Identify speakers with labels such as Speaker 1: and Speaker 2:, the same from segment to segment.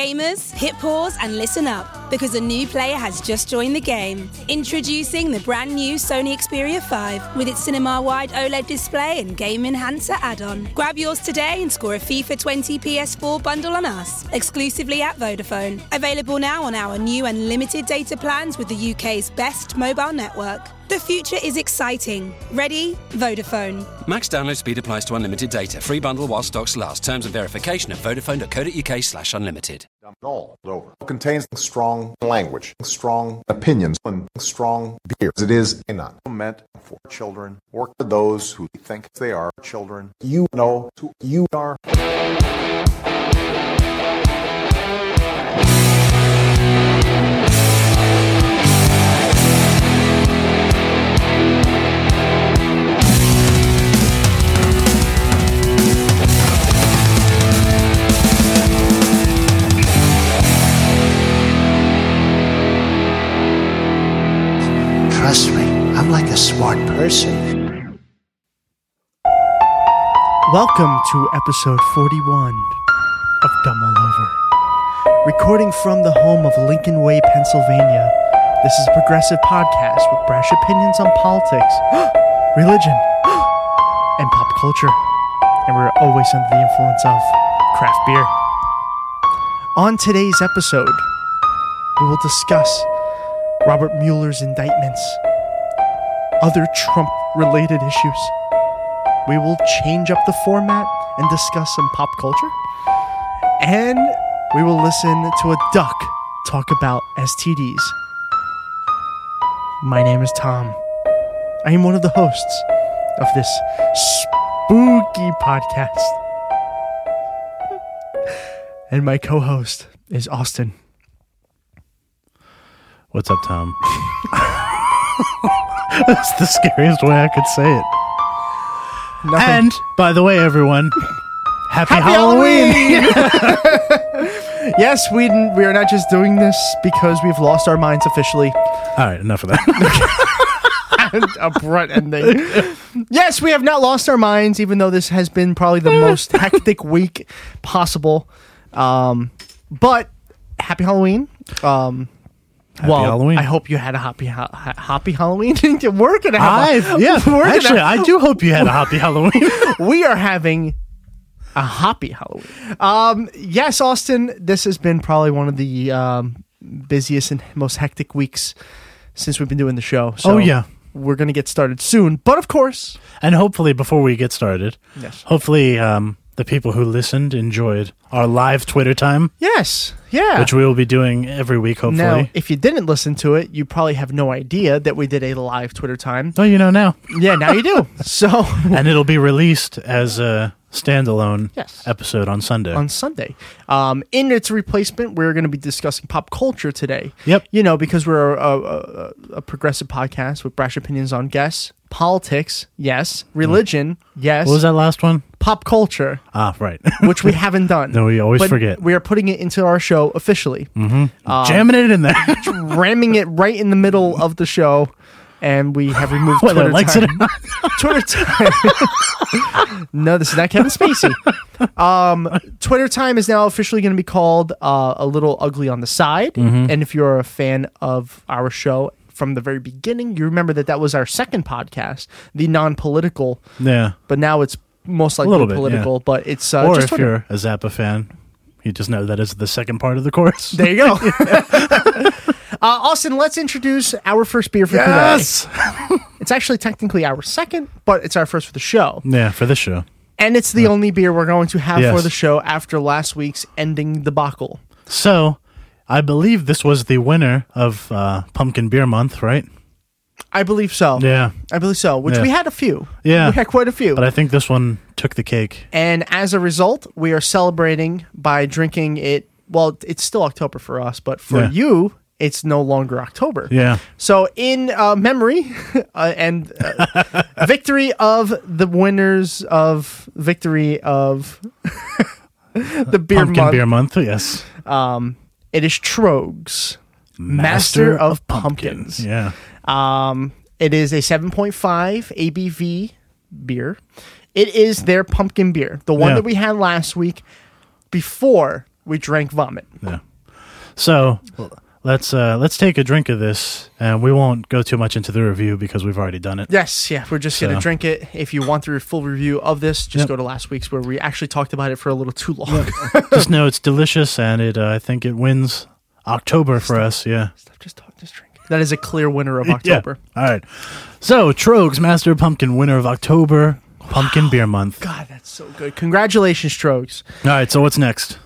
Speaker 1: Gamers, hit pause and listen up because a new player has just joined the game. Introducing the brand new Sony Xperia 5 with its cinema wide OLED E display and game enhancer add on. Grab yours today and score a FIFA 20 PS4 bundle on us, exclusively at Vodafone. Available now on our new unlimited data plans with the UK's best mobile network. The future is exciting. Ready? Vodafone.
Speaker 2: Max download speed applies to unlimited data. Free bundle while stocks last. Terms and verification at vodafone.co.uk slash unlimited.
Speaker 3: all over. Contains strong language, strong opinions, and strong beers. It is not meant for children or for those who think they are children. You know who you are.
Speaker 4: Trust me, I'm like a smart person.
Speaker 5: Welcome to episode 41 of Dumb All Over. Recording from the home of Lincoln Way, Pennsylvania, this is a progressive podcast with brash opinions on politics, religion, and pop culture. And we're always under the influence of craft beer. On today's episode, we will discuss Robert Mueller's indictments, other Trump related issues we will change up the format and discuss some pop culture. And we will listen to a duck talk about STDs. My name is Tom. I am one of the hosts of this spooky podcast. And my co host is Austin.
Speaker 6: What's up, Tom? That's the scariest way I could say it.
Speaker 5: Nothing-
Speaker 6: And by the way, everyone, happy,
Speaker 5: Happy
Speaker 6: Halloween!
Speaker 5: yes, we, we are not just doing this because we've lost our minds officially.
Speaker 6: All right, enough of that.
Speaker 5: abrupt ending. yes, we have not lost our minds, even though this has been probably the most hectic week possible. Um, but happy Halloween. Um,
Speaker 6: Happy
Speaker 5: well,
Speaker 6: Halloween.
Speaker 5: I hope you had a happy ha- ha- happy Halloween. We're gonna
Speaker 6: I
Speaker 5: have. a-
Speaker 6: yeah.
Speaker 5: we're gonna-
Speaker 6: Actually, I do hope you had a happy Halloween.
Speaker 5: we are having a happy Halloween. Um, yes, Austin, this has been probably one of the um, busiest and most hectic weeks since we've been doing the show. So
Speaker 6: Oh, yeah.
Speaker 5: we're gonna get started soon. But of course,
Speaker 6: and hopefully, before we get started,
Speaker 5: Yes.
Speaker 6: hopefully um, the people who listened enjoyed our live Twitter time,
Speaker 5: yes, yeah.
Speaker 6: which we will be doing every week. Hopefully,
Speaker 5: Ah. Now, if you didn't listen to it, you probably have no idea that we did a live Twitter time.
Speaker 6: oh, you know now,
Speaker 5: Yeah, now you do. So
Speaker 6: and it'll be released as a standalone
Speaker 5: Yes.
Speaker 6: episode on Sunday.
Speaker 5: on Sunday, um, in its replacement, we're going to be discussing pop culture today.
Speaker 6: Yep.
Speaker 5: You know, because we're a, a, a- a progressive podcast with brash opinions on guests, politics, yes, religion, yes,
Speaker 6: Mm. what was that last one?
Speaker 5: pop culture,
Speaker 6: Ah, right.
Speaker 5: which we haven't done.
Speaker 6: No, we always
Speaker 5: But
Speaker 6: forget.
Speaker 5: We are putting it into our show officially. Um,
Speaker 6: Jamming it in there,
Speaker 5: ramming it right in the middle of the show, and we have removed
Speaker 6: whether
Speaker 5: Twitter
Speaker 6: it likes
Speaker 5: time.
Speaker 6: it or not.
Speaker 5: Twitter time. no, this is not Kevin Spacey. Um, Twitter time is now officially going to be called uh, a little ugly on the side.
Speaker 6: Mm-hmm.
Speaker 5: And if you're a fan of our show from the very beginning, you remember that that was our second podcast, the non-political.
Speaker 6: Yeah.
Speaker 5: But now it's most likely
Speaker 6: little bit, yeah.
Speaker 5: political. But it's uh,
Speaker 6: or
Speaker 5: just
Speaker 6: if
Speaker 5: Twitter.
Speaker 6: you're a Zappa fan, you just know that is the second part of the chorus.
Speaker 5: There you go. uh, Austin, let's introduce our first beer for today. It's actually technically our second, but it's our first for the show.
Speaker 6: Yeah, for this show.
Speaker 5: And it's the only beer we're going to have
Speaker 6: Yes.
Speaker 5: for the show after last week's ending debacle.
Speaker 6: So, I believe this was the winner of uh, Pumpkin Beer Month, right?
Speaker 5: I believe so.
Speaker 6: Yeah.
Speaker 5: I believe so, which
Speaker 6: Yeah.
Speaker 5: we had a few.
Speaker 6: Yeah.
Speaker 5: We had quite a few.
Speaker 6: But I think this one took the cake.
Speaker 5: and as a result, we are celebrating by drinking it. Well, it's still October for us, but for
Speaker 6: Yeah.
Speaker 5: you, it's no longer October.
Speaker 6: Yeah.
Speaker 5: So, in uh, memory uh, and uh, victory of the winners of victory of the beer
Speaker 6: Pumpkin
Speaker 5: month,
Speaker 6: Beer Month, yes.
Speaker 5: Um, it is Trogs, Master of Pumpkins.
Speaker 6: Yeah.
Speaker 5: Um, it is a 7.5 ABV beer. It is their pumpkin beer, the one
Speaker 6: Yeah.
Speaker 5: that we had last week before We drank vomit.
Speaker 6: So let's uh, let's take a drink of this, and we won't go too much into the review because we've already done it.
Speaker 5: Yes, yeah, we're just
Speaker 6: So-
Speaker 5: gonna drink it. If you want the full review of this, just
Speaker 6: Yep.
Speaker 5: go to last week's where we actually talked about it for a little too long.
Speaker 6: Just know it's delicious, and it uh, I think it wins October for us. Yeah.
Speaker 5: just talk, just drink. That is a clear winner of October.
Speaker 6: Yeah. All right. So Trogs, Master of Pumpkin, winner of October Pumpkin Beer Month.
Speaker 5: God, that's so good. Congratulations, Trogs.
Speaker 6: All right. So what's next?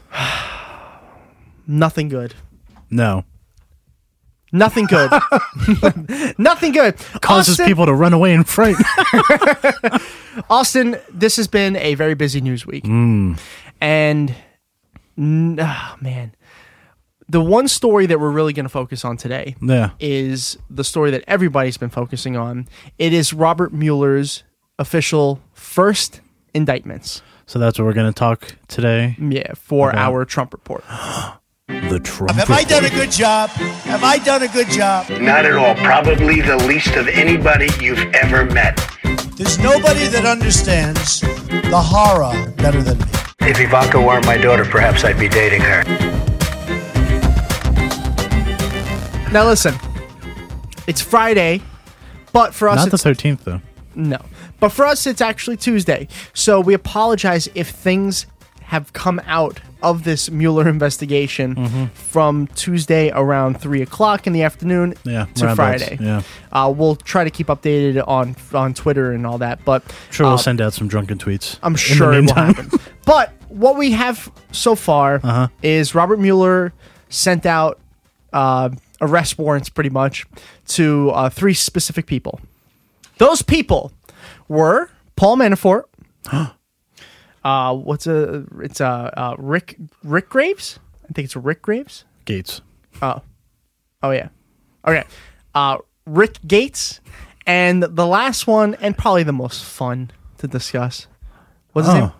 Speaker 5: Nothing good.
Speaker 6: No.
Speaker 5: Nothing good. Nothing good.
Speaker 6: Causes
Speaker 5: Austin,
Speaker 6: people to run away in fright.
Speaker 5: Austin, this has been a very busy news week.
Speaker 6: Mm.
Speaker 5: And, n- ah, man, the one story that we're really going to focus on today
Speaker 6: yeah.
Speaker 5: is the story that everybody's been focusing on. It is Robert Mueller's official first indictments.
Speaker 6: So that's what we're gonna talk today.
Speaker 5: Yeah, for our Trump report.
Speaker 6: The Trump.
Speaker 4: Have I done a good job? Have I done a good job?
Speaker 7: Not at all. Probably the least of anybody you've ever met.
Speaker 4: There's nobody that understands the horror better than me.
Speaker 7: If Ivanka weren't my daughter, perhaps I'd be dating her.
Speaker 5: Now, listen, it's Friday, but for us,
Speaker 6: Not
Speaker 5: it's
Speaker 6: the thirteenth though.
Speaker 5: No. But for us, it's actually Tuesday. So we apologize if things have come out of this Mueller investigation
Speaker 6: Mm-hmm.
Speaker 5: from Tuesday around 3 o'clock in the afternoon
Speaker 6: Yeah,
Speaker 5: to
Speaker 6: around
Speaker 5: Friday.
Speaker 6: those, yeah.
Speaker 5: Uh, we'll try to keep updated on, on Twitter and all that. But
Speaker 6: Sure,
Speaker 5: uh,
Speaker 6: we'll send out some drunken tweets.
Speaker 5: I'm
Speaker 6: in the
Speaker 5: sure it will
Speaker 6: meantime. Uh-huh.
Speaker 5: happen. But what we have so far is Robert Mueller sent out uh, arrest warrants, pretty much, to uh, three specific people. Those people were Paul Manafort. uh, what's a? It's uh, uh, Rick Rick Graves. I think it's Rick Graves.
Speaker 6: Gates.
Speaker 5: Oh yeah. Okay. Uh, Rick Gates, and the last one, and probably the most fun to discuss. What's his
Speaker 6: Oh,
Speaker 5: name?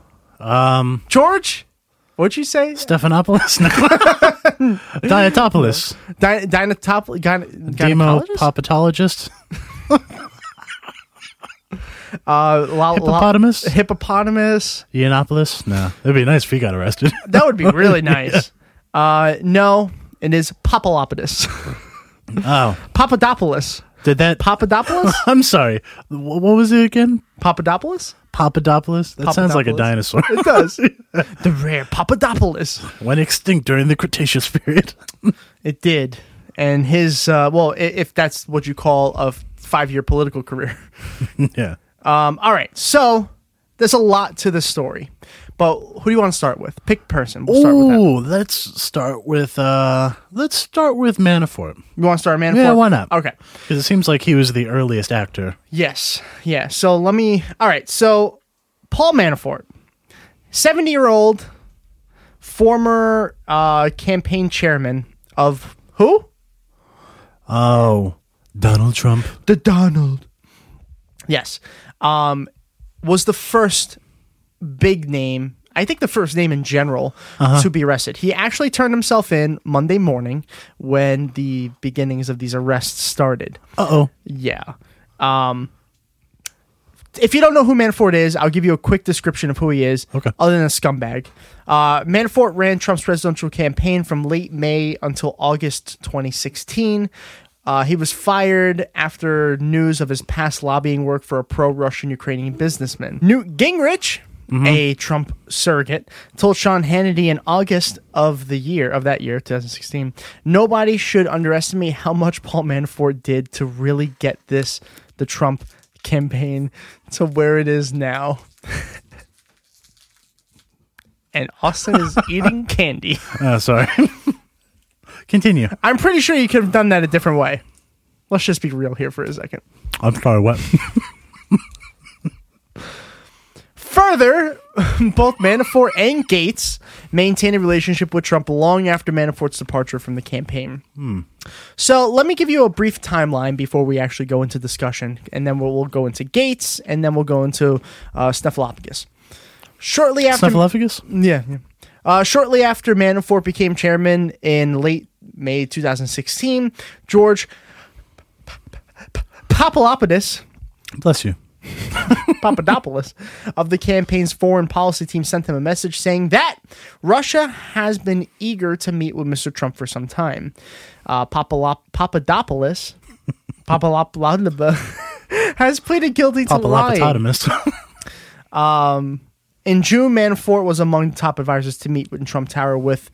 Speaker 5: Um, George. What'd you say?
Speaker 6: Stephanopoulos? No. Diatopoulos.
Speaker 5: Dy- Dynatop. Gyn-
Speaker 6: Demo
Speaker 5: gynecologist?
Speaker 6: popatologist?
Speaker 5: Uh, la- la-
Speaker 6: Hippopotamus?
Speaker 5: hippopotamus.
Speaker 6: Ianopoulos? No. It'd be nice if he got arrested.
Speaker 5: That would be really nice. Uh, no, it is Papalopoulos.
Speaker 6: oh.
Speaker 5: Papadopoulos.
Speaker 6: Did that
Speaker 5: Papadopoulos.
Speaker 6: I'm sorry. Wh- What was it again?
Speaker 5: Papadopoulos.
Speaker 6: Papadopoulos? That sounds like a
Speaker 5: Papadopoulos.
Speaker 6: dinosaur.
Speaker 5: It does. the rare Papadopoulos.
Speaker 6: Went extinct during the Cretaceous period.
Speaker 5: It did. And his, uh, well, i- if that's what you call a five year political career.
Speaker 6: yeah.
Speaker 5: Um, all right. So there's a lot to this story. But who do you want to start with? Pick person. We'll start with that.
Speaker 6: Ooh, let's start with uh let's start with Manafort.
Speaker 5: You want to start Manafort?
Speaker 6: Yeah, why not?
Speaker 5: Okay.
Speaker 6: Because it seems like he was the earliest actor.
Speaker 5: Yes. Yeah. So let me. All right. So Paul Manafort, 70 year old, former uh, campaign chairman of who?
Speaker 6: Oh. Donald Trump.
Speaker 5: the Donald. Yes. Um, was the first big name, I think the first name in general, to be arrested. He actually turned himself in Monday morning when the beginnings of these arrests started.
Speaker 6: Uh oh.
Speaker 5: Yeah. Um, if you don't know who Manafort is, I'll give you a quick description of who he is.
Speaker 6: Okay.
Speaker 5: Other than a scumbag, uh, Manafort ran Trump's presidential campaign from late May until August 2016. Uh, he was fired after news of his past lobbying work for a pro-Russian Ukrainian businessman. Newt Gingrich, a Trump surrogate, told Sean Hannity in August of the year of that year, 2016, nobody should underestimate how much Paul Manafort did to really get this the Trump campaign to where it is now and Austin is eating candy.
Speaker 6: Oh, sorry. Continue.
Speaker 5: I'm pretty sure you could have done that a different way. Let's just be real here for a second.
Speaker 6: I'm sorry, what?
Speaker 5: Further, both Manafort and Gates maintained a relationship with Trump long after Manafort's departure from the campaign. So let me give you a brief timeline before we actually go into discussion, and then we'll, we'll go into Gates, and then we'll go into uh, Snuffleupagus. Shortly after,
Speaker 6: Snuffleupagus?
Speaker 5: Yeah. yeah. Uh, shortly after Manafort became chairman in late May 2016, George P- P- P- Papalopoulos
Speaker 6: Bless you.
Speaker 5: Papadopoulos of the campaign's foreign policy team sent him a message saying that Russia has been eager to meet with Mr. Trump for some time. Uh, Papalop- Papadopoulos Papalopoulos has pleaded guilty to lying.
Speaker 6: Papalopotamus.
Speaker 5: In June, Manafort was among the top advisors to meet in Trump Tower with,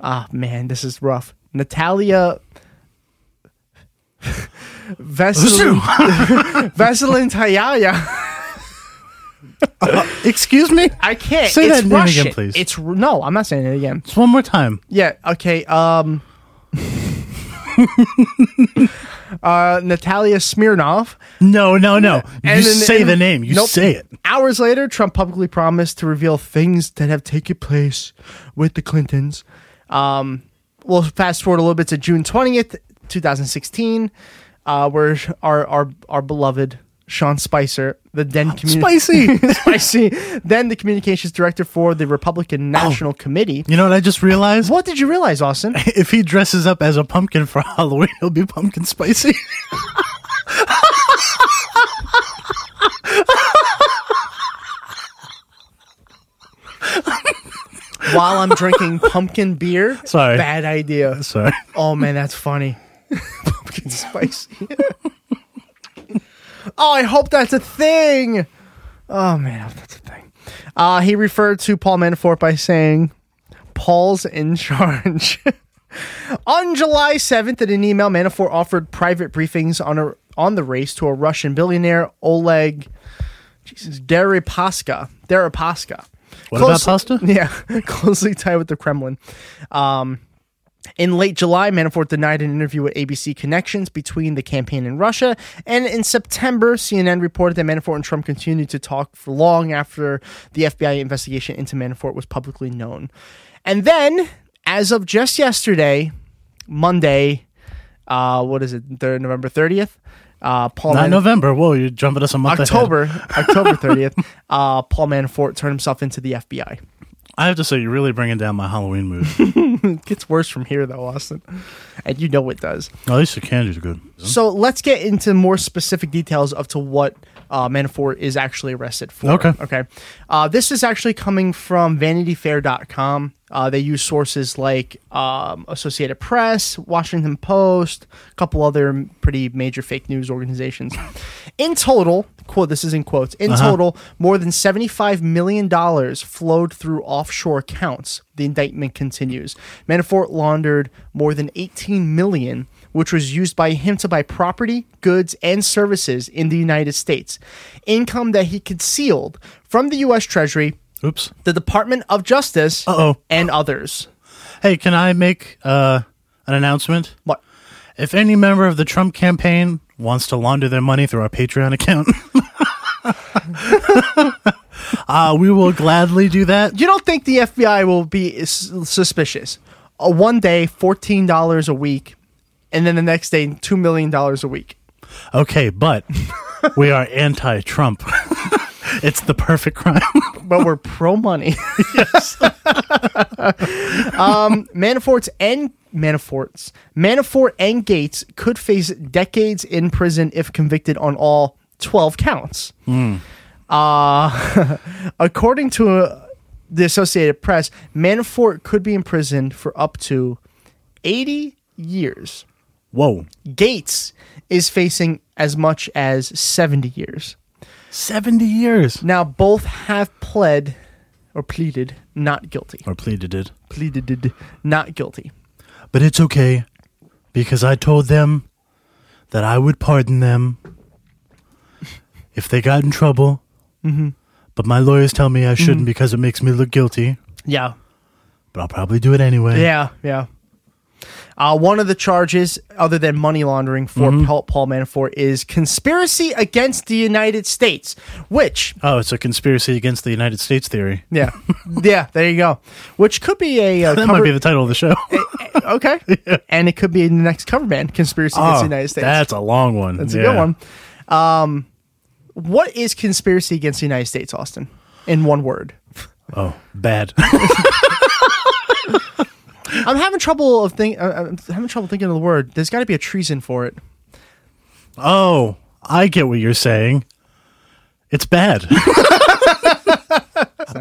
Speaker 5: ah, man, this is rough. Natalia Vasilin, Vasilintayaya.
Speaker 6: Excuse me?
Speaker 5: I can't.
Speaker 6: Say
Speaker 5: it's
Speaker 6: that name
Speaker 5: Russian.
Speaker 6: again, please.
Speaker 5: It's Ru- no, I'm not saying it again.
Speaker 6: Just one more time.
Speaker 5: Yeah. Okay. Um. uh, Natalia Smirnov.
Speaker 6: No, no, no. You
Speaker 5: And then-
Speaker 6: say
Speaker 5: and-
Speaker 6: the name. You
Speaker 5: Nope.
Speaker 6: say it.
Speaker 5: Hours later, Trump publicly promised to reveal things that have taken place with the Clintons. Um, we'll fast forward a little bit to June 20th, 2016, uh, where our, our, our beloved Sean Spicer, the then communi-
Speaker 6: Spicy.
Speaker 5: Spicy, then the communications director for the Republican
Speaker 6: Oh.
Speaker 5: National Committee.
Speaker 6: you know what I just realized?
Speaker 5: What did you realize, Austin?
Speaker 6: If he dresses up as a pumpkin for Halloween, he'll be pumpkin spicy.
Speaker 5: While I'm drinking pumpkin beer,
Speaker 6: Sorry.
Speaker 5: bad idea.
Speaker 6: Sorry.
Speaker 5: Oh man, that's funny. Pumpkin spicy. oh, I hope that's a thing. Oh man, I hope that's a thing. Uh, he referred to Paul Manafort by saying, "Paul's in charge." on July seventh, in an email, Manafort offered private briefings on a, on the race to a Russian billionaire Oleg. Jesus, Deripaska. Deripaska.
Speaker 6: What about pasta?
Speaker 5: Yeah, closely tied with the Kremlin. Um, In late July, Manafort denied an interview with ABC Connections between the campaign and Russia. And in September, CNN reported that Manafort and Trump continued to talk for long after the FBI investigation into Manafort was publicly known. And then, as of just yesterday, Monday, uh, what is it, thir- November 30th? Uh, Paul
Speaker 6: Not
Speaker 5: Manafort-
Speaker 6: November. Whoa, you're jumping us a month ahead.
Speaker 5: October, October 30th, uh, Paul Manafort turned himself into the FBI.
Speaker 6: I have to say, you're really bringing down my Halloween mood.
Speaker 5: It gets worse from here, though, Austin. And you know it does.
Speaker 6: At least the candy's good.
Speaker 5: So let's get into more specific details of to what uh, Manafort is actually arrested for.
Speaker 6: Okay.
Speaker 5: Okay. Uh, this is actually coming from VanityFair.com. Uh, they use sources like um, Associated Press, Washington Post, a couple other pretty major fake news organizations. In total, quote, this is in quotes, in total, more than $75 million flowed through offshore accounts. The indictment continues. Manafort laundered more than 18 million which was used by him to buy property, goods, and services in the United States. Income that he concealed from the U.S. Treasury,
Speaker 6: Oops.
Speaker 5: the Department of Justice,
Speaker 6: Uh-oh.
Speaker 5: and others.
Speaker 6: Hey, can I make uh, an announcement?
Speaker 5: What?
Speaker 6: If any member of the Trump campaign wants to launder their money through our Patreon account, uh, we will gladly do that.
Speaker 5: You don't think the FBI will be s- suspicious? Uh, one day, fourteen dollars a week, and then the next day, two million dollars a week.
Speaker 6: Okay, but we are anti Trump. it's the perfect crime.
Speaker 5: but we're pro money. um, Manafort's and Manafort's Manafort and Gates could face decades in prison if convicted on all twelve counts. Uh, according to uh, the Associated Press, Manafort could be imprisoned for up to eighty years.
Speaker 6: Whoa.
Speaker 5: Gates is facing as much as seventy years.
Speaker 6: 70 years.
Speaker 5: Now both have pled or pleaded not guilty.
Speaker 6: Or pleaded it.
Speaker 5: Pleaded not guilty.
Speaker 6: But it's okay because I told them that I would pardon them if they got in trouble.
Speaker 5: Mm-hmm.
Speaker 6: But my lawyers tell me I shouldn't because it makes me look guilty.
Speaker 5: Yeah.
Speaker 6: But I'll probably do it anyway.
Speaker 5: Yeah, yeah. Uh, one of the charges, other than money laundering for
Speaker 6: Mm-hmm.
Speaker 5: Paul, Paul Manafort, is conspiracy against the United States, which,
Speaker 6: Oh, it's a conspiracy against the United States theory.
Speaker 5: yeah, yeah, there you go, which could be a uh,
Speaker 6: That
Speaker 5: cover-
Speaker 6: might be the title of the show.
Speaker 5: okay, and it could be in the next cover band, conspiracy against
Speaker 6: Oh,
Speaker 5: the United States.
Speaker 6: That's a long one.
Speaker 5: That's a good one. Um, what is conspiracy against the United States, Austin? In one word.
Speaker 6: Oh, bad.
Speaker 5: I'm having trouble of think. uh, I'm having trouble thinking of the word. There's got to be a treason for it.
Speaker 6: oh, I get what you're saying. It's bad.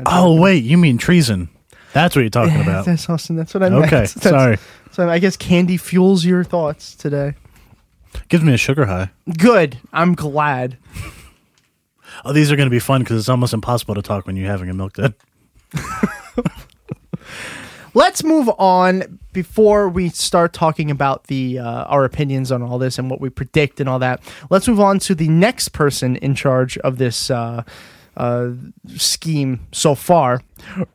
Speaker 6: oh wait, you mean treason? That's what you're talking about.
Speaker 5: That's awesome. That's what I meant.
Speaker 6: Okay,
Speaker 5: That's-
Speaker 6: sorry.
Speaker 5: So I guess candy fuels your thoughts today.
Speaker 6: Gives me a sugar high.
Speaker 5: Good. I'm glad.
Speaker 6: Oh, these are going to be fun because it's almost impossible to talk when you're having a milk dud.
Speaker 5: Let's move on before we start talking about the uh, our opinions on all this and what we predict and all that. Let's move on to the next person in charge of this uh, uh, scheme so far,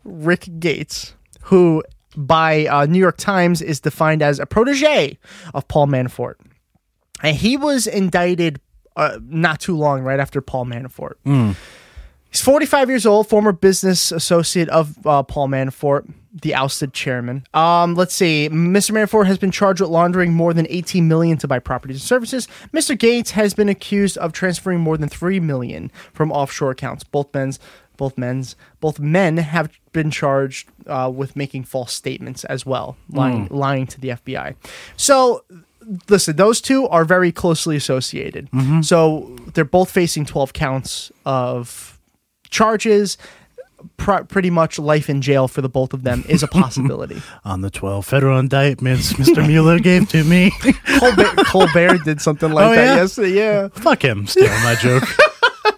Speaker 5: Rick Gates, who by uh, New York Times is defined as a protege of Paul Manafort. And he was indicted uh, not too long right after Paul Manafort. He's 45 years old, former business associate of uh, Paul Manafort, the ousted chairman. Um, let's see. Mr. Manafort has been charged with laundering more than 18 million to buy properties and services. Mr. Gates has been accused of transferring more than 3 million from offshore accounts. Both men's both men's both men have been charged uh, with making false statements as well, lying lying to the FBI. So listen, those two are very closely associated. So they're both facing 12 counts of charges. Pr- pretty much life in jail for the both of them is a possibility.
Speaker 6: On the 12 federal indictments Mr. Mueller gave to me.
Speaker 5: Colbert, Colbert did something like
Speaker 6: Oh,
Speaker 5: that
Speaker 6: yeah?
Speaker 5: yesterday. Yeah.
Speaker 6: Fuck him. Stealing my joke.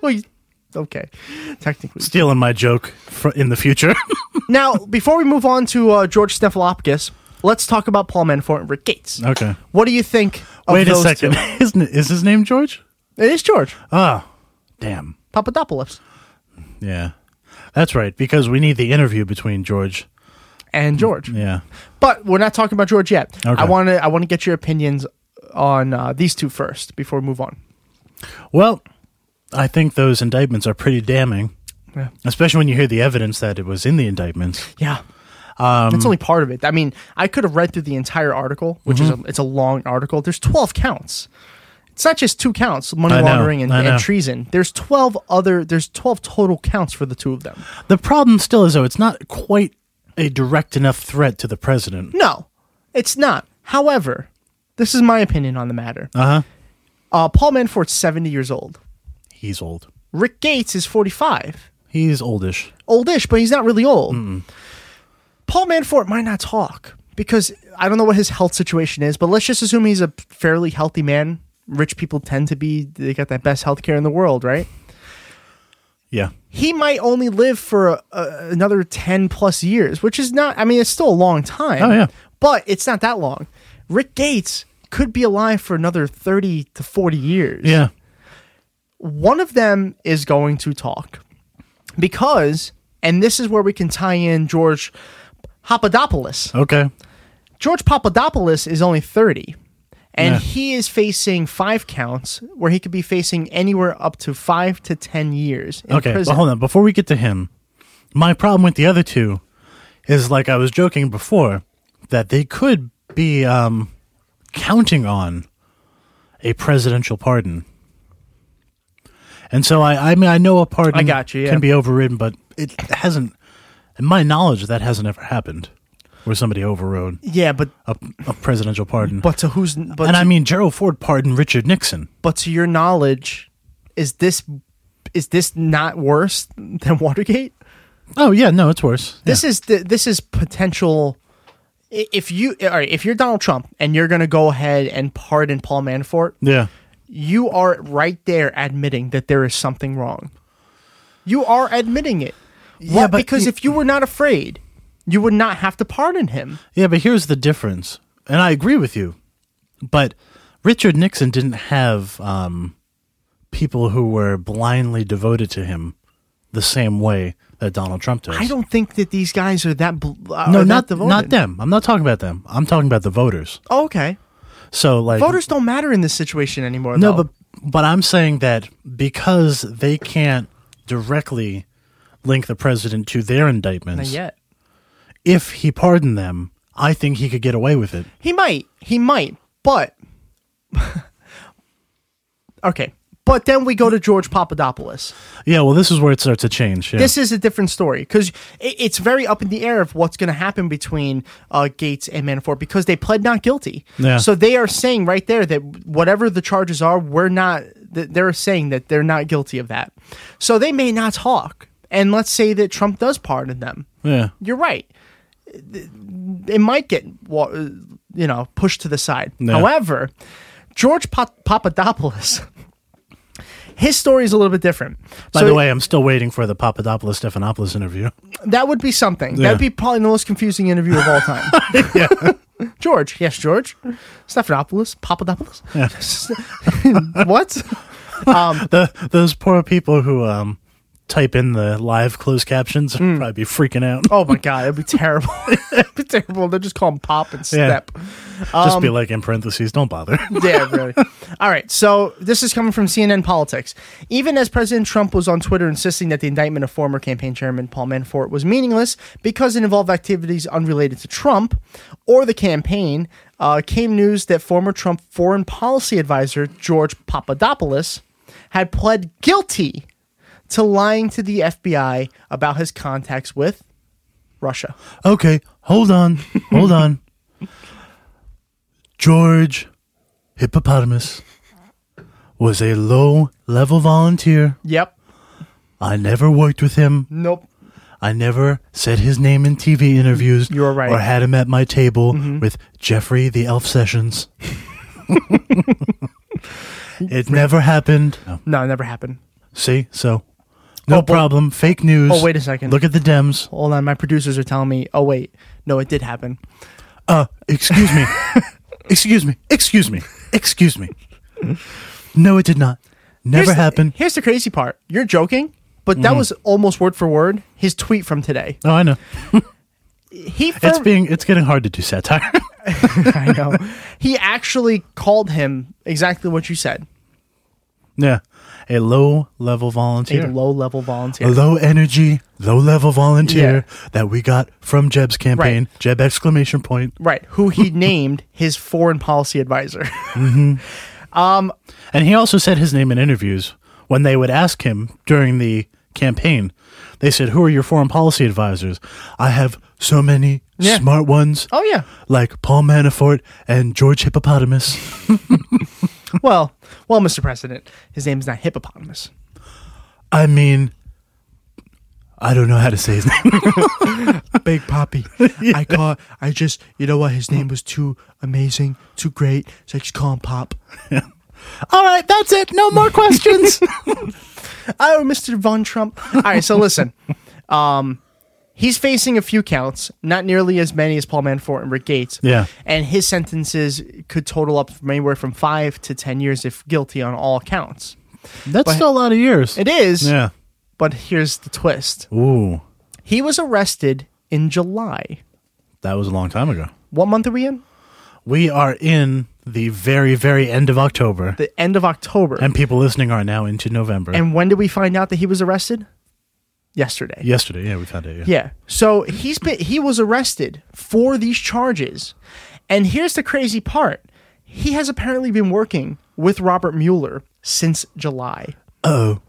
Speaker 5: Well, you- okay. Technically.
Speaker 6: Stealing my joke fr- in the future.
Speaker 5: Now, before we move on to uh, George Stephalopoulos, let's talk about Paul Manafort and Rick Gates.
Speaker 6: Okay.
Speaker 5: What do you think of
Speaker 6: Wait a
Speaker 5: those
Speaker 6: second.
Speaker 5: two?
Speaker 6: Isn't it, is his name George?
Speaker 5: It is George
Speaker 6: Ah, damn.
Speaker 5: Papadopoulos
Speaker 6: Yeah. That's right, because we need the interview between George.
Speaker 5: and George.
Speaker 6: Yeah.
Speaker 5: But we're not talking about George yet.
Speaker 6: Okay.
Speaker 5: I want to I want to get your opinions on uh, these two first before we move on.
Speaker 6: Well, I think those indictments are pretty damning,
Speaker 5: Yeah.
Speaker 6: especially when you hear the evidence that it was in the indictments.
Speaker 5: Yeah.
Speaker 6: Um,
Speaker 5: That's only part of it. I mean, I could have read through the entire article, which
Speaker 6: Mm-hmm.
Speaker 5: is a, it's a long article. There's 12 counts. It's not just two counts, money
Speaker 6: I know,
Speaker 5: laundering and,
Speaker 6: I know.
Speaker 5: and treason. There's 12 other there's 12 total counts for the two of them.
Speaker 6: The problem still is, though, it's not quite a direct enough threat to the president.
Speaker 5: No, it's not. However, this is my opinion on the matter. Uh-huh. Paul Manfort's 70 years old.
Speaker 6: He's old.
Speaker 5: Rick Gates is 45.
Speaker 6: He's oldish.
Speaker 5: oldish, but he's not really old. Paul Manfort might not talk because I don't know what his health situation is, but let's just assume he's a fairly healthy man. Rich people tend to be, they got that best health care in the world, right?
Speaker 6: Yeah.
Speaker 5: He might only live for uh, another 10 plus years, which is not, I mean, it's still a long time.
Speaker 6: Oh, yeah.
Speaker 5: But it's not that long. Rick Gates could be alive for another 30 to 40 years
Speaker 6: Yeah.
Speaker 5: one of them is going to talk because and this is where we can tie in george papadopoulos
Speaker 6: Okay.
Speaker 5: george papadopoulos is only 30 and he is facing five counts where he could be facing anywhere up to five to ten years in
Speaker 6: okay.
Speaker 5: prison.
Speaker 6: But hold on. Before we get to him, my problem with the other two is like I was joking before that they could be um, counting on a presidential pardon. And so I, I mean, I know a pardon
Speaker 5: I got you, yeah.
Speaker 6: can be overridden, but it hasn't, in my knowledge, that hasn't ever happened where somebody overrode
Speaker 5: yeah but
Speaker 6: a, a presidential pardon.
Speaker 5: but to who's but
Speaker 6: and
Speaker 5: to,
Speaker 6: I mean, Gerald Ford pardoned Richard Nixon.
Speaker 5: but to your knowledge is this is this not worse than watergate
Speaker 6: Oh yeah, no, it's worse.
Speaker 5: This is the, this is potential. i- If you all right, if you're Donald Trump and you're going to go ahead and pardon Paul Manafort,
Speaker 6: yeah.
Speaker 5: you are right there admitting that there is something wrong. You are admitting it. Yeah,
Speaker 6: but
Speaker 5: because
Speaker 6: you-
Speaker 5: if you were not afraid, you would not have to pardon him.
Speaker 6: Yeah, but here's the difference, and I agree with you. But Richard Nixon didn't have um, people who were blindly devoted to him the same way that Donald Trump does.
Speaker 5: I don't think that these guys are that. Bl- uh,
Speaker 6: No,
Speaker 5: are
Speaker 6: not
Speaker 5: that devoted.
Speaker 6: not them. I'm not talking about them. I'm talking about the voters.
Speaker 5: Oh, okay,
Speaker 6: So like
Speaker 5: voters don't matter in this situation anymore.
Speaker 6: No,
Speaker 5: though.
Speaker 6: but but I'm saying that because they can't directly link the president to their
Speaker 5: not
Speaker 6: indictments.
Speaker 5: yet.
Speaker 6: If he pardoned them, I think he could get away with it.
Speaker 5: He might. He might. But okay. But then we go to George Papadopoulos.
Speaker 6: Yeah, well, this is where it starts to change. Yeah.
Speaker 5: This is a different story because it's very up in the air of what's going to happen between uh, Gates and Manafort because they pled not guilty.
Speaker 6: Yeah.
Speaker 5: So they are saying right there that whatever the charges are, we're not th- they're saying that they're not guilty of that. So they may not talk. And let's say that Trump does pardon them.
Speaker 6: Yeah.
Speaker 5: You're right. It might get wa- you know pushed to the side.
Speaker 6: Yeah.
Speaker 5: However, George Pa- Papadopoulos, his story is a little bit different.
Speaker 6: By
Speaker 5: So
Speaker 6: the way, I'm still waiting for the Papadopoulos Stephanopoulos interview.
Speaker 5: that would be something.
Speaker 6: Yeah.
Speaker 5: That'd be probably the most confusing interview of all time. George, yes, George, Stephanopoulos, Papadopoulos. what?
Speaker 6: The, those poor people who um, type in the live closed captions would probably be freaking out.
Speaker 5: Oh my god, that'd be terrible. that'd be terrible. They'll just call him Pop and Step.
Speaker 6: Just be like in parentheses, don't bother.
Speaker 5: yeah, really. All right. So this is coming from CNN Politics. Even as President Trump was on Twitter insisting that the indictment of former campaign chairman Paul Manafort was meaningless because it involved activities unrelated to Trump or the campaign, uh, came news that former Trump foreign policy advisor George Papadopoulos had pled guilty to lying to the FBI about his contacts with Russia.
Speaker 6: okay, hold on, hold on. George Hippopotamus was a low level volunteer.
Speaker 5: Yep.
Speaker 6: I never worked with him.
Speaker 5: Nope.
Speaker 6: I never said his name in TV interviews.
Speaker 5: You're right. Mm-hmm.
Speaker 6: Or had him at my table with Jeffrey the Elf Sessions. it never happened.
Speaker 5: No, it never happened.
Speaker 6: See, so no problem. Fake news.
Speaker 5: oh, wait a second.
Speaker 6: Look at the Dems.
Speaker 5: Hold on, my producers are telling me. Oh wait, no, it did happen.
Speaker 6: Uh, excuse me. excuse me. Excuse me. Excuse me. No, it did not. Never
Speaker 5: Here's the-
Speaker 6: happened.
Speaker 5: here's the crazy part. You're joking, but that was almost word for word his tweet from today.
Speaker 6: oh, I know.
Speaker 5: He
Speaker 6: It's
Speaker 5: fir-
Speaker 6: being. It's getting hard to do satire.
Speaker 5: I know. He actually called him exactly what you said.
Speaker 6: yeah, a low level
Speaker 5: A
Speaker 6: volunteer.
Speaker 5: low level volunteer.
Speaker 6: a low energy, low level volunteer that we got from Jeb's campaign. Jeb exclamation point.
Speaker 5: right, who he named his foreign policy advisor.
Speaker 6: And he also said his name in interviews when they would ask him during the campaign. They said, "Who are your foreign policy advisors?" I have so many
Speaker 5: Yeah.
Speaker 6: smart ones.
Speaker 5: oh yeah.
Speaker 6: Like Paul Manafort and George Hippopotamus.
Speaker 5: Well, well, Mr. President, his name's not hippopotamus.
Speaker 6: I mean, I don't know how to say his name.
Speaker 5: Big Poppy. I call. I just. You know what? His name was too amazing, too great. So I just call him Pop.
Speaker 6: All right, that's it. No more questions.
Speaker 5: Oh, Mr. Von Trump. All right, so listen. Um, he's facing a few counts, not nearly as many as Paul Manafort and Rick Gates.
Speaker 6: Yeah.
Speaker 5: And his sentences could total up from anywhere from five to 10 years if guilty on all counts.
Speaker 6: that's still a lot of years.
Speaker 5: It is,
Speaker 6: Yeah.
Speaker 5: but here's the twist.
Speaker 6: Ooh,
Speaker 5: He was arrested in July.
Speaker 6: that was a long time ago.
Speaker 5: What month are we in?
Speaker 6: We are in the very, very end of October,
Speaker 5: The end of October.
Speaker 6: and people listening are now into November.
Speaker 5: and when did we find out that he was arrested? Yesterday.
Speaker 6: Yesterday, yeah, we found it. Yeah.
Speaker 5: Yeah. So he's been he was arrested for these charges. And here's the crazy part. He has apparently been working with Robert Mueller since July.
Speaker 6: Oh,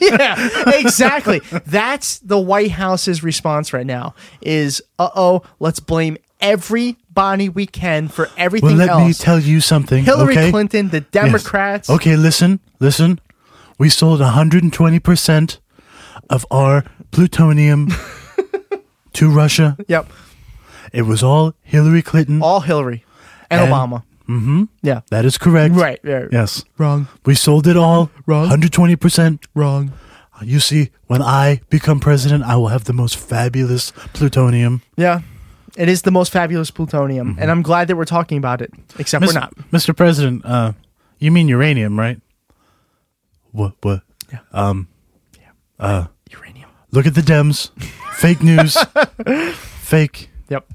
Speaker 5: Yeah, exactly. That's the White House's response right now is uh-oh, let's blame everybody we can for
Speaker 6: well,
Speaker 5: everything
Speaker 6: let
Speaker 5: else.
Speaker 6: me tell you something.
Speaker 5: Hillary
Speaker 6: okay?
Speaker 5: Clinton, the
Speaker 6: Yes.
Speaker 5: Democrats.
Speaker 6: Okay, listen, listen. We sold 120 percent of our plutonium to Russia.
Speaker 5: Yep.
Speaker 6: It was all Hillary Clinton.
Speaker 5: All Hillary and,
Speaker 6: And-
Speaker 5: Obama. Mhm. Yeah.
Speaker 6: that is correct.
Speaker 5: Right, right.
Speaker 6: Yes.
Speaker 5: Wrong.
Speaker 6: We sold it all.
Speaker 5: Wrong.
Speaker 6: 120 percent. Uh,
Speaker 5: Wrong.
Speaker 6: You see, when I become president, I will have the most fabulous plutonium.
Speaker 5: Yeah. It is the most fabulous plutonium,
Speaker 6: Mm-hmm.
Speaker 5: and I'm glad that we're talking about it. Except we're
Speaker 6: Mis-
Speaker 5: not.
Speaker 6: Mr. President, uh, you mean uranium, right? What? What? Um, uh,
Speaker 5: Uranium.
Speaker 6: Look at the Dems. Fake news. Fake.
Speaker 5: Yep.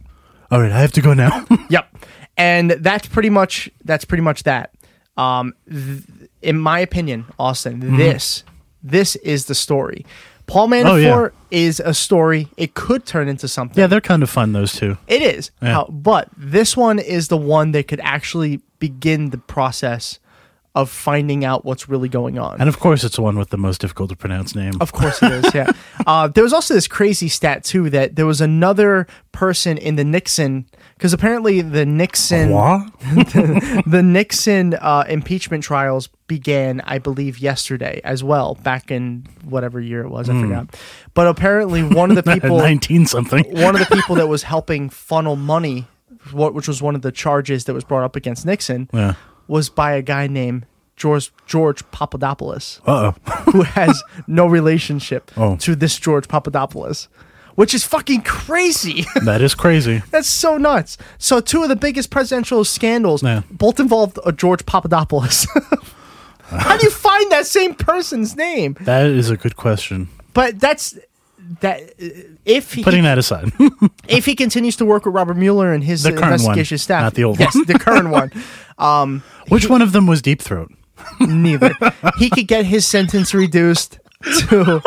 Speaker 6: All right, I have to go now.
Speaker 5: Yep. And that's pretty much that's pretty much that. Um, th- in my opinion, Austin, this this is the story. Paul
Speaker 6: Mm-hmm. Oh, yeah.
Speaker 5: Manafort is a story. It could turn into something.
Speaker 6: yeah, they're kind of fun, those two.
Speaker 5: It is. How- but this one is the one that could actually begin the process of finding out what's really going on.
Speaker 6: And of course, it's the one with the most difficult to pronounce name.
Speaker 5: Of course it is. Yeah. uh, there was also this crazy stat too that there was another person in the Nixon because apparently the Nixon
Speaker 6: What?
Speaker 5: the Nixon uh, impeachment trials began, I believe, yesterday as well. Back in whatever year it was, I forgot. But apparently, one of the people
Speaker 6: 19 something.
Speaker 5: one of the people that was helping funnel money, what which was one of the charges that was brought up against Nixon,
Speaker 6: Yeah.
Speaker 5: was by a guy named George George Papadopoulos
Speaker 6: Uh oh.
Speaker 5: who has no relationship
Speaker 6: Oh.
Speaker 5: to this George Papadopoulos, which is fucking crazy.
Speaker 6: that is crazy.
Speaker 5: That's so nuts. So, two of the biggest presidential scandals
Speaker 6: Yeah.
Speaker 5: both involved a George Papadopoulos. How do you find that same person's name?
Speaker 6: That is a good question.
Speaker 5: But that's that uh, if he
Speaker 6: Putting that aside,
Speaker 5: if he continues to work with Robert Mueller and his
Speaker 6: The current one,
Speaker 5: investigation staff,
Speaker 6: not the old
Speaker 5: yes,
Speaker 6: one.
Speaker 5: the current one,
Speaker 6: which one of them was Deep Throat?
Speaker 5: neither he could get his sentence reduced to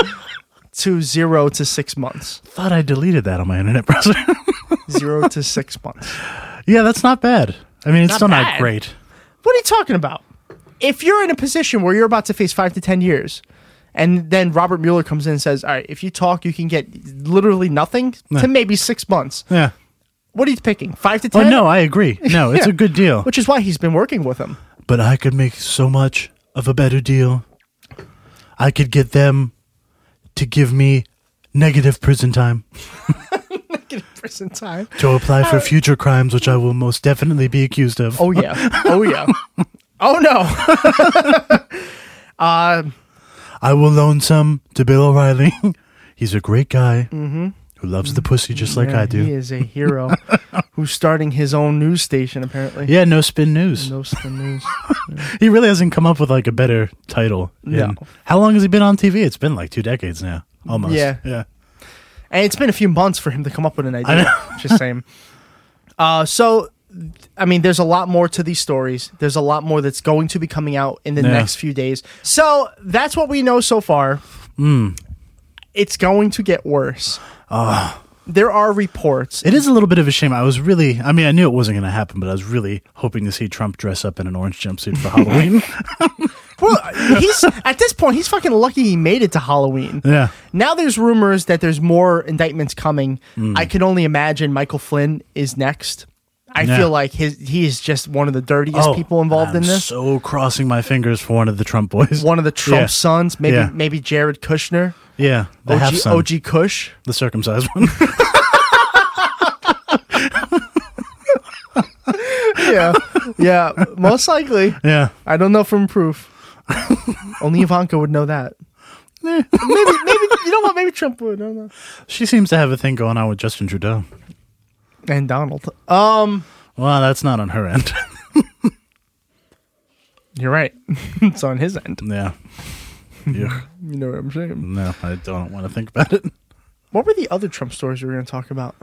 Speaker 5: to zero to six months,
Speaker 6: Thought I deleted that on my internet browser.
Speaker 5: zero to six months.
Speaker 6: yeah, that's not bad. I mean, it's
Speaker 5: Not
Speaker 6: still
Speaker 5: bad.
Speaker 6: not great.
Speaker 5: What are you talking about? If you're in a position where you're about to face five to ten years, and then Robert Mueller comes in and says, "All right, if you talk, you can get literally nothing
Speaker 6: Yeah.
Speaker 5: to maybe six months."
Speaker 6: Yeah.
Speaker 5: What are you picking? Five to
Speaker 6: Oh
Speaker 5: ten?
Speaker 6: no, I agree. No, it's
Speaker 5: Yeah.
Speaker 6: a good deal.
Speaker 5: Which is why he's been working with him.
Speaker 6: but I could make so much of a better deal. I could get them to give me negative prison time
Speaker 5: Prison time.
Speaker 6: to apply for future crimes, which I will most definitely be accused of.
Speaker 5: Uh, Oh yeah. Oh yeah. oh no. Uh,
Speaker 6: I will loan some to Bill O'Reilly. He's a great guy who loves the pussy just like I
Speaker 5: Mm-hmm. He
Speaker 6: do.
Speaker 5: is a hero who's starting his own news station apparently.
Speaker 6: Yeah, no spin news.
Speaker 5: No spin news.
Speaker 6: He really hasn't come up with like a better title. in-
Speaker 5: No.
Speaker 6: How long has he been on TV? It's been like two decades now, almost.
Speaker 5: Yeah.
Speaker 6: yeah.
Speaker 5: And it's been a few months for him to come up with an
Speaker 6: I
Speaker 5: idea. Just saying. Uh, so, I mean, there's a lot more to these stories. There's a lot more that's going to be coming out in the
Speaker 6: Yeah.
Speaker 5: next few days. So that's what we know so far.
Speaker 6: Hmm.
Speaker 5: It's going to get worse. there are reports.
Speaker 6: It is a little bit of a shame. I was really, I mean, I knew it wasn't going to happen, but I was really hoping to see Trump dress up in an orange jumpsuit for Halloween.
Speaker 5: well, he's at this point, he's fucking lucky he made it to Halloween.
Speaker 6: yeah.
Speaker 5: Now there's rumors that there's more indictments coming.
Speaker 6: Mm.
Speaker 5: I can only imagine Michael Flynn is next. I
Speaker 6: Yeah. Oh,
Speaker 5: feel like his he is just one of the dirtiest people involved
Speaker 6: I'm
Speaker 5: in this.
Speaker 6: So crossing my fingers for one of the Trump boys.
Speaker 5: one of the Trump
Speaker 6: Yeah.
Speaker 5: sons, maybe
Speaker 6: Yeah.
Speaker 5: maybe Jared Kushner,
Speaker 6: Yeah. The half
Speaker 5: OG,
Speaker 6: son,
Speaker 5: OG Kush.
Speaker 6: the circumcised one.
Speaker 5: Yeah, yeah, most likely.
Speaker 6: yeah.
Speaker 5: I don't know from proof. Only Ivanka would know that.
Speaker 6: Eh.
Speaker 5: maybe, maybe you know what? Maybe Trump would. I don't know.
Speaker 6: She seems to have a thing going on with Justin Trudeau.
Speaker 5: And Donald. Um,
Speaker 6: Well, that's not on her end.
Speaker 5: you're right. it's on his end.
Speaker 6: yeah. Ugh.
Speaker 5: You know what I'm saying?
Speaker 6: No, I don't want to think about it.
Speaker 5: What were the other Trump stories we were going to talk about?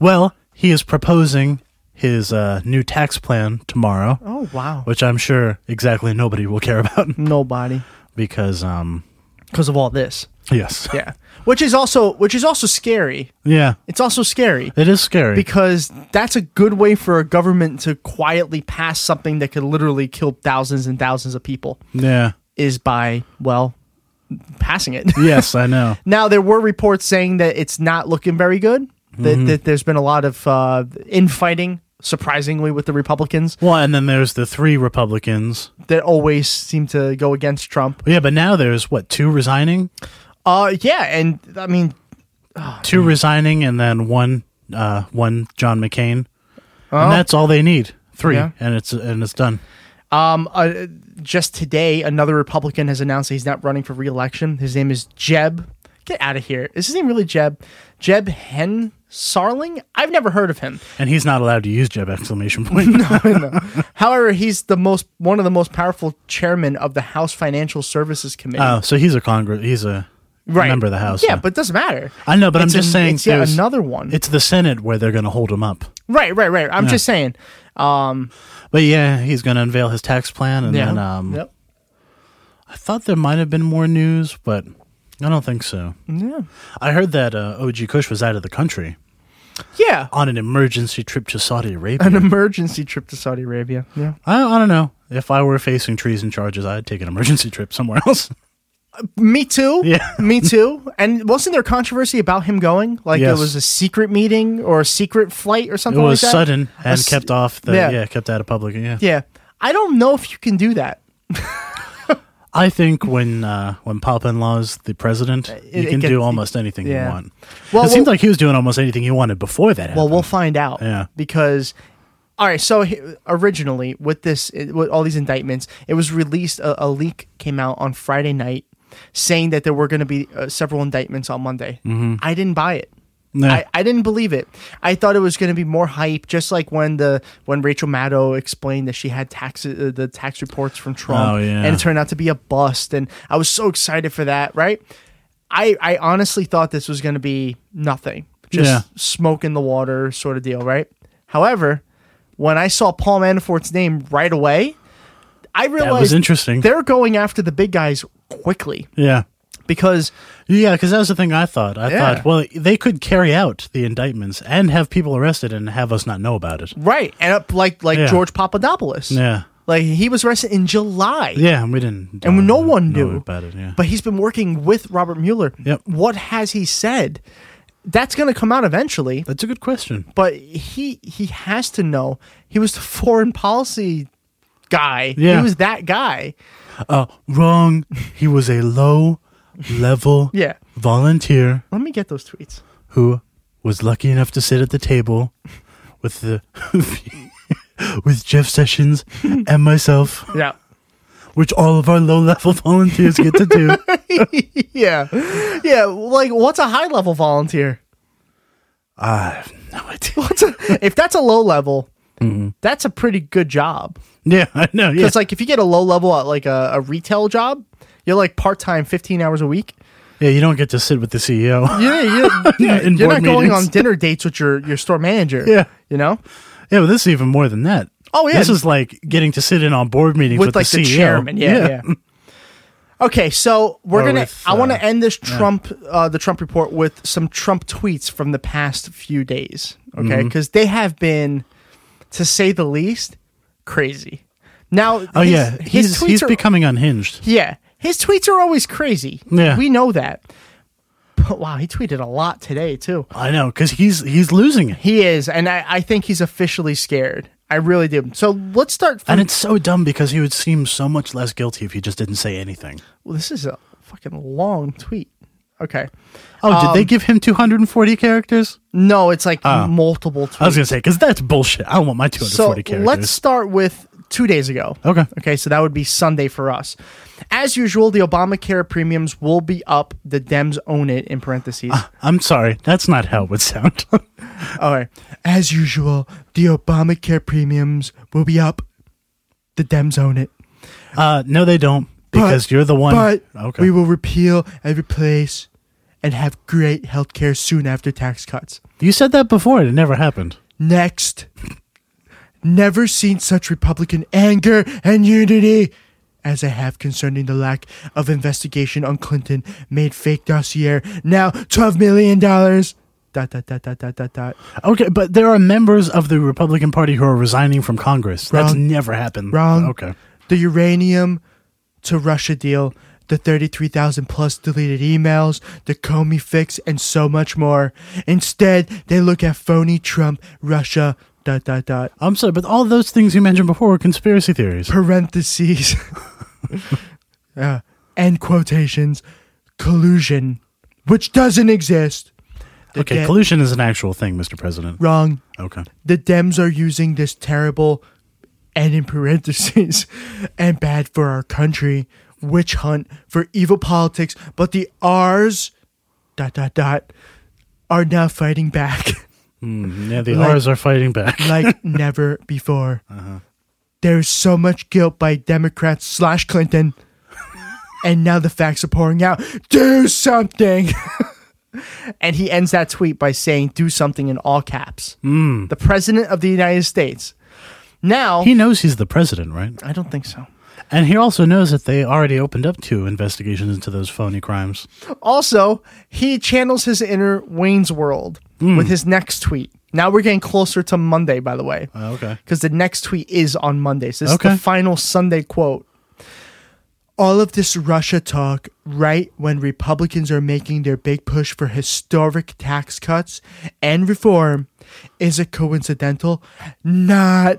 Speaker 6: Well, he is proposing his uh, new tax plan tomorrow,
Speaker 5: Oh wow,
Speaker 6: which I'm sure exactly nobody will care about
Speaker 5: nobody
Speaker 6: because, um,
Speaker 5: because of all this.
Speaker 6: yes.
Speaker 5: Yeah, which is also which is also scary.
Speaker 6: Yeah.
Speaker 5: It's also scary.
Speaker 6: It is scary.
Speaker 5: because that's a good way for a government to quietly pass something that could literally kill thousands and thousands of people
Speaker 6: yeah.
Speaker 5: is by well passing it
Speaker 6: Yes, I know.
Speaker 5: now there were reports saying that it's not looking very good that, that there's been a lot of uh, infighting surprisingly with the republicans
Speaker 6: Well, and then there's the three Republicans.
Speaker 5: that always seem to go against trump
Speaker 6: Yeah, but now there's what two resigning,
Speaker 5: uh, yeah and i mean
Speaker 6: two
Speaker 5: Mm.
Speaker 6: resigning, and then one, uh, one John McCain, and that's all they need. Three,
Speaker 5: Oh. Yeah.
Speaker 6: and it's and it's done.
Speaker 5: um, uh, just today another republican has announced that he's not running for reelection his name is jeb get out of here is his name really jeb jeb hen sarling i've never heard of him
Speaker 6: And he's not allowed to use Jeb exclamation point.
Speaker 5: however he's the most one of the most powerful chairmen of the house financial services committee
Speaker 6: Oh, so he's a Congress. He's a member of the House.
Speaker 5: yeah, but it doesn't matter
Speaker 6: I know, but I'm
Speaker 5: It's
Speaker 6: just
Speaker 5: an-
Speaker 6: saying
Speaker 5: it's yet
Speaker 6: there's-
Speaker 5: another one
Speaker 6: it's the Senate where they're going to hold him up.
Speaker 5: right right right i'm just saying um
Speaker 6: But yeah, he's going to unveil his tax plan, and
Speaker 5: yeah
Speaker 6: then um,
Speaker 5: yep.
Speaker 6: I thought there might have been more news, but I don't think so.
Speaker 5: yeah
Speaker 6: I heard that uh, OG Kush was out of the country
Speaker 5: yeah
Speaker 6: on an emergency trip to Saudi Arabia.
Speaker 5: an emergency trip to saudi arabia yeah
Speaker 6: I, I don't know. If I were facing treason charges, I'd take an emergency trip somewhere else.
Speaker 5: Me too.
Speaker 6: Yeah.
Speaker 5: Me too. And wasn't there controversy about him going? Like
Speaker 6: Yes.
Speaker 5: it was a secret meeting or a secret flight or
Speaker 6: It
Speaker 5: something
Speaker 6: was
Speaker 5: like that?
Speaker 6: sudden
Speaker 5: A
Speaker 6: and
Speaker 5: s-
Speaker 6: kept off the
Speaker 5: yeah.
Speaker 6: yeah. kept out of public. Yeah.
Speaker 5: Yeah. I don't know if you can do that.
Speaker 6: I think when uh, when Papa in law is the president, you
Speaker 5: Uh, it
Speaker 6: can
Speaker 5: gets-
Speaker 6: do almost anything
Speaker 5: yeah.
Speaker 6: you want.
Speaker 5: Well,
Speaker 6: it seemed
Speaker 5: well-
Speaker 6: like he was doing almost anything he wanted before that.
Speaker 5: Well,
Speaker 6: Happened.
Speaker 5: we'll find out.
Speaker 6: Yeah.
Speaker 5: Because, all right. So he- originally, with this, it- with all these indictments, it was released. A, a leak came out on Friday night saying that there were going to be uh, several indictments on Monday.
Speaker 6: Mm-hmm.
Speaker 5: I didn't buy it.
Speaker 6: Nah.
Speaker 5: I, I didn't believe it. I thought it was going to be more hype, just like when the when Rachel Maddow explained that she had tax uh, the tax reports from Trump,
Speaker 6: Oh, yeah.
Speaker 5: and it turned out to be a bust. And I was so excited for that, right? I I honestly thought this was going to be nothing, just
Speaker 6: Yeah.
Speaker 5: smoke in the water sort of deal, right? However, when I saw Paul Manafort's name right away, I realized
Speaker 6: interesting.
Speaker 5: They're going after the big guys quickly
Speaker 6: yeah,
Speaker 5: because
Speaker 6: yeah, because that was the thing I thought. I
Speaker 5: Yeah.
Speaker 6: thought, well, they could carry out the indictments and have people arrested and have us not know about it.
Speaker 5: right and up like like
Speaker 6: Yeah.
Speaker 5: George Papadopoulos,
Speaker 6: Yeah,
Speaker 5: like he was arrested in July,
Speaker 6: yeah, and we didn't,
Speaker 5: and
Speaker 6: don't
Speaker 5: no one
Speaker 6: know
Speaker 5: knew
Speaker 6: about it. Yeah,
Speaker 5: But he's been working with Robert Mueller.
Speaker 6: Yep.
Speaker 5: What has he said? That's going to come out eventually.
Speaker 6: that's a good question.
Speaker 5: but he he has to know he was the foreign policy guy
Speaker 6: Yeah.
Speaker 5: he was that guy
Speaker 6: Uh, Wrong. He was a low level
Speaker 5: Yeah.
Speaker 6: volunteer
Speaker 5: let me get those tweets
Speaker 6: who was lucky enough to sit at the table with the with Jeff Sessions and myself,
Speaker 5: yeah
Speaker 6: which all of our low level volunteers get to do.
Speaker 5: yeah yeah like what's a high level volunteer
Speaker 6: No idea.
Speaker 5: what's a, if that's a low level that's a pretty good job
Speaker 6: Yeah, I know. Mm-hmm. Yeah.
Speaker 5: because like if you get a low level at like a, a retail job you're like part-time 15 hours a week
Speaker 6: yeah, you don't get to sit with the E CEO.
Speaker 5: yeah yeah, yeah.
Speaker 6: In
Speaker 5: you're not
Speaker 6: board
Speaker 5: going on
Speaker 6: meetings.
Speaker 5: dinner dates with your your store manager
Speaker 6: Yeah.
Speaker 5: you know
Speaker 6: Yeah, but this is even more than that.
Speaker 5: Oh, yeah.
Speaker 6: This is like getting to sit in on board meetings with, E
Speaker 5: with, like the,
Speaker 6: CEO.
Speaker 5: chairman. Yeah, yeah. Okay, so we're
Speaker 6: Or
Speaker 5: gonna.
Speaker 6: with,
Speaker 5: I want
Speaker 6: uh,
Speaker 5: to end this Trump, uh, the Trump report, with some Trump tweets from the past few days. Okay,
Speaker 6: Mm-hmm.
Speaker 5: because they have been, to say the least, crazy. Now,
Speaker 6: Oh
Speaker 5: his-
Speaker 6: yeah,
Speaker 5: his
Speaker 6: he's
Speaker 5: tweets
Speaker 6: he's
Speaker 5: are-
Speaker 6: becoming unhinged.
Speaker 5: yeah, his tweets are always crazy.
Speaker 6: Yeah.
Speaker 5: we know that. But wow, he tweeted a lot today too.
Speaker 6: I know because he's he's losing it,
Speaker 5: He is, and I, I think he's officially scared. I really do. So let's start. From,
Speaker 6: and it's so dumb because he would seem so much less guilty if he just didn't say anything.
Speaker 5: well, this is a fucking long tweet. Okay.
Speaker 6: Oh, did
Speaker 5: Um,
Speaker 6: they give him 240 characters?
Speaker 5: No, it's like multiple tweets.
Speaker 6: Ah. I was gonna say because that's bullshit. I don't want my 240
Speaker 5: so
Speaker 6: characters.
Speaker 5: let's start with two days ago.
Speaker 6: Okay.
Speaker 5: Okay, so that would be Sunday for us. As usual, the Obamacare premiums will be up. The Dems own it in parentheses.
Speaker 6: Ah, I'm sorry, that's not how it would sound.
Speaker 5: All right. As usual, the Obamacare premiums will be up. The Dems own it.
Speaker 6: uh, no, they don't because
Speaker 5: But-
Speaker 6: you're the one.
Speaker 5: But
Speaker 6: okay,
Speaker 5: we will repeal and replace and have great health care soon after tax cuts.
Speaker 6: you said that before and it never happened.
Speaker 5: Next. Never seen such Republican anger and unity as I have concerning the lack of investigation on Clinton made fake dossier. Now $12 million. Dot, dot, dot, dot, dot, dot, dot.
Speaker 6: Okay, but there are members of the Republican Party who are resigning from Congress. That's
Speaker 5: Wrong.
Speaker 6: never happened.
Speaker 5: Wrong.
Speaker 6: Okay.
Speaker 5: The uranium to Russia deal, the 33,000 plus deleted emails, the Comey fix, and so much more. Instead, they look at phony Trump, Russia, dot, dot, dot.
Speaker 6: I'm sorry, but all those things you mentioned before were conspiracy theories.
Speaker 5: parentheses uh, end quotations collusion which doesn't exist
Speaker 6: Okay,
Speaker 5: Again-
Speaker 6: collusion is an actual thing, Mr. President.
Speaker 5: wrong
Speaker 6: Okay.
Speaker 5: the dems are using this terrible and in parentheses and bad for our country witch hunt for evil politics but the r's dot dot dot are now fighting back
Speaker 6: Yeah, the
Speaker 5: Like-
Speaker 6: R's are fighting back.
Speaker 5: like never before.
Speaker 6: Uh-huh.
Speaker 5: There's so much guilt by Democrats slash Clinton, and now the facts are pouring out. Do something. and he ends that tweet by saying, "Do something" in all caps. The president of the United States. Now,
Speaker 6: Hmm. He knows he's the president, right?
Speaker 5: I don't think so.
Speaker 6: And he also knows that they already opened up two investigations into those phony crimes. Hmm.
Speaker 5: Also, he channels his inner Wayne's World with his next tweet. Now we're getting closer to Monday, by the way.
Speaker 6: Oh, okay.
Speaker 5: Because the next tweet is on Monday. So this is
Speaker 6: Okay.
Speaker 5: the final Sunday quote. All of this Russia talk, right when Republicans are making their big push for historic tax cuts and reform, is it coincidental? Not.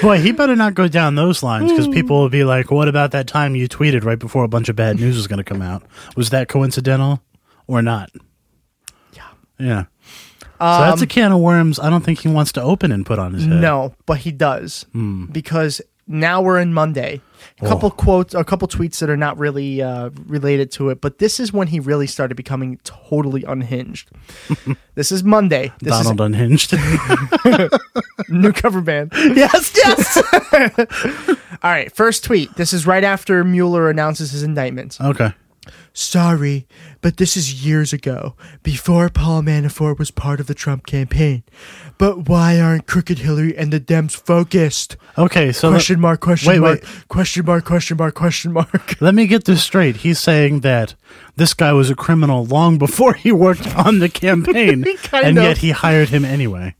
Speaker 6: Boy, he better not go down those lines
Speaker 5: Hmm.
Speaker 6: because people will be like, "What about that time you tweeted right before a bunch of bad news was going to come out? Was that coincidental or not?" Yeah, yeah. so that's a can of worms. I don't think he wants to open and put on his head.
Speaker 5: Um, No, but he does
Speaker 6: Hmm.
Speaker 5: because now we're in Monday.
Speaker 6: Oh.
Speaker 5: A couple quotes, a couple tweets that are not really uh, related to it, but this is when he really started becoming totally unhinged. this is Monday. This
Speaker 6: Donald unhinged.
Speaker 5: is new cover band. yes, yes. All right, first tweet. This is right after Mueller announces his indictment.
Speaker 6: okay.
Speaker 5: Sorry, but this is years ago, before Paul Manafort was part of the Trump campaign. But why aren't Crooked Hillary and the Dems focused?
Speaker 6: Okay. So let-
Speaker 5: question mark question
Speaker 6: wait,
Speaker 5: mark
Speaker 6: Wait.
Speaker 5: question mark question mark question mark
Speaker 6: Let me get this straight. He's saying that this guy was a criminal long before he worked on the campaign,
Speaker 5: Kind
Speaker 6: and
Speaker 5: of.
Speaker 6: yet he hired him anyway.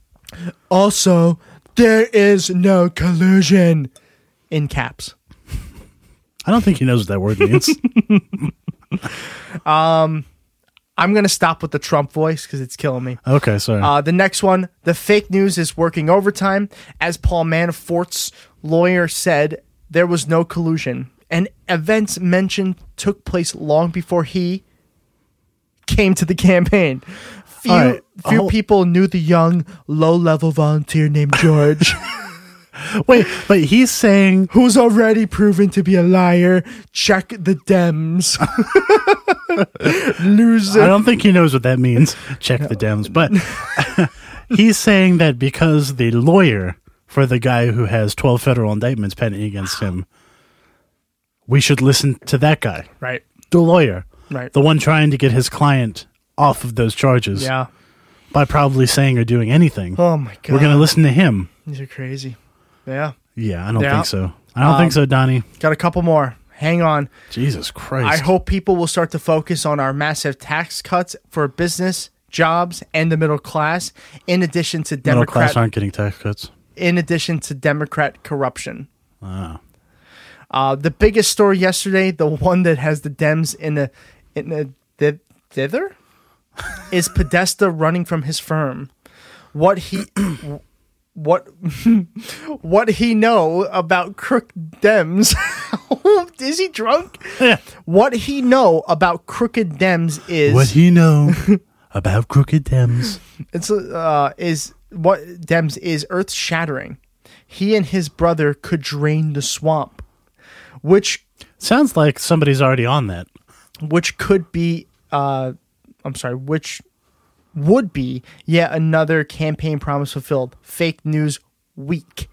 Speaker 5: also there is no collusion in caps
Speaker 6: I don't think he knows what that word means.
Speaker 5: i'm gonna stop with the trump voice because it's killing me
Speaker 6: okay, sorry.
Speaker 5: uh, the next one the fake news is working overtime as paul manafort's lawyer said there was no collusion and events mentioned took place long before he came to the campaign few,
Speaker 6: All right,
Speaker 5: few
Speaker 6: hold-
Speaker 5: people knew the young low-level volunteer named george
Speaker 6: wait, but he's saying
Speaker 5: who's already proven to be a liar. Check the Dems. Loser.
Speaker 6: I don't think he knows what that means. Check the Dems. But he's saying that because the lawyer for the guy who has 12 federal indictments pending against him, we should listen to that guy,
Speaker 5: Right.
Speaker 6: the lawyer,
Speaker 5: Right.
Speaker 6: the one trying to get his client off of those charges
Speaker 5: Yeah.
Speaker 6: by probably saying or doing anything.
Speaker 5: Oh my god.
Speaker 6: We're going to listen to him.
Speaker 5: These are crazy. Yeah.
Speaker 6: Yeah, I don't
Speaker 5: Yeah. Um,
Speaker 6: think so. I don't think so, Donnie.
Speaker 5: Got a couple more. Hang on.
Speaker 6: Jesus
Speaker 5: I
Speaker 6: Christ.
Speaker 5: hope people will start to focus on our massive tax cuts for business, jobs, and the middle class, in addition to
Speaker 6: middle
Speaker 5: Democrat
Speaker 6: class aren't getting tax cuts.
Speaker 5: in addition to Democrat corruption. Uh, the biggest story yesterday, the one that has the Dems in a in a thi- thither, is Podesta running from his firm. What he what what he know about crook Dems? is he drunk? What he know about crooked Dems is
Speaker 6: What he know about crooked Dems.
Speaker 5: it's uh is what Dems is earth shattering. He and his brother could drain the swamp, which
Speaker 6: Sounds like somebody's already on that.
Speaker 5: which could be uh I'm sorry, which would be yet another campaign promise fulfilled. Fake news week.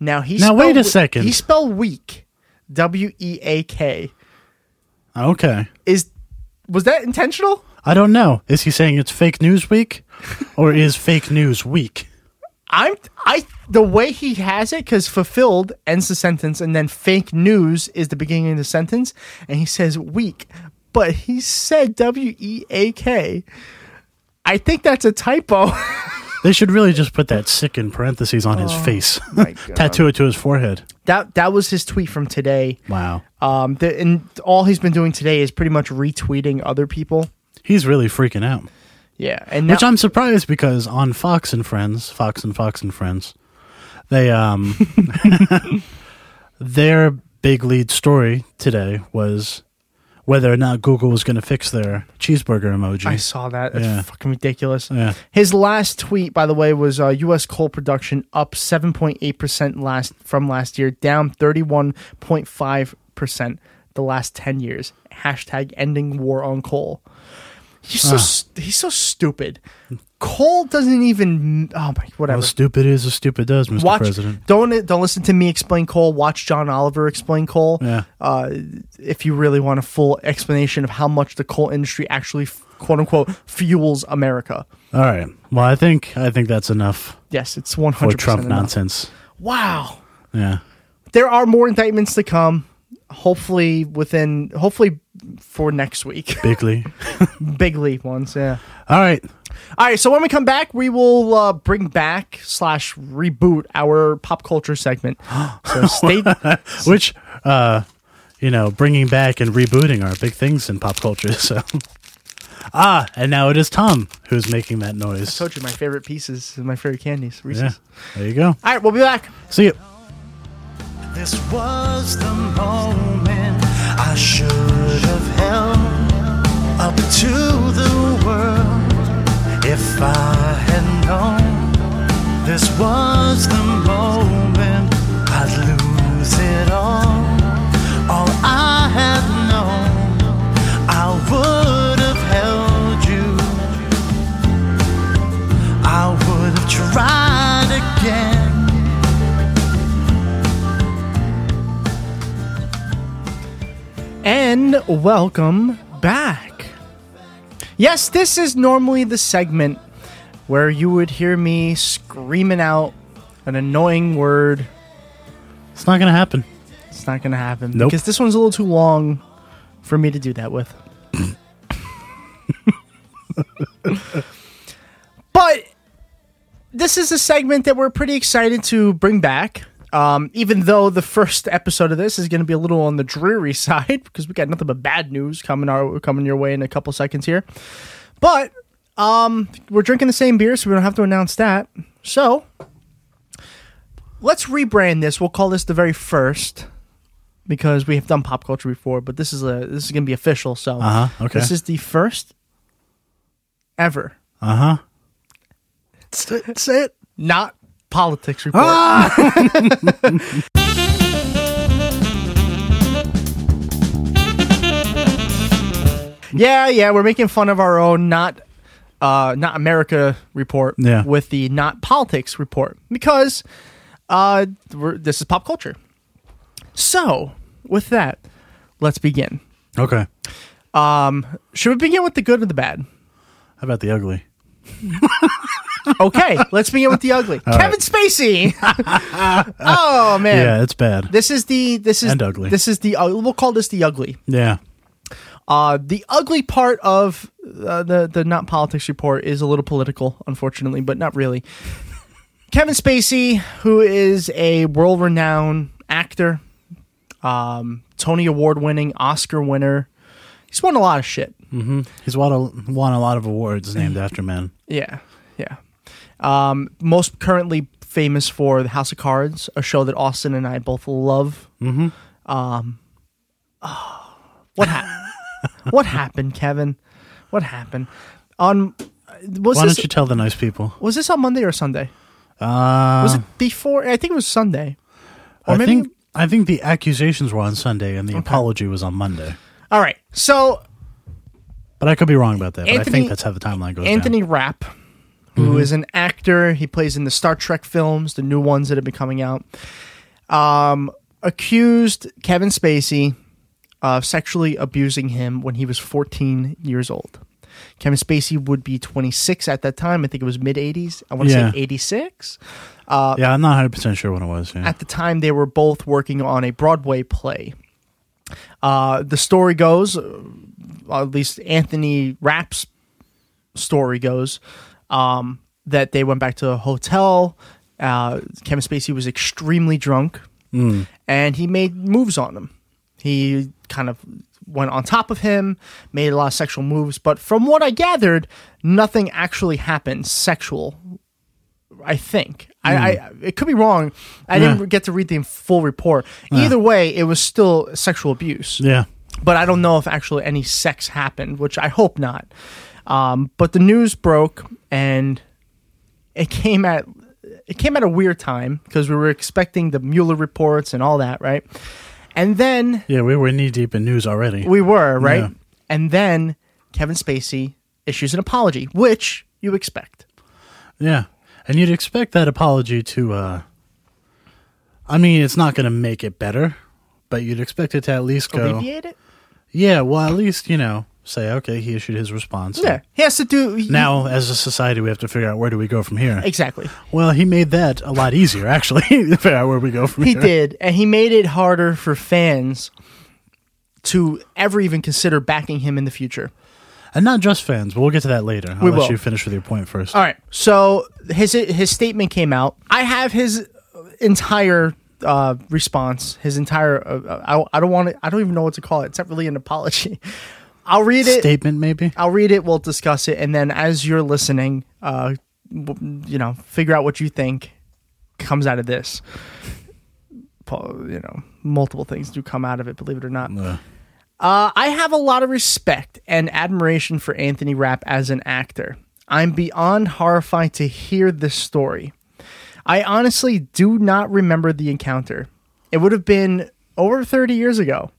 Speaker 5: Now he
Speaker 6: Now,
Speaker 5: spelled
Speaker 6: wait a
Speaker 5: we-
Speaker 6: second.
Speaker 5: He spelled week. W E A K.
Speaker 6: Okay.
Speaker 5: Is was that intentional?
Speaker 6: I don't know. Is he saying it's fake news week or is fake news week?
Speaker 5: I'm I the way he has it because fulfilled ends the sentence and then fake news is the beginning of the sentence and he says weak, but he said W E A K. I think that's a typo.
Speaker 6: They should really just put that sick in parentheses on
Speaker 5: Oh
Speaker 6: his face, tattoo it to his forehead.
Speaker 5: that that was his tweet from today.
Speaker 6: Wow.
Speaker 5: Um, the, and all he's been doing today is pretty much retweeting other people.
Speaker 6: He's really freaking out.
Speaker 5: Yeah, and now,
Speaker 6: Which I'm surprised because on Fox and Friends, Fox and Fox and Friends, they um their big lead story today was whether or not Google was going to fix their cheeseburger emoji.
Speaker 5: I saw that. That's
Speaker 6: Yeah.
Speaker 5: fucking ridiculous.
Speaker 6: Yeah.
Speaker 5: His last tweet, by the way, was uh, U.S. coal production up 7.8% last from last year, down 31.5% the last 10 years. Hashtag ending war on coal. He's
Speaker 6: Ah.
Speaker 5: so, st- he's so stupid. Coal doesn't even. Oh, my.
Speaker 6: How
Speaker 5: Whatever.
Speaker 6: stupid is as stupid does, Mr.
Speaker 5: Watch.
Speaker 6: President.
Speaker 5: Don't don't listen to me explain coal. Watch John Oliver explain coal.
Speaker 6: Yeah.
Speaker 5: Uh, if you really want a full explanation of how much the coal industry actually quote unquote fuels America.
Speaker 6: All right. Well, I think I think that's enough
Speaker 5: Yes, it's one
Speaker 6: for
Speaker 5: hundred
Speaker 6: Trump
Speaker 5: percent
Speaker 6: nonsense.
Speaker 5: Wow.
Speaker 6: Yeah.
Speaker 5: There are more indictments to come. Hopefully within hopefully for next week.
Speaker 6: Bigly.
Speaker 5: Bigly ones, yeah.
Speaker 6: All right.
Speaker 5: All right, so when we come back, we will uh, bring back slash reboot our pop culture segment. So stay.
Speaker 6: Which, uh, you know, bringing back and rebooting are big things in pop culture. So, ah, and now it is Tom who's making that noise.
Speaker 5: told you my favorite pieces, my favorite candies, Reese's.
Speaker 6: Yeah, there you go.
Speaker 5: All right, we'll be back.
Speaker 6: See you.
Speaker 8: This was the moment I should have held up to the world if I had known. This was the moment I'd lose it all. All I had known, I would have held you. I would have tried again.
Speaker 5: And welcome back. Yes, this is normally the segment where you would hear me screaming out an annoying word.
Speaker 6: It's not gonna happen.
Speaker 5: It's not going to happen
Speaker 6: Nope.
Speaker 5: because this one's a little too long for me to do that with. but this is a segment that we're pretty excited to bring back. Um, even though the first episode of this is going to be a little on the dreary side because we got nothing but bad news coming our coming your way in a couple seconds here. But um, we're drinking the same beer, so we don't have to announce that. So let's rebrand this. We'll call this the very first because we have done pop culture before, but this is a this is going to be official. So
Speaker 6: Uh-huh, okay.
Speaker 5: this is the first ever
Speaker 6: Uh huh. Say it.
Speaker 5: not politics report.
Speaker 6: Ah!
Speaker 5: yeah, yeah, we're making fun of our own not uh, not America report
Speaker 6: Yeah.
Speaker 5: with the not politics report because uh, we're, this is pop culture. So, with that, let's begin. Um,
Speaker 6: Okay.
Speaker 5: Should we begin with the good or the bad?
Speaker 6: How about the ugly?
Speaker 5: Okay, let's begin with the ugly. Kevin Spacey. oh man.
Speaker 6: Yeah, it's bad.
Speaker 5: This is the this is
Speaker 6: And ugly.
Speaker 5: This is the ugly. We'll call this the ugly.
Speaker 6: yeah.
Speaker 5: Uh, the ugly part of uh, the the not politics report is a little political, unfortunately, but not really. Kevin Spacey, who is a world renowned actor, um, Tony Award winning, Oscar winner, he's won a lot of shit.
Speaker 6: He's won a, won a lot of awards named after men.
Speaker 5: Yeah, yeah. Um, most currently famous for The House of Cards, a show that Austin and I both love. Mm-hmm. Um, oh, what happened? what happened, Kevin? What happened? On was
Speaker 6: Why
Speaker 5: this
Speaker 6: don't you tell the nice people?
Speaker 5: was this on Monday or Sunday?
Speaker 6: Uh,
Speaker 5: Was it before? I think it was Sunday. Or
Speaker 6: I
Speaker 5: maybe
Speaker 6: think I think the accusations were on Sunday and the apology was on Monday.
Speaker 5: all right. So
Speaker 6: But I could be wrong about that. but I
Speaker 5: Anthony-
Speaker 6: think that's how the timeline goes.
Speaker 5: Anthony
Speaker 6: down. Mm-hmm.
Speaker 5: Rapp, who is an actor. He plays in the Star Trek films, the new ones that have been coming out. Um, accused Kevin Spacey of sexually abusing him when he was 14 years old. Kevin Spacey would be 26 at that time. I think it was mid 80s. I want to
Speaker 6: Yeah.
Speaker 5: say 86.
Speaker 6: Yeah, I'm not 100 percent sure when it was. Yeah.
Speaker 5: At the time, they were both working on a Broadway play. Uh, the story goes, uh, at least Anthony Rapp's story goes, um, that they went back to a hotel. Uh, Kevin Spacey was extremely drunk, and he made moves on him. He kind of went on top of him, made a lot of sexual moves, but from what I gathered, nothing actually happened sexual I think. I, I it could be wrong. I
Speaker 6: Yeah.
Speaker 5: didn't get to read the full report. Either way, it was still sexual abuse.
Speaker 6: yeah.
Speaker 5: But I don't know if actually any sex happened, which I hope not. Um, but the news broke, and it came at it came at a weird time because we were expecting the Mueller reports and all that, right? And then
Speaker 6: Yeah, we were knee deep in news already.
Speaker 5: we were right,
Speaker 6: Yeah.
Speaker 5: and then Kevin Spacey issues an apology, which you expect.
Speaker 6: yeah, and you'd expect that apology to. uh I mean, it's not going to make it better, but you'd expect it to at least go.
Speaker 5: Alleviate it.
Speaker 6: Yeah, well, at least you know, say okay, he issued his response.
Speaker 5: Yeah, he has to do
Speaker 6: Now, as a society, we have to figure out where do we go from here.
Speaker 5: exactly.
Speaker 6: Well, he made that a lot easier, actually. to figure out where we go from
Speaker 5: He
Speaker 6: here.
Speaker 5: did, and he made it harder for fans to ever even consider backing him in the future.
Speaker 6: And not just fans. We'll get to that later. I'll
Speaker 5: We
Speaker 6: let
Speaker 5: will.
Speaker 6: you finish with your point first.
Speaker 5: All right. So his his statement came out. I have his entire uh, response. His entire. Uh, I, I don't want to. I don't even know what to call it. It's not really an apology. I'll read it.
Speaker 6: Statement, maybe?
Speaker 5: I'll read it. We'll discuss it, and then as you're listening, uh, w- you know, figure out what you think comes out of this. Po- You know, multiple things do come out of it. Believe it or not.
Speaker 6: Uh,
Speaker 5: I have a lot of respect and admiration for Anthony Rapp as an actor. I'm beyond horrified to hear this story. I honestly do not remember the encounter. It would have been over 30 years ago.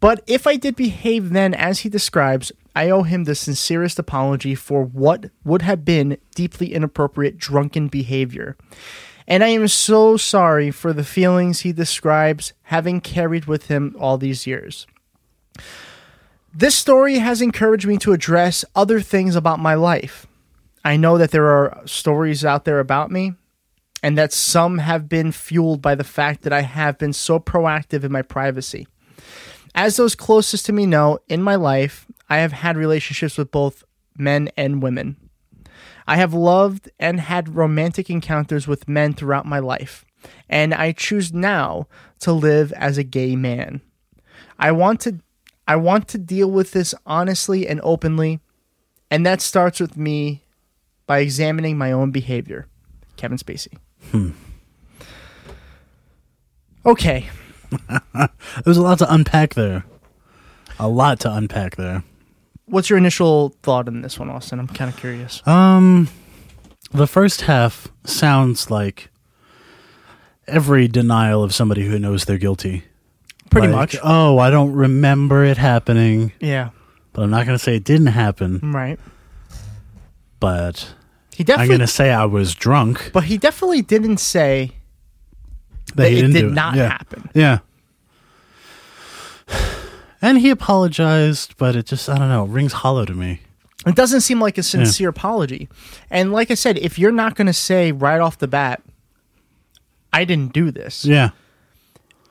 Speaker 5: But if I did behave then as he describes, I owe him the sincerest apology for what would have been deeply inappropriate drunken behavior. And I am so sorry for the feelings he describes having carried with him all these years. This story has encouraged me to address other things about my life. I know that there are stories out there about me, and that some have been fueled by the fact that I have been so proactive in my privacy. As those closest to me know, in my life, I have had relationships with both men and women. I have loved and had romantic encounters with men throughout my life, and I choose now to live as a gay man. I want to I want to deal with this honestly and openly, and that starts with me by examining my own behavior. Kevin Spacey. Okay.
Speaker 6: There's a lot to unpack there. A lot to unpack there.
Speaker 5: What's your initial thought on this one, Austin? I'm kind of curious.
Speaker 6: Um, the first half sounds like every denial of somebody who knows they're guilty.
Speaker 5: Pretty
Speaker 6: Like,
Speaker 5: much.
Speaker 6: Oh, I don't remember it happening,
Speaker 5: yeah.
Speaker 6: but I'm not going to say it didn't happen.
Speaker 5: Right.
Speaker 6: But
Speaker 5: He
Speaker 6: I'm
Speaker 5: definitely
Speaker 6: going to say I was drunk.
Speaker 5: but he definitely didn't say
Speaker 6: That he
Speaker 5: it
Speaker 6: didn't
Speaker 5: did
Speaker 6: do
Speaker 5: not
Speaker 6: Yeah.
Speaker 5: happen.
Speaker 6: Yeah. And he apologized, but it just, I don't know, rings hollow to me.
Speaker 5: It doesn't seem like a sincere apology. And like I said, if you're not going to say right off the bat, I didn't do this,
Speaker 6: Yeah.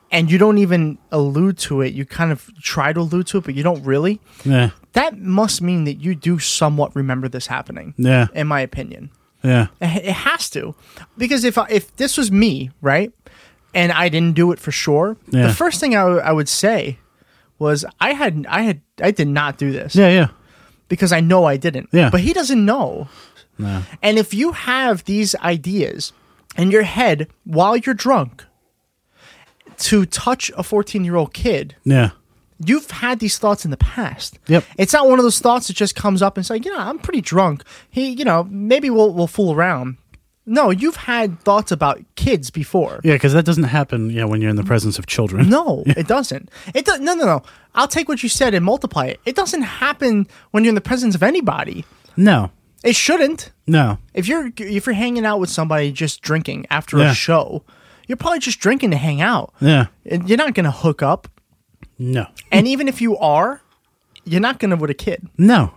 Speaker 5: and you don't even allude to it, you kind of try to allude to it, but you don't really,
Speaker 6: Yeah.
Speaker 5: that must mean that you do somewhat remember this happening,
Speaker 6: Yeah.
Speaker 5: in my opinion.
Speaker 6: Yeah.
Speaker 5: It it has to, because if I- if this was me, right, and I didn't do it for sure,
Speaker 6: Yeah.
Speaker 5: the first thing I w- I would say was I had I had I did not do this
Speaker 6: Yeah. Yeah.
Speaker 5: because I know I didn't.
Speaker 6: Yeah.
Speaker 5: But he doesn't know. And if you have these ideas in your head while you're drunk to touch a 14 year old kid,
Speaker 6: Yeah.
Speaker 5: you've had these thoughts in the past.
Speaker 6: Yep.
Speaker 5: It's not one of those thoughts that just comes up and say, you know, I'm pretty drunk. He, you know, maybe we'll we'll fool around. No, you've had thoughts about kids before.
Speaker 6: Yeah. Because that doesn't happen, yeah, when you're in the presence of children.
Speaker 5: No, it doesn't. It does no no no. I'll take what you said and multiply it. It doesn't happen when you're in the presence of anybody.
Speaker 6: No.
Speaker 5: It shouldn't.
Speaker 6: No.
Speaker 5: If you're if you're hanging out with somebody just drinking after
Speaker 6: Yeah.
Speaker 5: a show, you're probably just drinking to hang out.
Speaker 6: Yeah.
Speaker 5: And You're not gonna hook up,
Speaker 6: No.
Speaker 5: and even if you are, you're not gonna with a kid.
Speaker 6: No.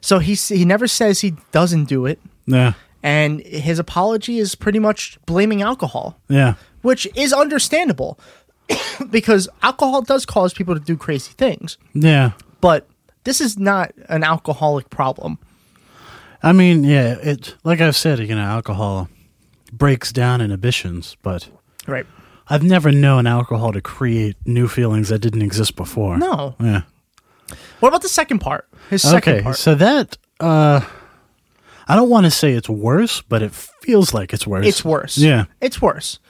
Speaker 5: So he s- he never says he doesn't do it,
Speaker 6: Yeah.
Speaker 5: and his apology is pretty much blaming alcohol,
Speaker 6: Yeah.
Speaker 5: which is understandable because alcohol does cause people to do crazy things.
Speaker 6: Yeah.
Speaker 5: But this is not an alcoholic problem.
Speaker 6: I mean, yeah, it like I've said, you know, alcohol breaks down inhibitions, but
Speaker 5: Right.
Speaker 6: I've never known alcohol to create new feelings that didn't exist before.
Speaker 5: No.
Speaker 6: Yeah.
Speaker 5: What about the second part? His second
Speaker 6: Okay.
Speaker 5: part.
Speaker 6: So that uh I don't want to say it's worse, but it feels like it's worse.
Speaker 5: it's worse.
Speaker 6: Yeah.
Speaker 5: It's worse.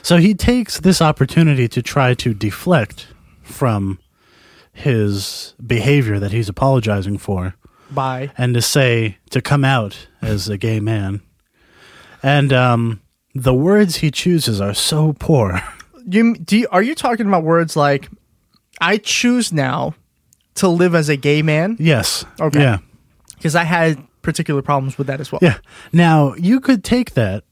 Speaker 6: So he takes this opportunity to try to deflect from his behavior that he's apologizing for.
Speaker 5: By
Speaker 6: and to say to come out as a gay man. And um, the words he chooses are so poor.
Speaker 5: you do you, are you talking about words like I choose now to live as a gay man
Speaker 6: yes.
Speaker 5: Okay.
Speaker 6: Yeah.
Speaker 5: because I had particular problems with that as well.
Speaker 6: Yeah. Now you could take that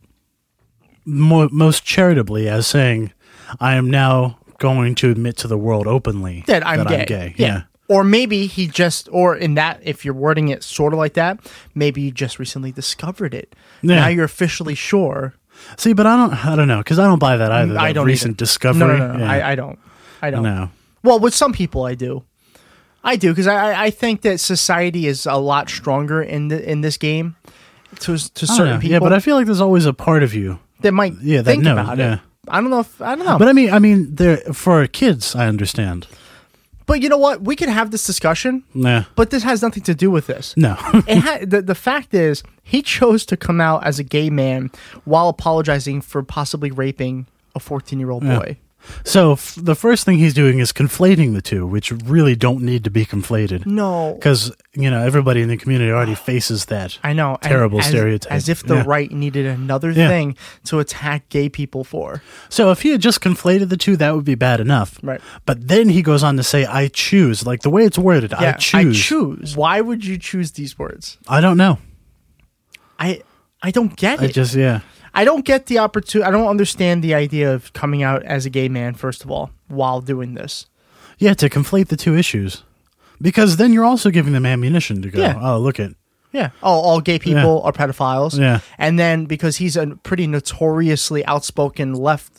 Speaker 6: mo- most charitably as saying, "I am now going to admit to the world openly
Speaker 5: that I'm gay.
Speaker 6: Yeah.
Speaker 5: Or maybe he just, or in that, if you're wording it sort of like that, maybe you just recently discovered it.
Speaker 6: Yeah.
Speaker 5: Now you're officially sure.
Speaker 6: See, but I don't. I don't know because I don't buy that either.
Speaker 5: Mm, I
Speaker 6: that
Speaker 5: don't.
Speaker 6: Recent
Speaker 5: either.
Speaker 6: discovery.
Speaker 5: No, no, no. no.
Speaker 6: Yeah.
Speaker 5: I, I don't. I don't.
Speaker 6: No.
Speaker 5: Well, with some people, I do. I do because I, I- I think that society is a lot stronger in the, in this game to to
Speaker 6: I don't
Speaker 5: certain
Speaker 6: know.
Speaker 5: people.
Speaker 6: Oh, Yeah, but I feel like there's always a part of you.
Speaker 5: that might
Speaker 6: Yeah, that
Speaker 5: think
Speaker 6: no,
Speaker 5: about
Speaker 6: yeah.
Speaker 5: it. I don't know if I don't know.
Speaker 6: But I mean, I mean, there for kids, I understand.
Speaker 5: But you know what? We could have this discussion,
Speaker 6: Nah,
Speaker 5: but this has nothing to do with this.
Speaker 6: no.
Speaker 5: it ha- the, the fact is, he chose to come out as a gay man while apologizing for possibly raping a 14 year old boy.
Speaker 6: so f- the first thing he's doing is conflating the two, which really don't need to be conflated.
Speaker 5: No.
Speaker 6: because you know everybody in the community already faces that.
Speaker 5: I know. and
Speaker 6: terrible
Speaker 5: as-
Speaker 6: stereotype.
Speaker 5: As if the
Speaker 6: Yeah.
Speaker 5: right needed another
Speaker 6: Yeah.
Speaker 5: thing to attack gay people for.
Speaker 6: So if he had just conflated the two, that would be bad enough.
Speaker 5: Right.
Speaker 6: But then he goes on to say, "I choose." Like the way it's worded, I choose.
Speaker 5: I choose. Why would you choose these words?
Speaker 6: I don't know.
Speaker 5: I I don't get
Speaker 6: I
Speaker 5: it.
Speaker 6: just yeah.
Speaker 5: I don't get the opportunity. I don't understand the idea of coming out as a gay man, first of all, while doing this.
Speaker 6: Yeah, to conflate the two issues. Because then you're also giving them ammunition to go,
Speaker 5: Yeah.
Speaker 6: oh, look at.
Speaker 5: Yeah. Oh, all gay people are pedophiles.
Speaker 6: Yeah.
Speaker 5: And then because he's a pretty notoriously outspoken left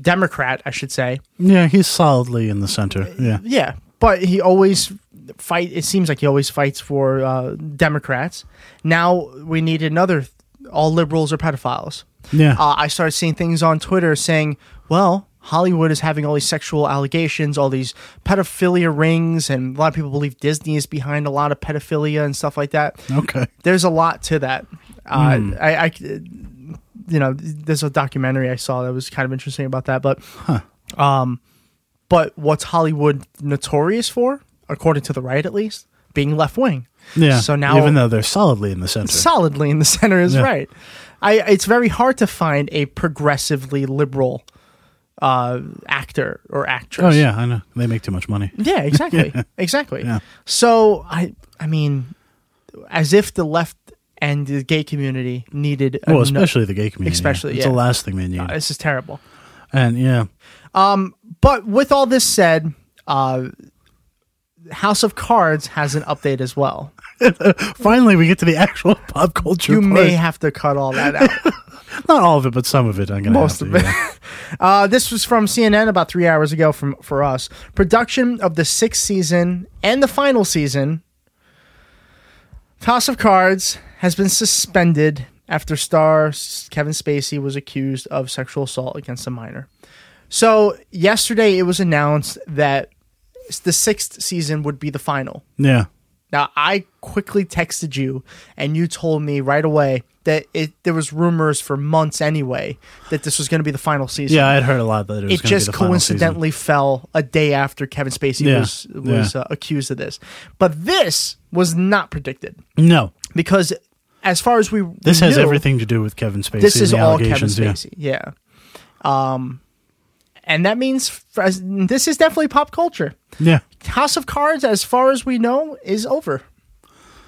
Speaker 5: Democrat, I should say.
Speaker 6: Yeah, he's solidly in the center. Yeah.
Speaker 5: Yeah. But he always fight. It seems like he always fights for uh, Democrats. Now we need another. All liberals are pedophiles.
Speaker 6: Yeah.
Speaker 5: Uh, I started seeing things on Twitter saying, well, Hollywood is having all these sexual allegations, all these pedophilia rings, and a lot of people believe Disney is behind a lot of pedophilia and stuff like that.
Speaker 6: okay.
Speaker 5: There's a lot to that. Uh,
Speaker 6: Hmm.
Speaker 5: I, I, you know, there's a documentary I saw that was kind of interesting about that. But, um, but what's Hollywood notorious for, according to the right at least, being left wing.
Speaker 6: Yeah.
Speaker 5: So now,
Speaker 6: Even though they're solidly in the center.
Speaker 5: solidly in the center is
Speaker 6: Yeah.
Speaker 5: right. I it's very hard to find a progressively liberal uh, actor or actress.
Speaker 6: oh, yeah, I know. They make too much money.
Speaker 5: yeah, exactly, exactly.
Speaker 6: Yeah.
Speaker 5: So I I mean, as if the left and the gay community needed.
Speaker 6: Well,
Speaker 5: ano-
Speaker 6: especially the gay community.
Speaker 5: Especially,
Speaker 6: It's
Speaker 5: yeah. Uh,
Speaker 6: the last thing they need.
Speaker 5: this is terrible.
Speaker 6: and yeah.
Speaker 5: But with all this said, uh, House of Cards has an update as well.
Speaker 6: Finally, we get to the actual pop culture.
Speaker 5: You
Speaker 6: part.
Speaker 5: may have to cut all that out.
Speaker 6: Not all of it, but some of it. I'm going to
Speaker 5: Most
Speaker 6: have
Speaker 5: of
Speaker 6: to,
Speaker 5: it.
Speaker 6: yeah.
Speaker 5: Uh, this was from CNN about three hours ago from for us. Production of the sixth season and the final season of House of Cards has been suspended after star Kevin Spacey was accused of sexual assault against a minor. So yesterday it was announced that the sixth season would be the final.
Speaker 6: yeah.
Speaker 5: Now I quickly texted you, and you told me right away that it there was rumors for months anyway that this was going to be the final season.
Speaker 6: Yeah, I had heard a lot that it was
Speaker 5: it
Speaker 6: gonna be
Speaker 5: just
Speaker 6: the final season.
Speaker 5: coincidentally fell a day after Kevin Spacey
Speaker 6: Yeah,
Speaker 5: was was
Speaker 6: yeah.
Speaker 5: uh, accused of this. But this was not predicted
Speaker 6: No.
Speaker 5: because, as far as we
Speaker 6: This
Speaker 5: we
Speaker 6: has
Speaker 5: knew,
Speaker 6: everything to do with Kevin Spacey.
Speaker 5: This
Speaker 6: and
Speaker 5: is
Speaker 6: the
Speaker 5: all Kevin
Speaker 6: allegations, yeah.
Speaker 5: Spacey. Yeah. Um, and that means for, as- this is definitely pop culture.
Speaker 6: Yeah.
Speaker 5: House of Cards, as far as we know, is over.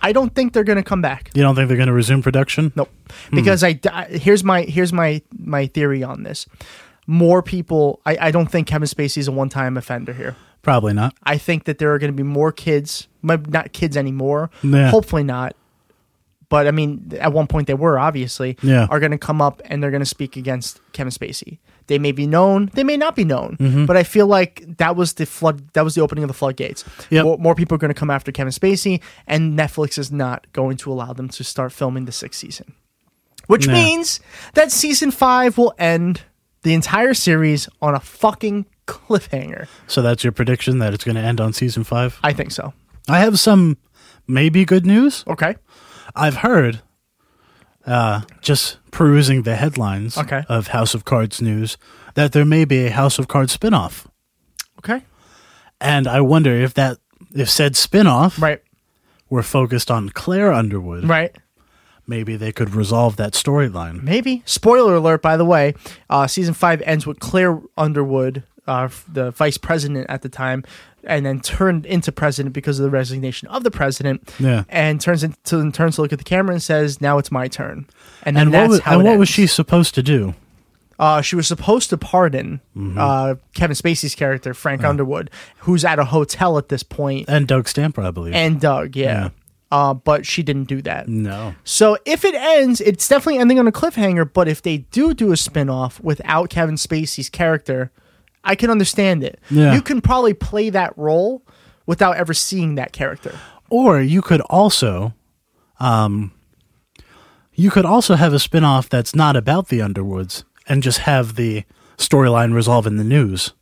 Speaker 5: I don't think they're going to come back.
Speaker 6: You don't think they're going to resume production?
Speaker 5: Nope.
Speaker 6: Hmm.
Speaker 5: Because I I here's my here's my my theory on this. More people. I, I don't think Kevin Spacey is a one time offender here.
Speaker 6: Probably not.
Speaker 5: I think that there are going to be more kids, m- not kids anymore.
Speaker 6: Yeah.
Speaker 5: Hopefully not. But I mean, at one point they were obviously
Speaker 6: Yeah.
Speaker 5: are going to come up and they're going to speak against Kevin Spacey. They may be known, they may not be known.
Speaker 6: Mm-hmm.
Speaker 5: But I feel like that was the flood. That was the opening of the floodgates.
Speaker 6: Yep.
Speaker 5: More, more people are going to come after Kevin Spacey, and Netflix is not going to allow them to start filming the sixth season, which
Speaker 6: No.
Speaker 5: means that season five will end the entire series on a fucking cliffhanger.
Speaker 6: So that's your prediction that it's going to end on season five?
Speaker 5: I think so.
Speaker 6: I have some maybe good news.
Speaker 5: Okay.
Speaker 6: I've heard, uh, just perusing the headlines
Speaker 5: Okay.
Speaker 6: of House of Cards news, that there may be a House of Cards spinoff.
Speaker 5: Okay.
Speaker 6: And I wonder if that, if said spinoff
Speaker 5: Right.
Speaker 6: were focused on Claire Underwood,
Speaker 5: Right.
Speaker 6: maybe they could resolve that storyline.
Speaker 5: Maybe. Spoiler alert, by the way. Uh, season five ends with Claire Underwood, uh, f- the vice president at the time, and then turned into president because of the resignation of the president.
Speaker 6: Yeah.
Speaker 5: And turns into and turns to look at the camera and says, "Now it's my turn." And, then
Speaker 6: And,
Speaker 5: that's
Speaker 6: what, was,
Speaker 5: how.
Speaker 6: and
Speaker 5: it
Speaker 6: what was
Speaker 5: ends.
Speaker 6: she supposed to do?
Speaker 5: Uh, she was supposed to pardon
Speaker 6: Mm-hmm.
Speaker 5: uh, Kevin Spacey's character Frank Underwood, who's at a hotel at this point,
Speaker 6: And Doug Stamper, I believe.
Speaker 5: and Doug. Yeah.
Speaker 6: Uh, Yeah.
Speaker 5: Uh, but she didn't do that.
Speaker 6: no.
Speaker 5: So if it ends, it's definitely ending on a cliffhanger. But if they do do a spin off without Kevin Spacey's character I can understand it.
Speaker 6: Yeah.
Speaker 5: You can probably play that role without ever seeing that character.
Speaker 6: Or you could also, um, you could also have a spinoff that's not about the Underwoods and just have the storyline resolve in the news.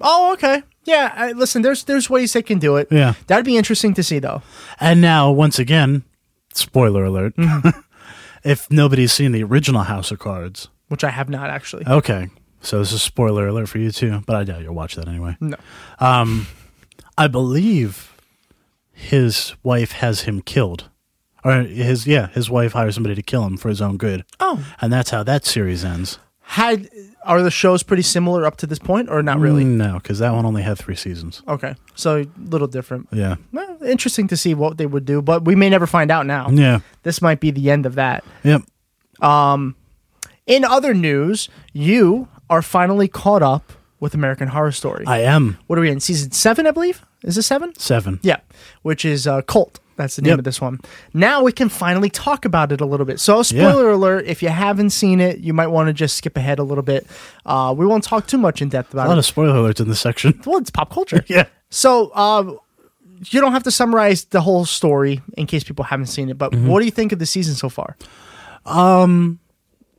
Speaker 5: Oh, okay. Yeah, I, listen, there's there's ways they can do it.
Speaker 6: Yeah.
Speaker 5: That'd be interesting to see though.
Speaker 6: And now, once again, spoiler alert.
Speaker 5: Mm-hmm.
Speaker 6: if nobody's seen the original House of Cards,
Speaker 5: Which I have not actually.
Speaker 6: okay. So this is spoiler alert for you too, but I doubt you'll watch that anyway. Um,
Speaker 5: No.
Speaker 6: I believe his wife has him killed. Or his yeah, his wife hires somebody to kill him for his own good.
Speaker 5: Oh.
Speaker 6: And that's how that series ends.
Speaker 5: Had are the shows pretty similar up to this point or not really?
Speaker 6: Mm, No, because that one only had three seasons.
Speaker 5: Okay. So a little different.
Speaker 6: Yeah.
Speaker 5: Well, interesting to see what they would do, but we may never find out now.
Speaker 6: Yeah.
Speaker 5: This might be the end of that.
Speaker 6: Yep.
Speaker 5: In other news, you are finally caught up with American Horror Story.
Speaker 6: I am
Speaker 5: what are we in? Season seven, I believe? Is this seven?
Speaker 6: seven.
Speaker 5: Yeah, which is uh, Cult. That's the name
Speaker 6: Yep.
Speaker 5: of this one. Now we can finally talk about it a little bit. So, spoiler alert: if you haven't seen it, you might want to just skip ahead a little bit. Uh, we won't talk too much in depth
Speaker 6: A
Speaker 5: about it.
Speaker 6: lot of spoiler alerts in this section.
Speaker 5: well, it's pop culture.
Speaker 6: yeah.
Speaker 5: So, uh, you don't have to summarize the whole story in case people haven't seen it. But
Speaker 6: Mm-hmm.
Speaker 5: what do you think of the season so far?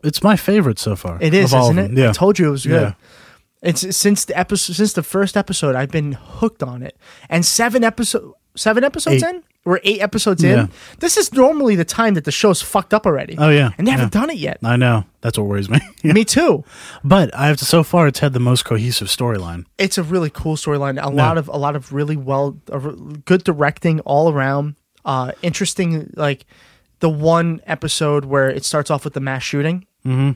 Speaker 6: It's my favorite so far.
Speaker 5: It is,
Speaker 6: of all
Speaker 5: isn't
Speaker 6: of
Speaker 5: it?
Speaker 6: them. Yeah.
Speaker 5: I told you it was good.
Speaker 6: Yeah.
Speaker 5: It's since the episode, since the first episode, I've been hooked on it. And seven episode, seven episodes
Speaker 6: Eight.
Speaker 5: in, or eight episodes
Speaker 6: Yeah.
Speaker 5: in. This is normally the time that the show's fucked up already.
Speaker 6: Oh, yeah.
Speaker 5: and they haven't
Speaker 6: Yeah.
Speaker 5: done it yet.
Speaker 6: I know. That's what worries me.
Speaker 5: Me too.
Speaker 6: but I have to, so far it's had the most cohesive storyline.
Speaker 5: It's a really cool storyline. A lot of a lot of really well, a r- good directing all around. Uh, interesting, like the one episode where it starts off with the mass shooting,
Speaker 6: Mm-hmm.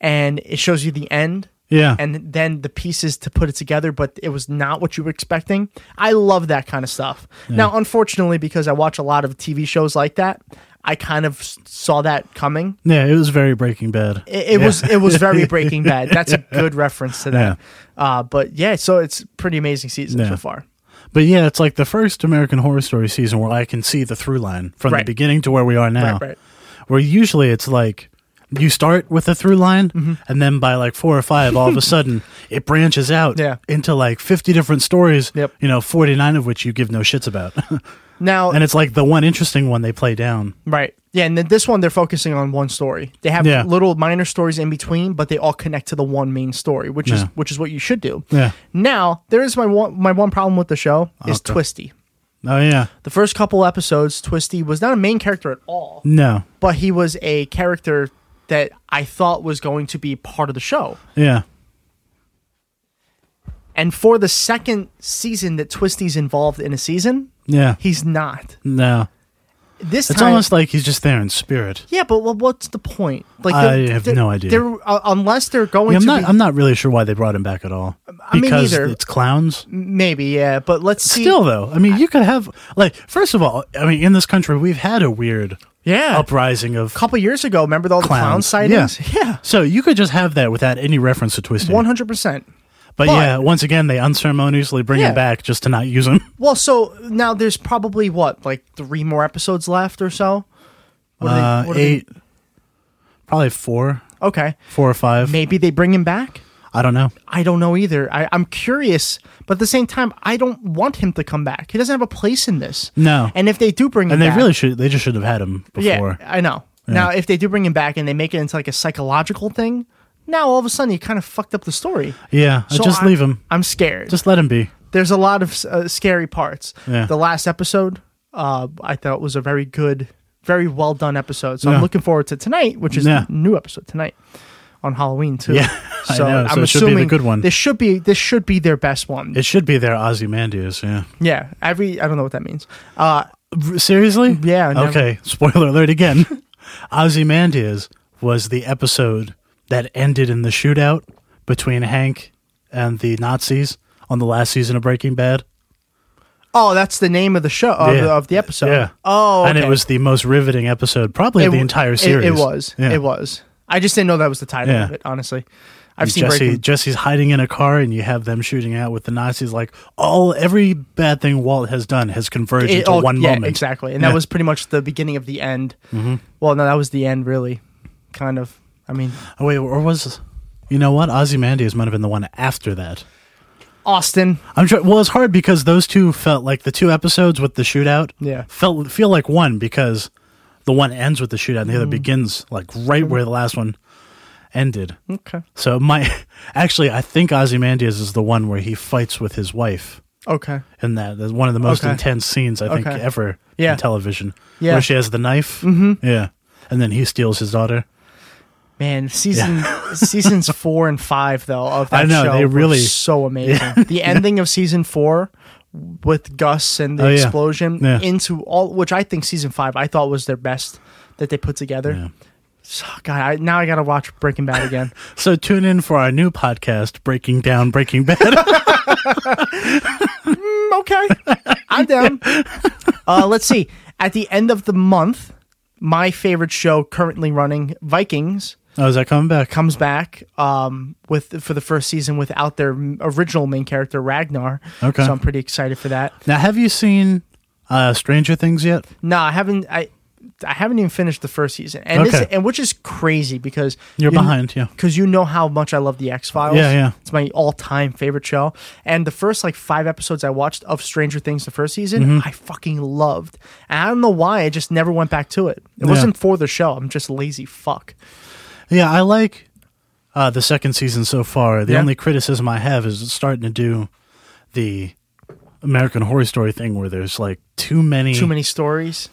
Speaker 5: and it shows you the end.
Speaker 6: Yeah.
Speaker 5: and then the pieces to put it together, but it was not what you were expecting. I love that kind of stuff. Now, unfortunately, because I watch a lot of TV shows like that, I kind of s- saw that coming.
Speaker 6: yeah, it was very Breaking Bad.
Speaker 5: It, it was it was very Breaking Bad. That's a good reference to that. Uh, but yeah, so it's pretty amazing season
Speaker 6: Yeah.
Speaker 5: so far.
Speaker 6: But yeah, it's like the first American Horror Story season where I can see the through line from
Speaker 5: Right.
Speaker 6: the beginning to where we are now.
Speaker 5: Right, right.
Speaker 6: Where usually it's like you start with a through line,
Speaker 5: Mm-hmm.
Speaker 6: and then by like four or five, all of a sudden it branches out
Speaker 5: Yeah.
Speaker 6: into like 50 different stories,
Speaker 5: Yep.
Speaker 6: you know, 49 of which you give no shits about.
Speaker 5: Now,
Speaker 6: and it's like the one interesting one they play down.
Speaker 5: right, yeah, and then this one they're focusing on one story. They have
Speaker 6: Yeah.
Speaker 5: little minor stories in between, but they all connect to the one main story, which is
Speaker 6: Yeah.
Speaker 5: which is what you should do.
Speaker 6: Yeah.
Speaker 5: Now, there is my one my one problem with the show is
Speaker 6: Okay.
Speaker 5: twisty.
Speaker 6: Oh, yeah.
Speaker 5: The first couple episodes, Twisty was not a main character at all,
Speaker 6: No.
Speaker 5: but he was a character that I thought was going to be part of the show.
Speaker 6: Yeah.
Speaker 5: And for the second season that Twisty's involved in a season,
Speaker 6: Yeah.
Speaker 5: he's not.
Speaker 6: no.
Speaker 5: This
Speaker 6: It's
Speaker 5: time,
Speaker 6: almost like he's just there in spirit.
Speaker 5: yeah, but well, what's the point? Like,
Speaker 6: I
Speaker 5: they're-
Speaker 6: have
Speaker 5: they're-
Speaker 6: no idea.
Speaker 5: They're, uh, unless they're going
Speaker 6: Yeah, I'm
Speaker 5: to
Speaker 6: not.
Speaker 5: be,
Speaker 6: I'm not really sure why they brought him back at all.
Speaker 5: I mean,
Speaker 6: because
Speaker 5: neither.
Speaker 6: it's clowns.
Speaker 5: maybe, yeah. But let's see.
Speaker 6: Still, though, I mean, you could have like first of all, I mean, in this country, we've had a weird
Speaker 5: yeah. A
Speaker 6: uprising of
Speaker 5: couple years ago, remember all the clown
Speaker 6: clowns.
Speaker 5: sightings? Yeah,
Speaker 6: So you could just have that without any reference to twisting.
Speaker 5: one hundred percent.
Speaker 6: but,
Speaker 5: but-
Speaker 6: yeah, once again, they unceremoniously bring
Speaker 5: Yeah.
Speaker 6: him back just to not use him.
Speaker 5: Well, so now there's probably what like three more episodes left or so. What are
Speaker 6: Uh,
Speaker 5: they- what are they-
Speaker 6: eight, probably four,
Speaker 5: Okay.
Speaker 6: four or five.
Speaker 5: Maybe they bring him back.
Speaker 6: I don't know.
Speaker 5: I don't know either. I, I'm curious, but at the same time, I don't want him to come back. He doesn't have a place in this.
Speaker 6: No.
Speaker 5: And if they do bring him
Speaker 6: And they
Speaker 5: back,
Speaker 6: really should. They just should have had him before.
Speaker 5: Yeah, I know. Now, if they do bring him back and they make it into like a psychological thing, now all of a sudden you kind of fucked up the story.
Speaker 6: Yeah, I
Speaker 5: So
Speaker 6: just
Speaker 5: I'm-
Speaker 6: leave him.
Speaker 5: I'm scared.
Speaker 6: Just let him be.
Speaker 5: There's a lot of uh, scary parts.
Speaker 6: Yeah.
Speaker 5: The last episode, uh, I thought was a very good, very well done episode. So
Speaker 6: Yeah.
Speaker 5: I'm looking forward to tonight, which is
Speaker 6: Yeah.
Speaker 5: a new episode tonight on Halloween too.
Speaker 6: Yeah, I
Speaker 5: so
Speaker 6: know. So
Speaker 5: I'm
Speaker 6: it should be the
Speaker 5: assuming
Speaker 6: good one.
Speaker 5: This should be this should be their best one.
Speaker 6: It should be there, Ozymandias. Yeah.
Speaker 5: yeah, every I don't know what that means. Uh,
Speaker 6: R- Seriously?
Speaker 5: Mm, Yeah, I never-
Speaker 6: Okay. Spoiler alert again. Ozymandias was the episode that ended in the shootout between Hank and the Nazis on the last season of Breaking Bad.
Speaker 5: oh, that's the name of the show of, the, of the episode.
Speaker 6: Yeah.
Speaker 5: Oh,
Speaker 6: And it
Speaker 5: okay.
Speaker 6: was the most riveting episode, probably of the
Speaker 5: w-
Speaker 6: entire
Speaker 5: it-
Speaker 6: series.
Speaker 5: It, was.
Speaker 6: Yeah.
Speaker 5: It was. I just didn't know that was the title of
Speaker 6: Yeah.
Speaker 5: it. Honestly, I've seen
Speaker 6: Jesse,
Speaker 5: Breaking.
Speaker 6: Jesse's hiding in a car, and you have them shooting out with the Nazis. Like all every bad thing Walt has done has converged
Speaker 5: It-
Speaker 6: into
Speaker 5: oh,
Speaker 6: one
Speaker 5: yeah,
Speaker 6: moment.
Speaker 5: exactly, and that
Speaker 6: Yeah. Mm-hmm.
Speaker 5: was pretty much the beginning of the end. Well, no, that was the end, really. Kind of. I mean,
Speaker 6: Oh, wait, or was You know what? Ozymandias might have been the one after that.
Speaker 5: Austin.
Speaker 6: I'm sure. Well, it's hard because those two felt like the two episodes with the shootout.
Speaker 5: Yeah.
Speaker 6: felt feel like one because the one ends with the shootout and the other
Speaker 5: Mm-hmm.
Speaker 6: begins like right where the last one ended.
Speaker 5: Okay.
Speaker 6: So my actually, I think Ozymandias is the one where he fights with his wife
Speaker 5: Okay.
Speaker 6: in that. That's one of the most
Speaker 5: Okay.
Speaker 6: intense scenes I think
Speaker 5: Okay.
Speaker 6: ever
Speaker 5: Yeah.
Speaker 6: in television.
Speaker 5: Yeah.
Speaker 6: where she has the knife. Mm-hmm. Yeah, and then he steals his daughter.
Speaker 5: Man, season seasons four and five though of that
Speaker 6: I know,
Speaker 5: show
Speaker 6: they
Speaker 5: were
Speaker 6: really-
Speaker 5: so amazing. The ending of season four with Gus and the
Speaker 6: Oh, yeah.
Speaker 5: explosion
Speaker 6: Yeah.
Speaker 5: into all, which I think season five I thought was their best that they put together. So, God, I, now I gotta watch Breaking Bad again.
Speaker 6: So tune in for our new podcast, Breaking Down Breaking Bad.
Speaker 5: Mm, okay, I'm down. Uh, let's see. At the end of the month, my favorite show currently running, Vikings.
Speaker 6: oh, is that coming back?
Speaker 5: comes back um, with for the first season without their m- original main character Ragnar.
Speaker 6: Okay.
Speaker 5: so I'm pretty excited for that.
Speaker 6: Now, have you seen uh, Stranger Things yet?
Speaker 5: No, I haven't. I I haven't even finished the first season, and this,
Speaker 6: Okay.
Speaker 5: and which is crazy because
Speaker 6: You're behind, yeah.
Speaker 5: because you know how much I love the X Files.
Speaker 6: Yeah, yeah.
Speaker 5: It's my all time favorite show, and the first like five episodes I watched of Stranger Things the first season,
Speaker 6: Mm-hmm.
Speaker 5: I fucking loved, and I don't know why I just never went back to it. It
Speaker 6: Yeah.
Speaker 5: wasn't for the show. I'm just lazy fuck.
Speaker 6: Yeah, I like uh, the second season so far. The
Speaker 5: Yeah.
Speaker 6: only criticism I have is it's starting to do the American Horror Story thing where there's like too many.
Speaker 5: Too many stories.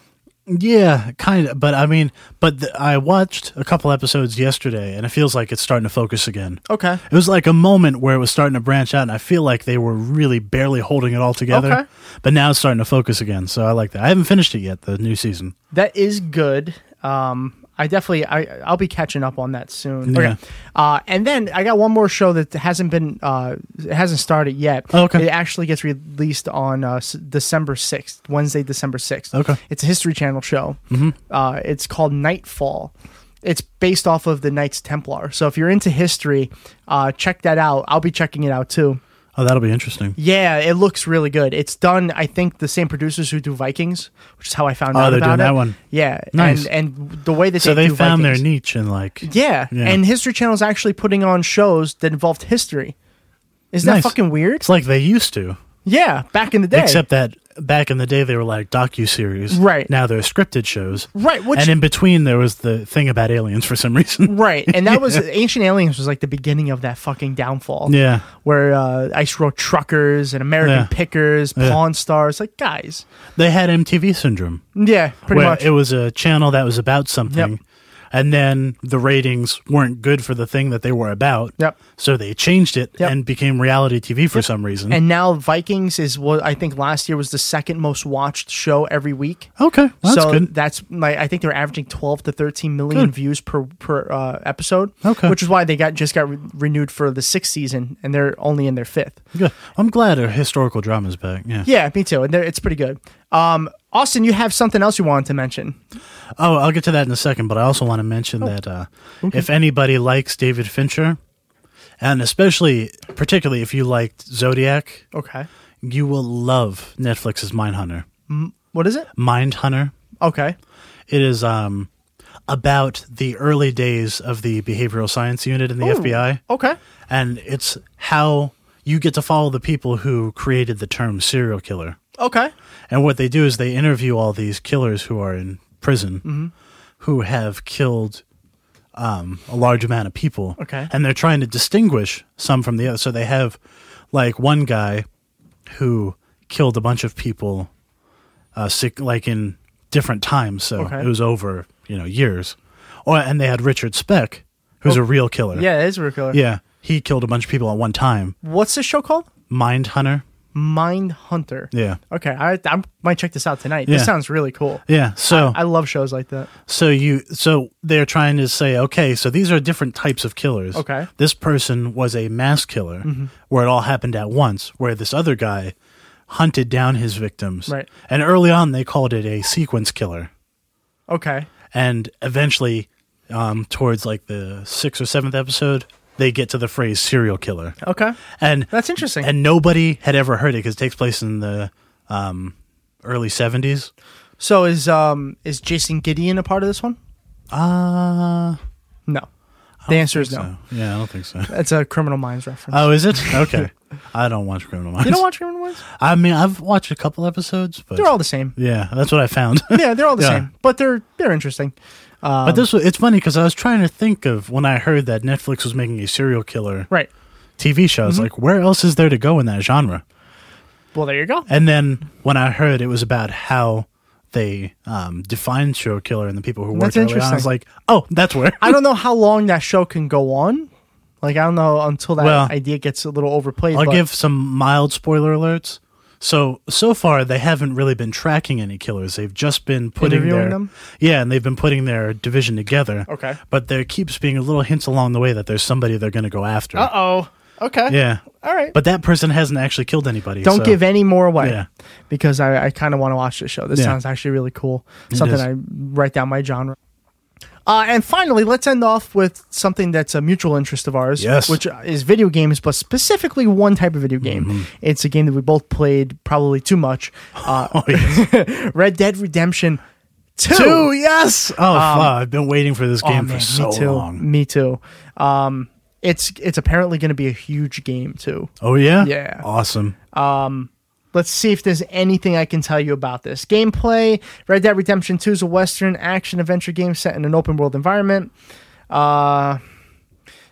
Speaker 6: Yeah, kind of. But I mean, but th- I watched a couple episodes yesterday and it feels like it's starting to focus again.
Speaker 5: Okay.
Speaker 6: It was like a moment where it was starting to branch out, and I feel like they were really barely holding it all together.
Speaker 5: Okay.
Speaker 6: But now it's starting to focus again, so I like that. I haven't finished it yet, the new season.
Speaker 5: That is good. Um, I definitely I I'll be catching up on that soon.
Speaker 6: Yeah.
Speaker 5: Uh, and then I got one more show that hasn't been uh it hasn't started yet.
Speaker 6: Oh, okay.
Speaker 5: It actually gets released on uh, s- December sixth, Wednesday, December sixth.
Speaker 6: Okay.
Speaker 5: It's a History Channel show. Mm-hmm. Uh, it's called Nightfall. It's based off of the Knights Templar. So if you're into history, uh, check that out. I'll be checking it out too.
Speaker 6: Oh, that'll be interesting.
Speaker 5: Yeah, it looks really good. It's done, I think, the same producers who do Vikings, which is how I found
Speaker 6: Oh,
Speaker 5: out
Speaker 6: they're
Speaker 5: about
Speaker 6: doing
Speaker 5: it.
Speaker 6: that one.
Speaker 5: Yeah,
Speaker 6: Nice.
Speaker 5: And and the way that
Speaker 6: So
Speaker 5: they,
Speaker 6: they
Speaker 5: do
Speaker 6: found
Speaker 5: Vikings.
Speaker 6: their niche and like
Speaker 5: Yeah.
Speaker 6: Yeah.
Speaker 5: and History Channel is actually putting on shows that involved history. Isn't
Speaker 6: Nice.
Speaker 5: that fucking weird?
Speaker 6: It's like they used to,
Speaker 5: Yeah, back in the day.
Speaker 6: except that back in the day they were like docu series.
Speaker 5: Right.
Speaker 6: now they're scripted shows.
Speaker 5: Right, which-
Speaker 6: and in between there was the thing about aliens for some reason.
Speaker 5: right, and that was Ancient Aliens was like the beginning of that fucking downfall.
Speaker 6: Yeah.
Speaker 5: where uh, Ice Road truckers and American
Speaker 6: Yeah.
Speaker 5: pickers,
Speaker 6: Yeah.
Speaker 5: Pawn Stars, like guys.
Speaker 6: They had MTV syndrome.
Speaker 5: Yeah, pretty
Speaker 6: where
Speaker 5: much.
Speaker 6: it was a channel that was about something. And then the ratings weren't good for the thing that they were about.
Speaker 5: Yep.
Speaker 6: So they changed it
Speaker 5: Yep.
Speaker 6: and became reality TV for some reason.
Speaker 5: and now Vikings is what I think last year was the second most watched show every week.
Speaker 6: okay, well, that's
Speaker 5: so
Speaker 6: good.
Speaker 5: that's my. I think they're averaging twelve to thirteen million
Speaker 6: Good.
Speaker 5: views per per uh, episode.
Speaker 6: Okay.
Speaker 5: which is why they got just got re- renewed for the sixth season, and they're only in their fifth.
Speaker 6: good. I'm glad our historical drama's back. Yeah.
Speaker 5: Yeah, me too. And they're- it's pretty good. Um, Austin, you have something else you wanted to mention?
Speaker 6: Oh, I'll get to that in a second, but I also want to mention
Speaker 5: Oh,
Speaker 6: that uh, if anybody likes David Fincher, and especially, particularly if you liked Zodiac,
Speaker 5: Okay,
Speaker 6: you will love Netflix's Mindhunter.
Speaker 5: what is it?
Speaker 6: Mindhunter.
Speaker 5: Okay,
Speaker 6: It is um, about the early days of the behavioral science unit
Speaker 5: Oh.
Speaker 6: in the FBI,
Speaker 5: okay,
Speaker 6: and it's how you get to follow the people who created the term serial killer.
Speaker 5: okay.
Speaker 6: And what they do is they interview all these killers who are in prison,
Speaker 5: Mm-hmm.
Speaker 6: who have killed um, a large amount of people.
Speaker 5: Okay.
Speaker 6: and they're trying to distinguish some from the other. So they have like one guy who killed a bunch of people, uh, sick, like in different times. So
Speaker 5: Okay.
Speaker 6: it was over, you know, years. Or and they had Richard Speck, who's a real killer.
Speaker 5: Oh. Yeah, it is real killer.
Speaker 6: yeah, he killed a bunch of people at one time.
Speaker 5: What's this show called?
Speaker 6: Mind Hunter.
Speaker 5: Mind Hunter.
Speaker 6: Yeah.
Speaker 5: Okay, I, I might check this out tonight. This
Speaker 6: Yeah.
Speaker 5: sounds really cool.
Speaker 6: Yeah, so
Speaker 5: I love shows like that.
Speaker 6: So you so they're trying to say, okay, so these are different types of killers.
Speaker 5: Okay. Mm-hmm.
Speaker 6: This person was a mass killer where it all happened at once, where this other guy hunted down his victims.
Speaker 5: Right.
Speaker 6: And early on they called it a sequence killer.
Speaker 5: Okay.
Speaker 6: And eventually, um, towards like the sixth or seventh episode, they get to the phrase serial killer.
Speaker 5: Okay.
Speaker 6: And
Speaker 5: That's interesting.
Speaker 6: And nobody had ever heard it because it takes place in the um, early seventies.
Speaker 5: So is um is Jason Gideon a part of this one?
Speaker 6: Uh
Speaker 5: No. The answer is no.
Speaker 6: Yeah, I don't think so.
Speaker 5: That's a Criminal Minds reference.
Speaker 6: Oh, is it? Okay. I don't watch Criminal Minds.
Speaker 5: you don't watch Criminal Minds?
Speaker 6: I mean, I've watched a couple episodes, but
Speaker 5: They're all the same.
Speaker 6: yeah, that's what I found.
Speaker 5: Yeah, they're all the
Speaker 6: Yeah.
Speaker 5: same, but they're they're interesting.
Speaker 6: but this was, it's funny because I was trying to think of when I heard that Netflix was making a serial killer
Speaker 5: Right.
Speaker 6: TV show.
Speaker 5: Mm-hmm.
Speaker 6: I was like, where else is there to go in that genre?
Speaker 5: Well, there you go.
Speaker 6: And then when I heard it was about how they um, defined serial killer and the people who worked
Speaker 5: That's
Speaker 6: early on, I was
Speaker 5: interesting.
Speaker 6: like, oh, that's where.
Speaker 5: I don't know how long that show can go on. Like I don't know until that
Speaker 6: Well,
Speaker 5: idea gets a little overplayed.
Speaker 6: I'll
Speaker 5: but-
Speaker 6: give some mild spoiler alerts. So so far they haven't really been tracking any killers. They've just been putting
Speaker 5: Interviewing
Speaker 6: their
Speaker 5: them?
Speaker 6: yeah, and they've been putting their division together.
Speaker 5: Okay.
Speaker 6: but there keeps being little hints along the way that there's somebody they're going to go after.
Speaker 5: Uh oh. Okay.
Speaker 6: Yeah,
Speaker 5: All right.
Speaker 6: but that person hasn't actually killed anybody.
Speaker 5: don't
Speaker 6: so-
Speaker 5: give any more away
Speaker 6: Yeah.
Speaker 5: because I, I kind of want to watch this show. This
Speaker 6: Yeah.
Speaker 5: sounds actually really cool. Something
Speaker 6: is.
Speaker 5: I write down my genre. Uh, and finally, let's end off with something that's a mutual interest of ours,
Speaker 6: Yes.
Speaker 5: which is video games, but specifically one type of video game.
Speaker 6: Mm-hmm.
Speaker 5: It's a game that we both played probably too much. Uh,
Speaker 6: Oh,
Speaker 5: Red Dead Redemption 2.
Speaker 6: two. Yes. Oh, fuck, I've been waiting for this
Speaker 5: Um, Oh,
Speaker 6: game
Speaker 5: man,
Speaker 6: for so
Speaker 5: me too.
Speaker 6: long.
Speaker 5: Me too. Um, it's it's apparently going to be a huge game too.
Speaker 6: Oh yeah.
Speaker 5: Yeah.
Speaker 6: Awesome.
Speaker 5: Let's see if there's anything I can tell you about this. Gameplay Red Dead Redemption 2 is a Western action adventure game set in an open world environment. Uh,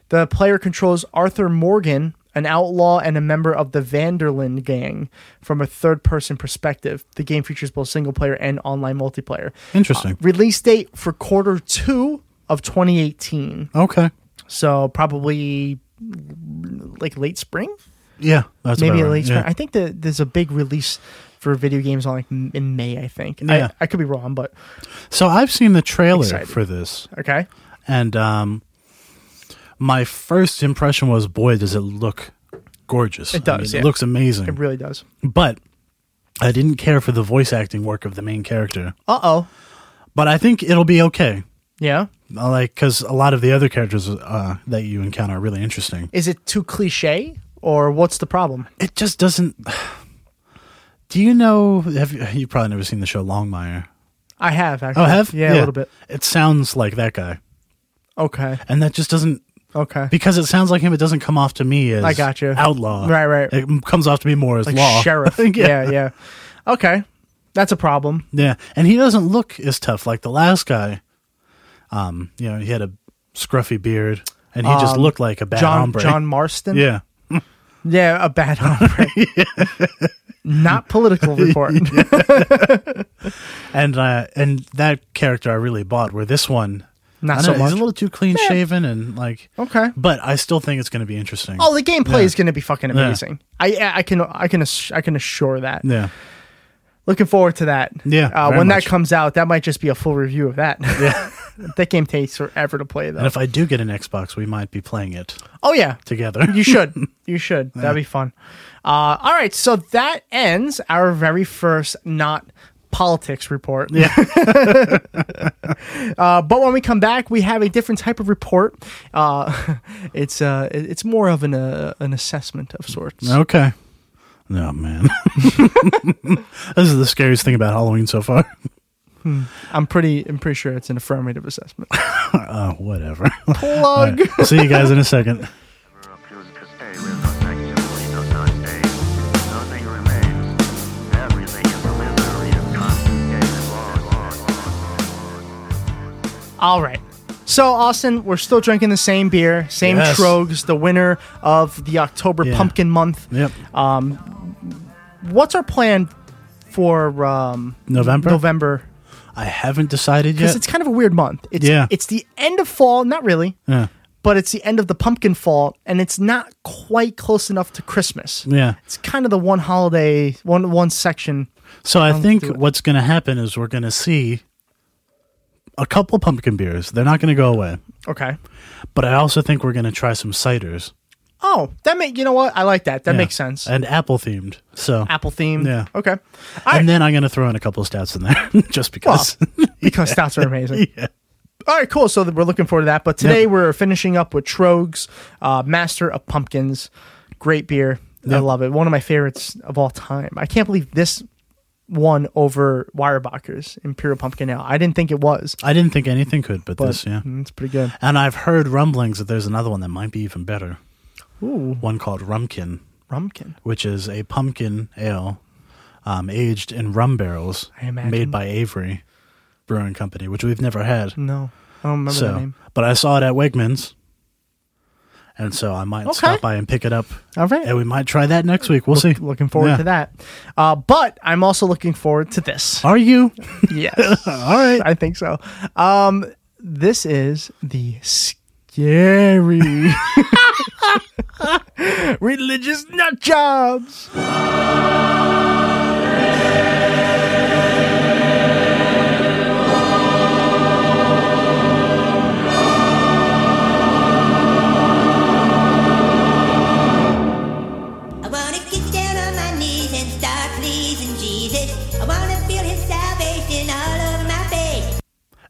Speaker 5: the player controls Arthur Morgan, an outlaw and a member of the Vanderlyn gang, from a third person perspective. The game features both single player and online multiplayer.
Speaker 6: Interesting.
Speaker 5: Release date for quarter two of 2018.
Speaker 6: okay.
Speaker 5: So probably like late spring,
Speaker 6: Yeah. That's
Speaker 5: maybe
Speaker 6: about right.
Speaker 5: late spring.
Speaker 6: Yeah.
Speaker 5: I think that there's a big release for video games on like m- in May. I think.
Speaker 6: Yeah.
Speaker 5: I, I could be wrong, but
Speaker 6: so I've seen the trailer
Speaker 5: Excited.
Speaker 6: for this.
Speaker 5: okay.
Speaker 6: and um, my first impression was, boy, does it look gorgeous!
Speaker 5: It does, yeah.
Speaker 6: It looks amazing.
Speaker 5: It really does.
Speaker 6: but I didn't care for the voice acting work of the main character.
Speaker 5: Uh oh.
Speaker 6: But I think it'll be okay.
Speaker 5: Yeah.
Speaker 6: I Like, because a lot of the other characters uh, that you encounter are really interesting.
Speaker 5: Is it too cliche, or what's the problem?
Speaker 6: It just doesn't. Do you know? Have you, you probably never seen the show Longmire?
Speaker 5: I have actually.
Speaker 6: Oh, have
Speaker 5: yeah, a little bit.
Speaker 6: It sounds like that guy,
Speaker 5: Okay.
Speaker 6: and that just doesn't
Speaker 5: Okay.
Speaker 6: because it sounds like him. It doesn't come off to me as
Speaker 5: I gotcha.
Speaker 6: outlaw.
Speaker 5: Right, right.
Speaker 6: It m- comes off to me more as
Speaker 5: like
Speaker 6: law
Speaker 5: sheriff.
Speaker 6: yeah.
Speaker 5: yeah.
Speaker 6: yeah,
Speaker 5: Yeah. Okay. That's a problem.
Speaker 6: And he doesn't look as tough like the last guy. Um, you know, he had a scruffy beard, and he just looked like a bad
Speaker 5: Um, John
Speaker 6: hombre.
Speaker 5: John Marston.
Speaker 6: yeah,
Speaker 5: Yeah, a bad hombre. Not political report.
Speaker 6: and uh, and that character I really bought. Where this one,
Speaker 5: Not
Speaker 6: I
Speaker 5: so
Speaker 6: don't know,
Speaker 5: much.
Speaker 6: He's a little too clean shaven and like
Speaker 5: Okay.
Speaker 6: but I still think it's going to be interesting.
Speaker 5: Oh, the gameplay is going to be fucking
Speaker 6: Yeah.
Speaker 5: amazing. I I can I can ass- I can assure that.
Speaker 6: yeah,
Speaker 5: Looking forward to that.
Speaker 6: Yeah,
Speaker 5: Uh,
Speaker 6: very
Speaker 5: when
Speaker 6: much.
Speaker 5: that comes out, that might just be a full review of that. Yeah. that game takes forever to play though.
Speaker 6: and if I do get an Xbox, we might be playing it
Speaker 5: oh yeah.
Speaker 6: together.
Speaker 5: You should. You should. That'd be fun. Uh, all right. So that ends our very first not politics report. Yeah. uh, but when we come back, we have a different type of report. Uh, it's uh, it- it's more of an uh, an assessment of sorts.
Speaker 6: Okay. No man, this is the scariest thing about Halloween so far.
Speaker 5: I'm pretty. I'm pretty sure it's an affirmative assessment.
Speaker 6: Uh, whatever. All
Speaker 5: Plug.
Speaker 6: right. See you guys in a second.
Speaker 5: All right. So Austin, we're still drinking the same beer, same
Speaker 6: Yes.
Speaker 5: Trogs, the winner of the October
Speaker 6: Yeah.
Speaker 5: Pumpkin Month.
Speaker 6: Yep.
Speaker 5: What's our plan for um,
Speaker 6: November?
Speaker 5: November
Speaker 6: I haven't decided
Speaker 5: because
Speaker 6: yet.
Speaker 5: it's kind of a weird month. It's,
Speaker 6: Yeah.
Speaker 5: It's the end of fall, not really,
Speaker 6: yeah.
Speaker 5: but it's the end of the pumpkin fall, and it's not quite close enough to Christmas.
Speaker 6: Yeah.
Speaker 5: It's kind of the one holiday, one one section.
Speaker 6: So I
Speaker 5: I'll
Speaker 6: think
Speaker 5: do it.
Speaker 6: what's going to happen is we're going to see a couple pumpkin beers. They're not going to go away.
Speaker 5: Okay.
Speaker 6: But I also think we're going to try some ciders.
Speaker 5: Oh, that make you know what I like that. That
Speaker 6: Yeah.
Speaker 5: makes sense.
Speaker 6: And apple themed. So
Speaker 5: Apple themed.
Speaker 6: Yeah.
Speaker 5: Okay. All right.
Speaker 6: And then I'm going to throw in a couple of stouts in there just
Speaker 5: Well,
Speaker 6: because.
Speaker 5: because stats are amazing. All right, cool. So th- we're looking forward to that. But today
Speaker 6: Yep.
Speaker 5: we're finishing up with Trogs, uh, Master of Pumpkins. Great beer. I
Speaker 6: Yep.
Speaker 5: love it. One of my favorites of all time. I can't believe this won over Weyerbacher's Imperial Pumpkin Ale. I didn't think it was,
Speaker 6: I didn't think anything could, but,
Speaker 5: but
Speaker 6: this, yeah.
Speaker 5: mm, it's pretty good.
Speaker 6: And I've heard rumblings that there's another one that might be even better.
Speaker 5: Ooh,
Speaker 6: One called Rumkin,
Speaker 5: Rumpkin.
Speaker 6: which is a pumpkin ale um, aged in rum barrels
Speaker 5: I imagine.
Speaker 6: made by Avery Brewing Company, which we've never had.
Speaker 5: No, I don't Mm, remember
Speaker 6: so,
Speaker 5: the name.
Speaker 6: but I saw it at Wegmans, and so I might
Speaker 5: Okay.
Speaker 6: stop by and pick it up,
Speaker 5: All right.
Speaker 6: and we might try that next week. We'll see.
Speaker 5: Looking forward
Speaker 6: Yeah.
Speaker 5: to that. Uh, but I'm also looking forward to this.
Speaker 6: Are you?
Speaker 5: Yes.
Speaker 6: All right.
Speaker 5: I think so. Um, this is the scary religious nut jobs.
Speaker 9: I wanna get down on my knees and start pleasing Jesus. I wanna feel his salvation all over my face.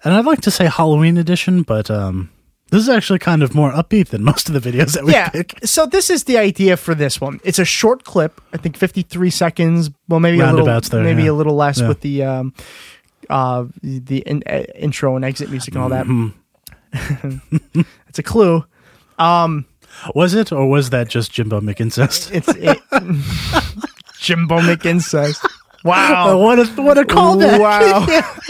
Speaker 6: And I'd like to say Halloween edition, but um, this is actually kind of more upbeat than most of the videos that we
Speaker 5: yeah.
Speaker 6: pick.
Speaker 5: So this is the idea for this one. It's a short clip. I think 53 seconds. Well, maybe
Speaker 6: Roundabouts
Speaker 5: a little,
Speaker 6: there,
Speaker 5: maybe
Speaker 6: yeah.
Speaker 5: a little less
Speaker 6: Yeah.
Speaker 5: with the um, uh, the in, uh, intro and exit music and all that.
Speaker 6: Mm-hmm.
Speaker 5: it's a clue.
Speaker 6: Was it, or was that just Jimbo McIncest?
Speaker 5: It's it, Jimbo McIncest. Wow.
Speaker 6: Oh, what a what a callback!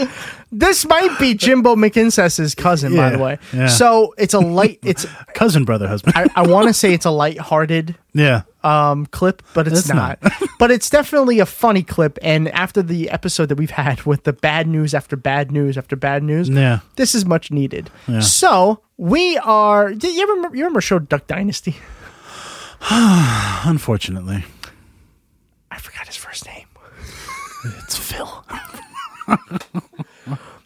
Speaker 5: Wow. this might be Jimbo McIncest's cousin, by
Speaker 6: Yeah,
Speaker 5: the way.
Speaker 6: yeah.
Speaker 5: So it's a light. It's
Speaker 6: Cousin, brother, husband.
Speaker 5: I, I want to say it's a light-hearted
Speaker 6: yeah, Uh,
Speaker 5: um, clip, but it's,
Speaker 6: It's
Speaker 5: not.
Speaker 6: not.
Speaker 5: but it's definitely a funny clip. And after the episode that we've had with the bad news after bad news after bad news,
Speaker 6: yeah.
Speaker 5: this is much needed.
Speaker 6: Yeah.
Speaker 5: So we are. Do you ever remember, you remember show Duck Dynasty?
Speaker 6: Unfortunately,
Speaker 5: I forgot his first name.
Speaker 6: it's Phil.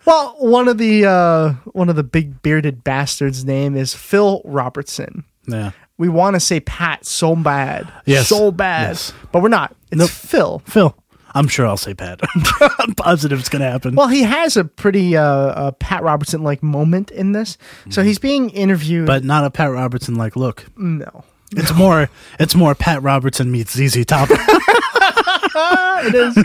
Speaker 5: Well, one of the uh, one of the big bearded bastards' name is Phil Robertson.
Speaker 6: Yeah,
Speaker 5: We want to say Pat so bad,
Speaker 6: Yes.
Speaker 5: so bad,
Speaker 6: Yes.
Speaker 5: but we're not. It's
Speaker 6: Nope.
Speaker 5: Phil.
Speaker 6: Phil. I'm sure I'll say Pat. I'm positive it's gonna happen.
Speaker 5: Well, he has a pretty uh, uh, Pat Robertson like moment in this. So he's being interviewed.
Speaker 6: Mm-hmm. but not a Pat Robertson like look.
Speaker 5: no,
Speaker 6: It's more it's more Pat Robertson meets ZZ Top.
Speaker 5: Ah, it is.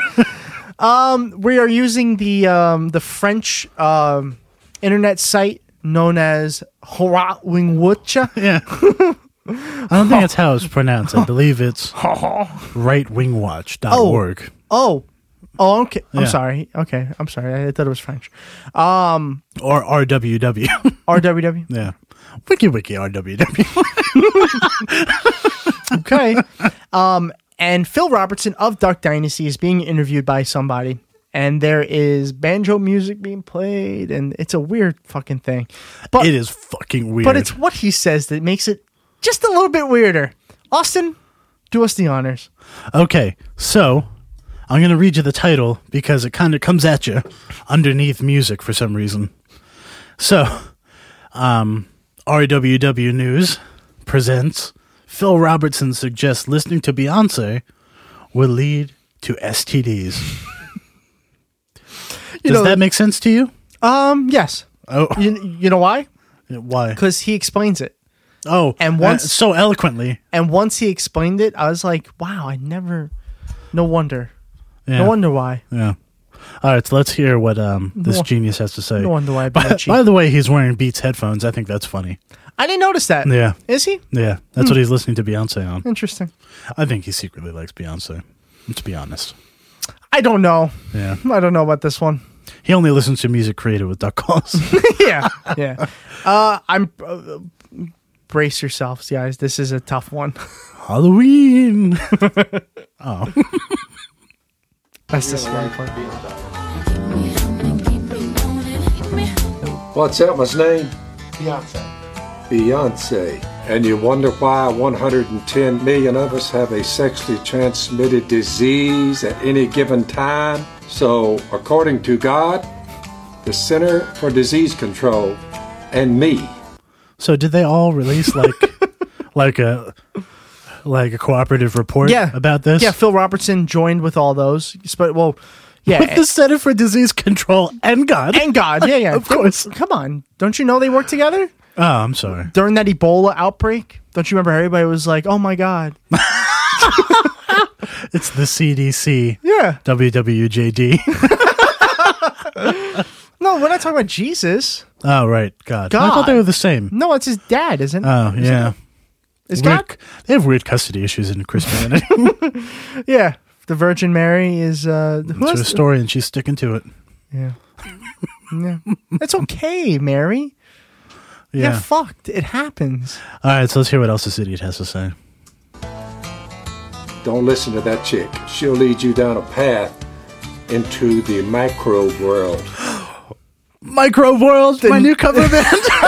Speaker 5: um, we are using the um, the French um, internet site known as Hora Wingwucha.
Speaker 6: yeah. I don't think that's how it's pronounced. I believe it's Oh. rightwingwatch.org.
Speaker 5: Oh, oh, okay. I'm
Speaker 6: Yeah.
Speaker 5: sorry. Okay, I'm sorry. I- I thought it was French.
Speaker 6: Or RWW.
Speaker 5: RWW.
Speaker 6: yeah. Wiki wiki RWW.
Speaker 5: Okay. um, and Phil Robertson of Duck Dynasty is being interviewed by somebody, and there is banjo music being played, and it's a weird fucking thing. But
Speaker 6: it is fucking weird.
Speaker 5: but it's what he says that makes it just a little bit weirder. Austin, do us the honors.
Speaker 6: Okay, so I'm going to read you the title because it kind of comes at you underneath music for some reason. So, um, RWW News presents Phil Robertson suggests listening to Beyonce will lead to STDs. Does
Speaker 5: know-
Speaker 6: that make sense to you?
Speaker 5: Um, yes.
Speaker 6: Oh,
Speaker 5: You, you know why?
Speaker 6: why?
Speaker 5: Because he explains it.
Speaker 6: Oh,
Speaker 5: and
Speaker 6: uh,
Speaker 5: once-
Speaker 6: so eloquently.
Speaker 5: And once he explained it, I was like, wow, I never. No wonder.
Speaker 6: Yeah.
Speaker 5: No wonder why.
Speaker 6: Yeah. All right, so let's hear what um, this
Speaker 5: No-
Speaker 6: genius has to say.
Speaker 5: no wonder why I
Speaker 6: by,
Speaker 5: bought you.
Speaker 6: by the way, he's wearing Beats headphones. I think that's funny.
Speaker 5: I didn't notice that.
Speaker 6: Yeah.
Speaker 5: Is he?
Speaker 6: Yeah, that's
Speaker 5: Hmm.
Speaker 6: what he's listening to Beyonce on.
Speaker 5: Interesting.
Speaker 6: I think he secretly likes Beyonce. Let's be honest.
Speaker 5: I don't know.
Speaker 6: Yeah,
Speaker 5: I don't know about this one.
Speaker 6: he only listens to music created with duck calls.
Speaker 5: yeah, yeah. Uh, I'm. Uh, brace yourselves, guys. This is a tough one.
Speaker 6: Halloween.
Speaker 5: That's the scary part.
Speaker 9: What's that was name? Beyonce. Beyonce. And you wonder why 110 million of us have a sexually transmitted disease at any given time? So, according to God, the Center for Disease Control, and me,
Speaker 6: so, did they all release like, like a, like a cooperative report?
Speaker 5: Yeah,
Speaker 6: about this.
Speaker 5: Yeah, Phil Robertson joined with all those. But well, yeah,
Speaker 6: with the Center for Disease Control and God.
Speaker 5: and God, yeah, yeah,
Speaker 6: Of course.
Speaker 5: Come on, don't you know they work together
Speaker 6: oh, I'm sorry.
Speaker 5: during that Ebola outbreak? Don't you remember everybody was like, "Oh my God,
Speaker 6: It's the CDC.
Speaker 5: Yeah.
Speaker 6: WWJD.
Speaker 5: No, we're not talking about Jesus.
Speaker 6: oh, right. God. I
Speaker 5: God.
Speaker 6: thought they were the same.
Speaker 5: No, it's his dad, isn't it?
Speaker 6: Oh, yeah.
Speaker 5: Is
Speaker 6: Weird-
Speaker 5: God?
Speaker 6: They have weird custody issues in Christianity.
Speaker 5: Yeah. The Virgin Mary is uh who
Speaker 6: it's
Speaker 5: else-
Speaker 6: her story, and she's sticking to it.
Speaker 5: Yeah. yeah. It's okay, Mary.
Speaker 6: Yeah.
Speaker 5: You're fucked. It happens.
Speaker 6: All right, so let's hear what else this idiot has to say.
Speaker 9: Don't listen to that chick. She'll lead you down a path into the micro world.
Speaker 6: Micro World, my
Speaker 5: Then-
Speaker 6: new cover band.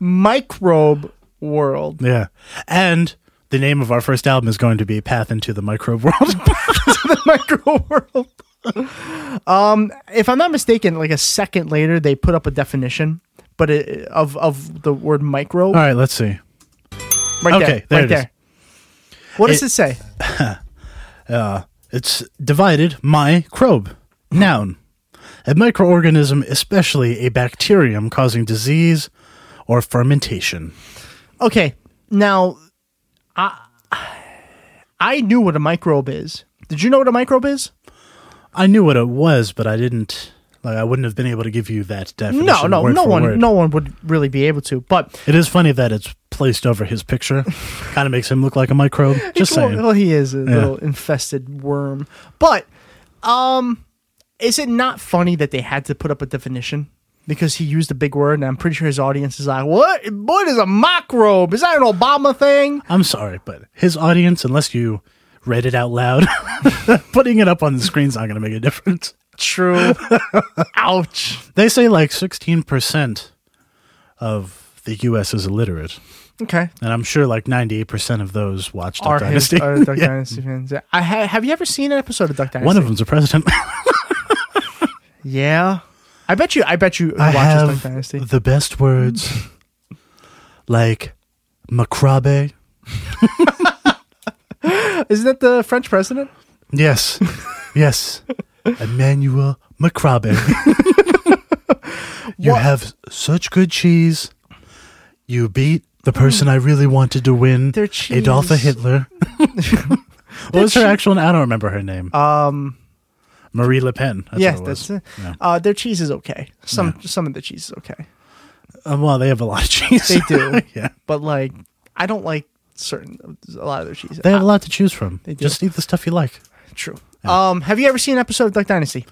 Speaker 5: Microbe world.
Speaker 6: yeah. And the name of our first album is going to be Path into the Microbe World.
Speaker 5: the microbe world. um, if I'm not mistaken, like a second later, they put up a definition, but it, of of the word micro.
Speaker 6: All right, let's see.
Speaker 5: Right
Speaker 6: okay,
Speaker 5: there.
Speaker 6: there
Speaker 5: right
Speaker 6: it is.
Speaker 5: there. What does
Speaker 6: It-
Speaker 5: it say?
Speaker 6: Uh, It's divided microbe, noun. A microorganism, especially a bacterium causing disease or fermentation.
Speaker 5: Okay, now, I I knew what a microbe is. Did you know what a microbe is?
Speaker 6: I knew what it was, but I didn't. Like, I wouldn't have been able to give you that definition.
Speaker 5: No, no,
Speaker 6: word
Speaker 5: no
Speaker 6: for
Speaker 5: one,
Speaker 6: word.
Speaker 5: no one would really be able to. But
Speaker 6: It is funny that it's placed over his picture. kind of makes him look like a microbe. Just
Speaker 5: well,
Speaker 6: saying.
Speaker 5: well, he is a little infested worm. But um, is it not funny that they had to put up a definition? Because he used a big word, and I'm pretty sure his audience is like, "What? What is a microbe? Is that an Obama thing?"
Speaker 6: I'm sorry, but his audience, unless you read it out loud, putting it up on the screen's not going to make a difference.
Speaker 5: True. Ouch.
Speaker 6: They say like 16% of the U.S. is illiterate.
Speaker 5: Okay.
Speaker 6: And I'm sure like 98% of those watched Duck
Speaker 5: Are his-
Speaker 6: Dynasty.
Speaker 5: are Duck
Speaker 6: Yeah.
Speaker 5: Dynasty fans? Yeah. I ha- have you ever seen an episode of Duck Dynasty?
Speaker 6: One of them's a president.
Speaker 5: Yeah. I bet you. I bet you.
Speaker 6: I
Speaker 5: watches
Speaker 6: have
Speaker 5: Duck Dynasty.
Speaker 6: the best words like macrabe.
Speaker 5: Isn't that the French president?
Speaker 6: Yes. Yes. Emmanuel Macrabe. you have such good cheese. You beat the person I really wanted to win,
Speaker 5: Their
Speaker 6: Adolfa
Speaker 5: cheese.
Speaker 6: Hitler. what was her
Speaker 5: cheese-
Speaker 6: actual I don't remember her name. Um Marie Le Pen. That's
Speaker 5: yes,
Speaker 6: what it was.
Speaker 5: that's it. Uh, their cheese is okay. Some some of the cheese is okay.
Speaker 6: Um, well, they have a lot of cheese.
Speaker 5: They do.
Speaker 6: yeah.
Speaker 5: But like, I don't like certain a lot of their cheese.
Speaker 6: They have
Speaker 5: Ah,
Speaker 6: a lot to choose from.
Speaker 5: They do.
Speaker 6: Just eat the stuff you like.
Speaker 5: true. Um, have you ever seen an episode of Duck Dynasty?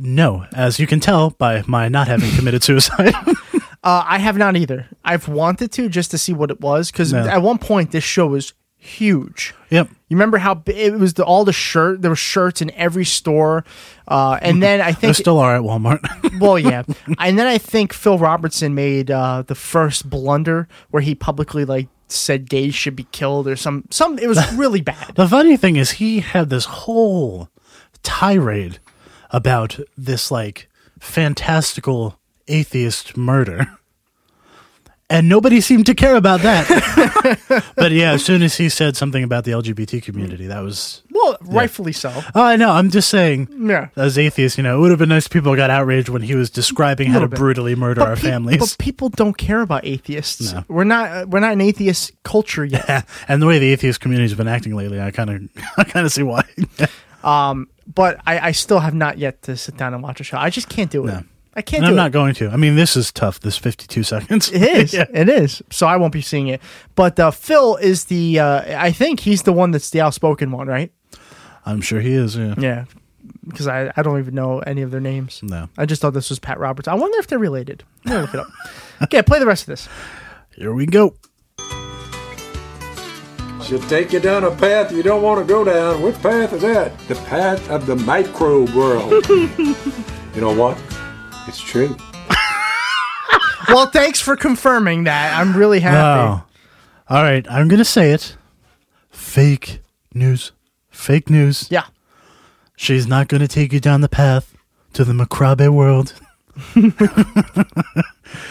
Speaker 6: No, as you can tell by my not having committed suicide.
Speaker 5: Uh, I have not either. I've wanted to just to see what it was because
Speaker 6: No.
Speaker 5: at one point this show was huge.
Speaker 6: yep.
Speaker 5: You remember how bi- it was the, all the shirt there were shirts in every store, uh, and then I
Speaker 6: They
Speaker 5: think
Speaker 6: still are at Walmart.
Speaker 5: well, yeah. and then I think Phil Robertson made uh, the first blunder where he publicly like said gays should be killed or some some. It was really bad.
Speaker 6: The funny thing is, he had this whole tirade about this like fantastical atheist murder, and nobody seemed to care about that. but yeah, as soon as he said something about the LGBT community, that was.
Speaker 5: Well, rightfully so.
Speaker 6: Oh, I know. I'm just saying.
Speaker 5: Yeah.
Speaker 6: As atheists, you know, it would have been nice if people got outraged when he was describing how to
Speaker 5: Little bit.
Speaker 6: brutally murder our
Speaker 5: peop-
Speaker 6: families.
Speaker 5: but people don't care about atheists. We're not uh, we're not an atheist culture yet.
Speaker 6: and the way the atheist community has been acting lately, I kind of, I kind of see why.
Speaker 5: but I, I still have not yet to sit down and watch a show. I just can't do it. I can't
Speaker 6: and
Speaker 5: do
Speaker 6: I'm
Speaker 5: it.
Speaker 6: not going to. I mean, this is tough. This 52 seconds.
Speaker 5: It is.
Speaker 6: Yeah.
Speaker 5: It is. So I won't be seeing it. But uh, Phil is the. Uh, I think he's the one that's the outspoken one, right?
Speaker 6: I'm sure he is. Yeah.
Speaker 5: Yeah. Because I, I don't even know any of their names.
Speaker 6: No.
Speaker 5: I just thought this was Pat Roberts. I wonder if they're related. I'm gonna look it up. okay, play the rest of this.
Speaker 6: Here we go.
Speaker 9: She'll take you down a path you don't want to go down. What path is that? The path of the micro world. you know what? It's true.
Speaker 5: Well, thanks for confirming that. I'm really happy.
Speaker 6: Wow. All right. I'm going to say it. Fake news. Fake news.
Speaker 5: Yeah.
Speaker 6: She's not going to take you down the path to the Macrabe world.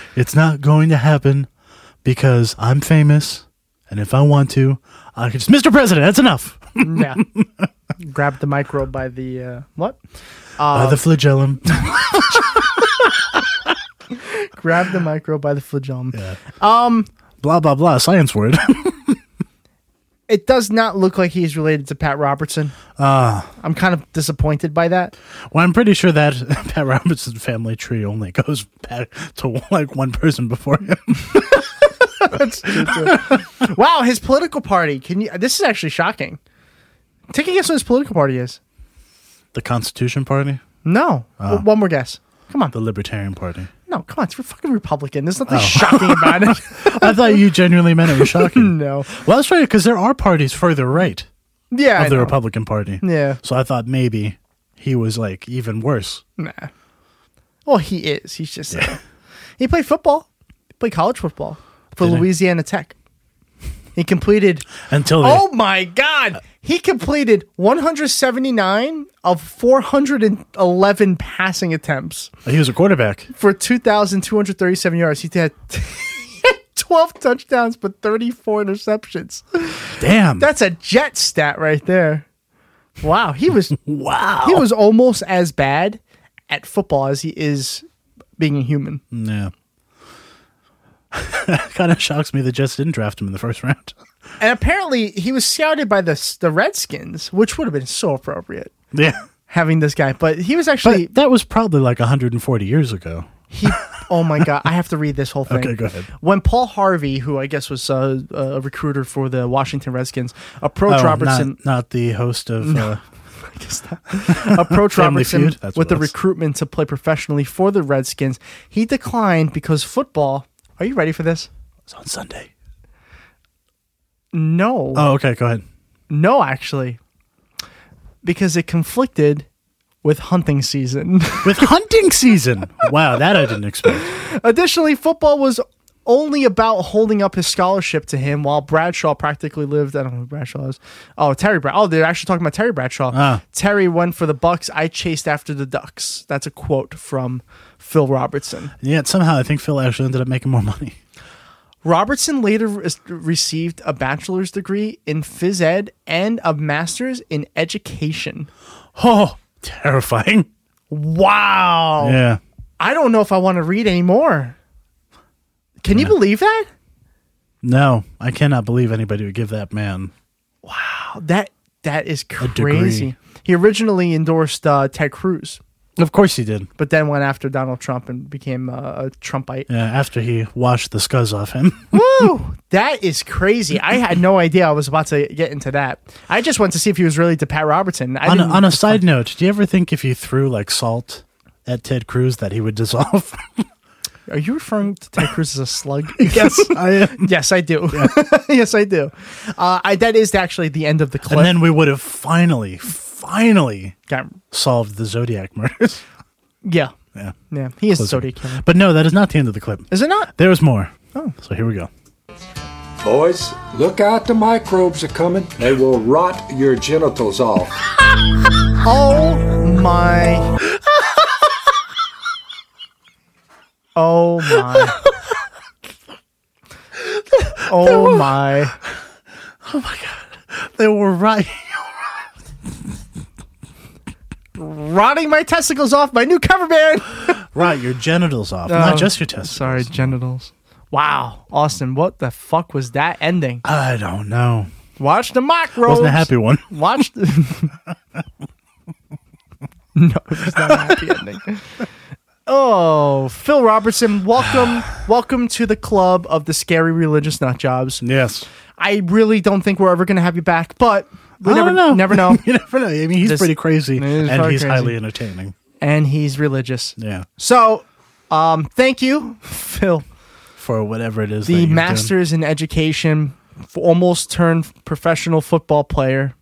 Speaker 6: it's not going to happen because I'm famous. And if I want to, I can just, Mr. President, that's enough.
Speaker 5: Yeah. Grab the microbe by the uh, what?
Speaker 6: By
Speaker 5: Um,
Speaker 6: the flagellum.
Speaker 5: Grab the microbe by the flagellum.
Speaker 6: blah, blah, blah. Science word.
Speaker 5: it does not look like he's related to Pat Robertson.
Speaker 6: Ah.
Speaker 5: I'm kind of disappointed by that.
Speaker 6: Well, I'm pretty sure that Pat Robertson family tree only goes back to like one person before him.
Speaker 5: wow, his political party. Can you? This is actually shocking. Take a guess what his political party is.
Speaker 6: The Constitution Party?
Speaker 5: No.
Speaker 6: Ah.
Speaker 5: One more guess. Come on.
Speaker 6: The Oh. Libertarian Party.
Speaker 5: No, come on. It's re- fucking Republican. There's nothing shocking about it.
Speaker 6: I thought you genuinely meant it was shocking.
Speaker 5: no.
Speaker 6: Well, that's right, because there are parties further right
Speaker 5: Yeah. I
Speaker 6: of the
Speaker 5: know.
Speaker 6: Republican Party.
Speaker 5: Yeah.
Speaker 6: So I thought maybe he was like even worse.
Speaker 5: Nah. Well, he is. He's just. uh, he played football. He played college football for
Speaker 6: Did he?
Speaker 5: Louisiana Tech. He completed.
Speaker 6: Until they,
Speaker 5: Oh my God! He completed 179 of 411 passing attempts
Speaker 6: he was a quarterback.
Speaker 5: for 2,237 yards. He had 12 touchdowns but 34 interceptions.
Speaker 6: Damn.
Speaker 5: That's a jet stat right there. Wow, he was
Speaker 6: wow.
Speaker 5: he was almost as bad at football as he is being a human.
Speaker 6: Yeah. kind of shocks me that Jets didn't draft him in the first round.
Speaker 5: And apparently, he was scouted by the the Redskins, which would have been so appropriate
Speaker 6: Yeah.
Speaker 5: having this guy. But he was actually
Speaker 6: But that was probably like 140 years ago.
Speaker 5: he. Oh my god, I have to read this whole thing.
Speaker 6: Okay, go ahead.
Speaker 5: When Paul Harvey, who I guess was uh, a recruiter for the Washington Redskins, approached
Speaker 6: Oh,
Speaker 5: Robertson.
Speaker 6: Not, not the host of. Uh,
Speaker 5: approach
Speaker 6: Family
Speaker 5: Robertson
Speaker 6: Feud?
Speaker 5: with
Speaker 6: That's what
Speaker 5: the
Speaker 6: it was.
Speaker 5: recruitment to play professionally for the Redskins. He declined because football. Are you ready for this?
Speaker 6: it's on Sunday.
Speaker 5: No.
Speaker 6: Oh, okay. Go ahead.
Speaker 5: No, actually. Because it conflicted with hunting season.
Speaker 6: With hunting season. Wow, that I didn't expect.
Speaker 5: Additionally, football was only about holding up his scholarship to him while Bradshaw practically lived. I don't know who Bradshaw is. Oh, Terry Bradshaw. Oh, they're actually talking about Terry Bradshaw.
Speaker 6: Ah.
Speaker 5: Terry went for the Bucks. I chased after the Ducks. That's a quote from Phil Robertson.
Speaker 6: And yet somehow I think Phil actually ended up making more money.
Speaker 5: Robertson later re- received a bachelor's degree in phys ed and a master's in education.
Speaker 6: Oh, terrifying.
Speaker 5: Wow.
Speaker 6: Yeah.
Speaker 5: I don't know if I want to read anymore. Can you believe that?
Speaker 6: No, I cannot believe anybody would give that man.
Speaker 5: Oh, That that is
Speaker 6: degree.
Speaker 5: crazy. He originally endorsed uh, Ted Cruz,
Speaker 6: Of course he did.
Speaker 5: but then went after Donald Trump and became uh, a Trumpite.
Speaker 6: Yeah, after he washed the scuzz off him.
Speaker 5: Woo! That is crazy. I had no idea I was about to get into that. I just went to see if he was related to Pat Robertson. I
Speaker 6: on, a,
Speaker 5: didn't-
Speaker 6: on a side note, do you ever think if you threw like salt at Ted Cruz that he would dissolve?
Speaker 5: Are you referring to Ted Cruz as a slug?
Speaker 6: I am.
Speaker 5: Yes, I do. yes, I do. Uh, I, that is actually the end of the clip.
Speaker 6: And then we would have finally, finally
Speaker 5: Got-
Speaker 6: solved the Zodiac murders.
Speaker 5: yeah,
Speaker 6: yeah.
Speaker 5: yeah. He is a
Speaker 6: Closer.
Speaker 5: Zodiac killer.
Speaker 6: But no, that is not the end of the clip.
Speaker 5: Is it not?
Speaker 6: There's more. Oh. So here we go.
Speaker 9: Boys, look out, the microbes are coming. They will rot your genitals off.
Speaker 5: Oh my. Oh my. Oh my.
Speaker 6: They were right.
Speaker 5: Rotting my testicles off my new cover band.
Speaker 6: right, your genitals off, not just your testicles.
Speaker 5: Oh, Sorry, genitals. Wow. Austin, what the fuck was that ending?
Speaker 6: I don't know.
Speaker 5: Watch the micro.
Speaker 6: Wasn't a happy one.
Speaker 5: Watch. The- no, it's not a happy ending. Oh, Phil Robertson, welcome, welcome to the club of the scary religious nut jobs.
Speaker 6: Yes.
Speaker 5: I really don't think we're ever going to have you back, but we
Speaker 6: I
Speaker 5: never
Speaker 6: don't know.
Speaker 5: Never know.
Speaker 6: you never know. I mean, he's
Speaker 5: This-
Speaker 6: pretty crazy,
Speaker 5: It is
Speaker 6: and
Speaker 5: probably
Speaker 6: he's
Speaker 5: crazy.
Speaker 6: highly entertaining.
Speaker 5: and he's religious.
Speaker 6: Yeah.
Speaker 5: So, um, thank you, Phil.
Speaker 6: For whatever it is. that
Speaker 5: The
Speaker 6: he's doing.
Speaker 5: master's in education, f- almost turned professional football player,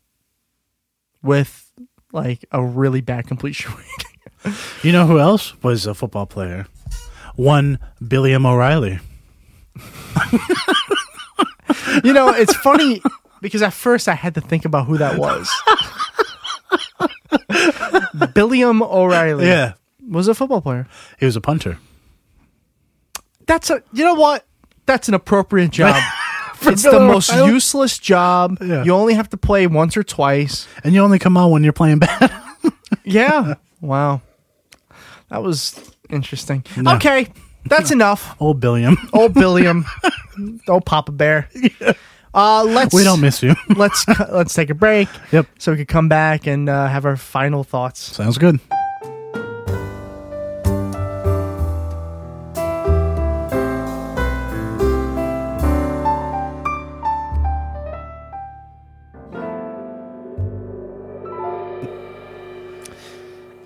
Speaker 5: with like a really bad completion rate.
Speaker 6: You know who else was a football player? One Billiam O'Reilly.
Speaker 5: You know, it's funny because at first I had to think about who that was. Billiam O'Reilly.
Speaker 6: Yeah.
Speaker 5: Was a football player.
Speaker 6: He was a punter.
Speaker 5: That's a you know what? That's an appropriate job. it's the
Speaker 6: Bill
Speaker 5: most
Speaker 6: O'Reilly.
Speaker 5: useless job.
Speaker 6: Yeah.
Speaker 5: You only have to play once or twice.
Speaker 6: And you only come on when you're playing bad.
Speaker 5: Yeah. wow. That was interesting.
Speaker 6: No.
Speaker 5: Okay. That's enough.
Speaker 6: Old Billiam.
Speaker 5: Old Billiam. old Papa Bear. Uh, let's.
Speaker 6: We don't miss you.
Speaker 5: let's cu- let's take a break.
Speaker 6: Yep.
Speaker 5: So we could come back and uh, have our final thoughts.
Speaker 6: Sounds good.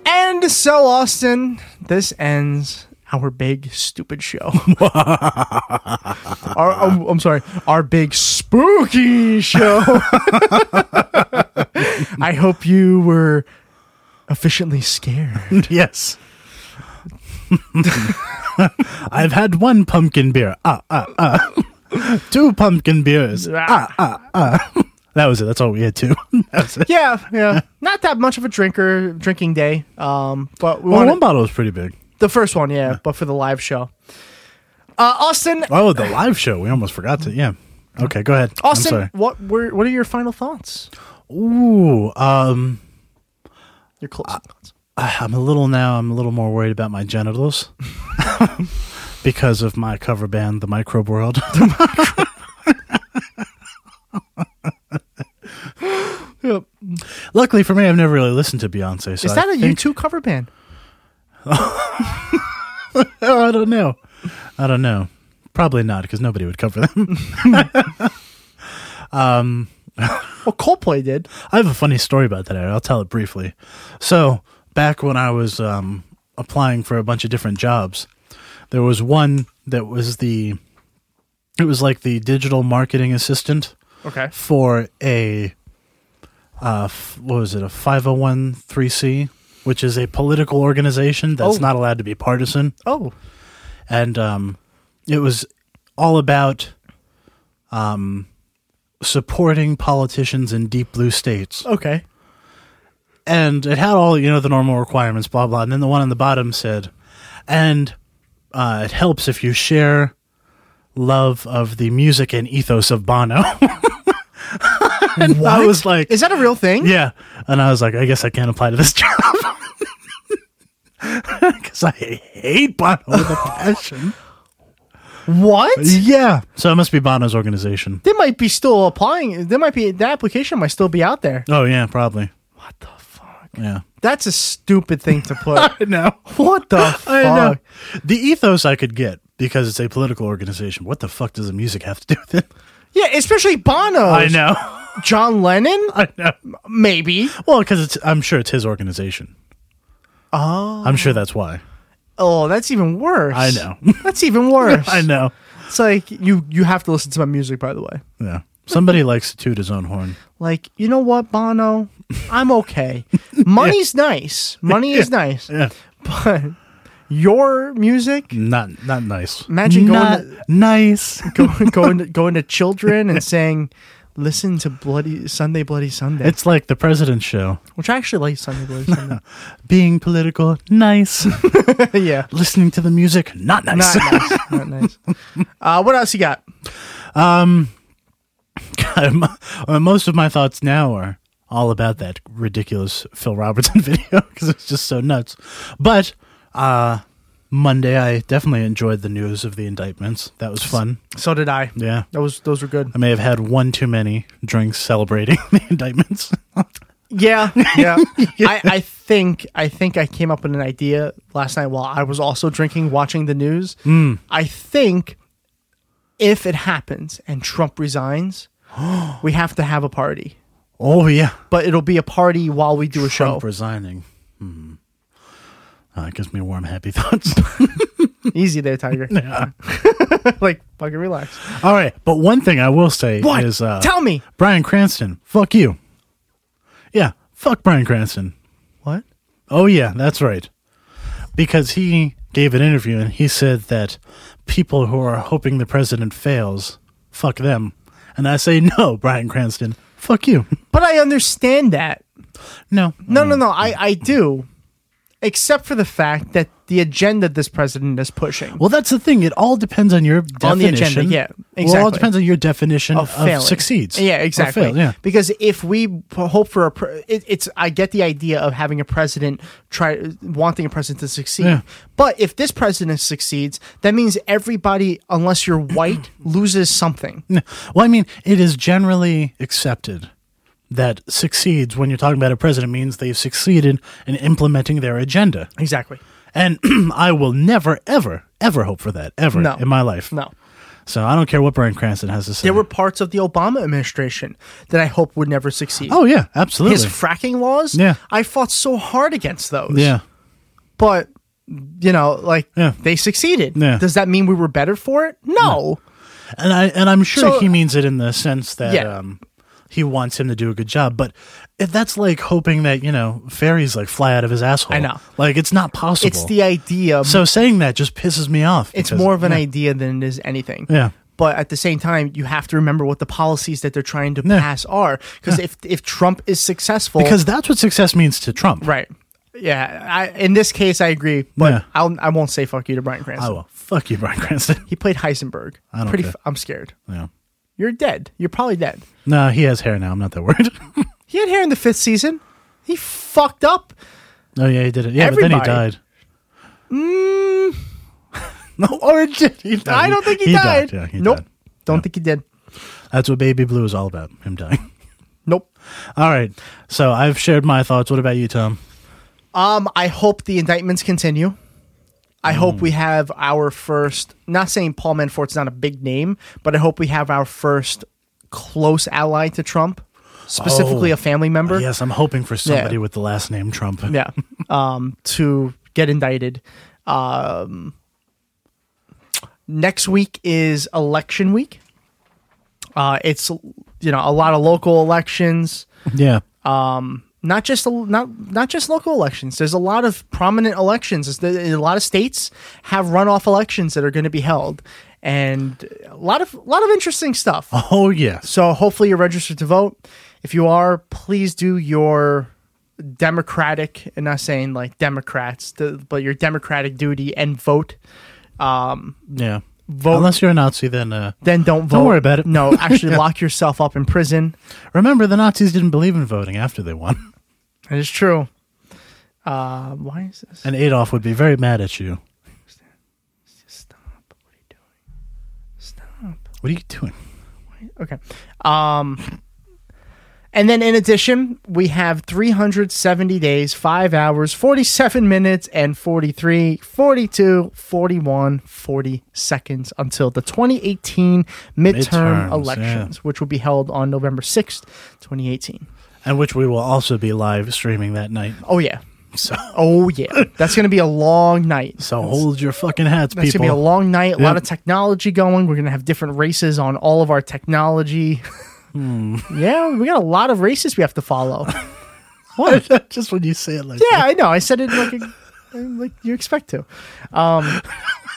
Speaker 5: And so, Austin, this ends our big stupid show. our, oh, I'm sorry, our big spooky show. I hope you were efficiently scared.
Speaker 6: yes. I've had one pumpkin beer. Ah, ah, ah. Two pumpkin beers. Ah, ah, ah. That was it. That's all we had, too. That was it.
Speaker 5: Yeah, yeah. Not that much of a drinker drinking day. Um, but we
Speaker 6: Well,
Speaker 5: wanted-
Speaker 6: one bottle was pretty big.
Speaker 5: the first one, yeah, but for the live show. Uh, Austin,
Speaker 6: Oh, the live show. We almost forgot to. Yeah. Okay, go ahead. I'm
Speaker 5: Austin,
Speaker 6: sorry.
Speaker 5: what were what are your final thoughts?
Speaker 6: Ooh, um,
Speaker 5: Your
Speaker 6: Uh,
Speaker 5: closing thoughts.
Speaker 6: I- I'm a little now. I'm a little more worried about my genitals because of my cover band, The Microbe World.
Speaker 5: Yep.
Speaker 6: Luckily for me, I've never really listened to Beyonce. So
Speaker 5: Is that
Speaker 6: I
Speaker 5: a
Speaker 6: think-
Speaker 5: U2 cover band?
Speaker 6: Oh, I don't know. I don't know. Probably not because nobody would cover them.
Speaker 5: Well, Coldplay did.
Speaker 6: I have a funny story about that. I'll tell it briefly. So back when I was um, applying for a bunch of different jobs, there was one that was the. It was like the digital marketing assistant.
Speaker 5: Okay.
Speaker 6: for a uh, f- what was it a 501c which is a political organization that's
Speaker 5: Oh.
Speaker 6: not allowed to be partisan
Speaker 5: Oh,
Speaker 6: and um, it was all about um, supporting politicians in deep blue states
Speaker 5: okay.
Speaker 6: and it had all you know the normal requirements blah blah and then the one on the bottom said and uh, it helps if you share love of the music and ethos of bono and i was like
Speaker 5: Is that a real thing?
Speaker 6: Yeah. And I was like, I guess I can't apply to this job. Because I hate Bono with a passion.
Speaker 5: What?
Speaker 6: yeah. So it must be Bono's organization.
Speaker 5: They might be still applying. They might be that application might still be out there.
Speaker 6: Oh, yeah, probably. What the fuck? Yeah.
Speaker 5: That's a stupid thing to put.
Speaker 6: I know.
Speaker 5: what the fuck?
Speaker 6: I know. The ethos I could get because it's a political organization. What the fuck does the music have to do with it?
Speaker 5: Yeah, especially Bono.
Speaker 6: I know.
Speaker 5: John Lennon,
Speaker 6: I know.
Speaker 5: maybe.
Speaker 6: Well, because I'm sure it's his organization. Oh. I'm sure that's why.
Speaker 5: Oh, that's even worse.
Speaker 6: I know.
Speaker 5: That's even worse.
Speaker 6: I know.
Speaker 5: It's like you you have to listen to my music, by the way.
Speaker 6: Yeah. Somebody likes to toot his own horn.
Speaker 5: Like, you know what, Bono? I'm okay. Money's nice. Money is nice.
Speaker 6: Yeah.
Speaker 5: But your music
Speaker 6: Not not nice.
Speaker 5: Imagine going
Speaker 6: Not
Speaker 5: to-
Speaker 6: nice.
Speaker 5: going going to, going to children and saying, "Listen to bloody Sunday, bloody Sunday,"
Speaker 6: It's like the president's show.
Speaker 5: which I actually like Sunday, bloody Sunday.
Speaker 6: Being political, nice.
Speaker 5: yeah,
Speaker 6: Listening to the music, not nice.
Speaker 5: not nice, not nice. Uh, what else you got?
Speaker 6: I'm- uh, most of my thoughts now are all about that ridiculous Phil Robertson video because it's just so nuts. But uh, Monday, I definitely enjoyed the news of the indictments. That was fun.
Speaker 5: So did I.
Speaker 6: Yeah.
Speaker 5: Those those were good.
Speaker 6: I may have had one too many drinks celebrating the indictments.
Speaker 5: Yeah, yeah. I, I think I think I came up with an idea last night while I was also drinking, watching the news. I think if it happens and Trump resigns, we have to have a party.
Speaker 6: oh, yeah.
Speaker 5: But it'll be a party while we do a
Speaker 6: Trump
Speaker 5: show.
Speaker 6: resigning. Hmm. Uh, it gives me warm, happy thoughts.
Speaker 5: Easy there, Tiger. like fucking relax.
Speaker 6: All right, but one thing I will say
Speaker 5: What?
Speaker 6: is, uh,
Speaker 5: Tell me.
Speaker 6: Brian Cranston, fuck you. Yeah, fuck Brian Cranston.
Speaker 5: What?
Speaker 6: Oh yeah, that's right. Because he gave an interview and he said that people who are hoping the president fails, fuck them. And I say no, Brian Cranston, fuck you.
Speaker 5: But I understand that.
Speaker 6: No,
Speaker 5: No, no, no. I I do. except for the fact that the agenda this president is pushing.
Speaker 6: Well, that's the thing. It all depends on your definition.
Speaker 5: On the agenda, yeah,
Speaker 6: Well, it all
Speaker 5: exactly.
Speaker 6: depends on your definition of,
Speaker 5: failing.
Speaker 6: succeeds.
Speaker 5: Yeah,
Speaker 6: Or
Speaker 5: exactly.
Speaker 6: fail, yeah.
Speaker 5: Because if we p- hope for a, pre- it, it's I get the idea of having a president try wanting a president to succeed.
Speaker 6: Yeah.
Speaker 5: But if this president succeeds, that means everybody, unless you're white, loses something.
Speaker 6: No. Well, I mean, it is generally accepted that succeeds when you're talking about a president means they've succeeded in implementing their agenda.
Speaker 5: Exactly.
Speaker 6: And I will never, ever, ever hope for that, ever
Speaker 5: No.
Speaker 6: in my life.
Speaker 5: No.
Speaker 6: So I don't care what Brian Cranston has to say.
Speaker 5: There were parts of the Obama administration that I hope would never succeed.
Speaker 6: oh, yeah, absolutely.
Speaker 5: His fracking laws.
Speaker 6: Yeah.
Speaker 5: I fought so hard against those.
Speaker 6: yeah.
Speaker 5: But you know, like
Speaker 6: Yeah.
Speaker 5: they succeeded.
Speaker 6: Yeah.
Speaker 5: Does that mean we were better for it? No.
Speaker 6: And I and I'm sure
Speaker 5: So-
Speaker 6: he means it in the sense that
Speaker 5: Yeah.
Speaker 6: um, he wants him to do a good job. But if that's like hoping that you know fairies like fly out of his asshole.
Speaker 5: I know.
Speaker 6: like it's not possible.
Speaker 5: It's the idea.
Speaker 6: so saying that just pisses me off.
Speaker 5: it's
Speaker 6: because-
Speaker 5: more of an
Speaker 6: yeah.
Speaker 5: idea than it is anything.
Speaker 6: Yeah.
Speaker 5: But at the same time, you have to remember what the policies that they're trying to
Speaker 6: Yeah.
Speaker 5: pass are. Because if if Trump is successful,
Speaker 6: because that's what success means to Trump.
Speaker 5: right, yeah. I, in this case, I agree. But
Speaker 6: Yeah.
Speaker 5: I'll, I won't say fuck you to Brian Cranston.
Speaker 6: I will fuck you, Brian Cranston.
Speaker 5: He played Heisenberg.
Speaker 6: I don't
Speaker 5: Pretty.
Speaker 6: care.
Speaker 5: F- I'm scared.
Speaker 6: yeah.
Speaker 5: You're dead. You're probably dead.
Speaker 6: No, he has hair now. I'm not that worried.
Speaker 5: He had hair in the fifth season. He fucked up.
Speaker 6: oh yeah, he did it. Yeah, but then he
Speaker 5: Everybody. Mm.
Speaker 6: died. no, or did he? die?
Speaker 5: I don't think he, died.
Speaker 6: died. Yeah, he
Speaker 5: nope.
Speaker 6: died.
Speaker 5: Don't think he did.
Speaker 6: That's what Baby Blue is all about. Him dying.
Speaker 5: Nope.
Speaker 6: All right. So I've shared my thoughts. What about you, Tom?
Speaker 5: Um, I hope the indictments continue. I hope we
Speaker 6: Mm.
Speaker 5: have our first. Not saying Paul Manfort's not a big name, but I hope we have our first close ally to Trump, specifically
Speaker 6: Oh.
Speaker 5: a family member.
Speaker 6: Yes, I'm hoping for somebody
Speaker 5: Yeah.
Speaker 6: with the last name Trump.
Speaker 5: Yeah. Um, to get indicted. Um, next week is election week. Uh, it's you know a lot of local elections.
Speaker 6: Yeah.
Speaker 5: Oh. not just not not just local elections. There's a lot of prominent elections. It's the- A lot of states have runoff elections that are going to be held, and a lot of lot of interesting stuff.
Speaker 6: Oh yes.
Speaker 5: So hopefully you're registered to vote. If you are, please do your democratic and not saying like Democrats, th- but your democratic duty and vote.
Speaker 6: Yeah.
Speaker 5: Vote.
Speaker 6: Unless you're a Nazi, then uh,
Speaker 5: Then don't vote.
Speaker 6: Don't worry about it.
Speaker 5: No, actually lock yourself up in prison.
Speaker 6: remember the Nazis didn't believe in voting after they won,
Speaker 5: It is true. Uh, why is this?
Speaker 6: and Adolf would be very mad at you.
Speaker 5: Stop. What are you doing? Stop.
Speaker 6: What are you doing?
Speaker 5: Okay. Um and then in addition, we have 370 days, 5 hours, 47 minutes and 43, 42, 41, 40 seconds until the 2018 midterm
Speaker 6: Midterms,
Speaker 5: elections, which will be held on November 6th, 2018.
Speaker 6: And which we will also be live streaming that night.
Speaker 5: Oh yeah.
Speaker 6: So,
Speaker 5: Oh yeah. That's going to be a long night.
Speaker 6: so hold your fucking hats,
Speaker 5: That's
Speaker 6: people.
Speaker 5: gonna be a long night. A lot
Speaker 6: Yeah.
Speaker 5: of technology going. We're gonna have different races on all of our technology. Hmm. Yeah, we got a lot of races we have to follow. what?
Speaker 6: Just when you say it like
Speaker 5: Yeah, I know. I said it like a, like you expect to.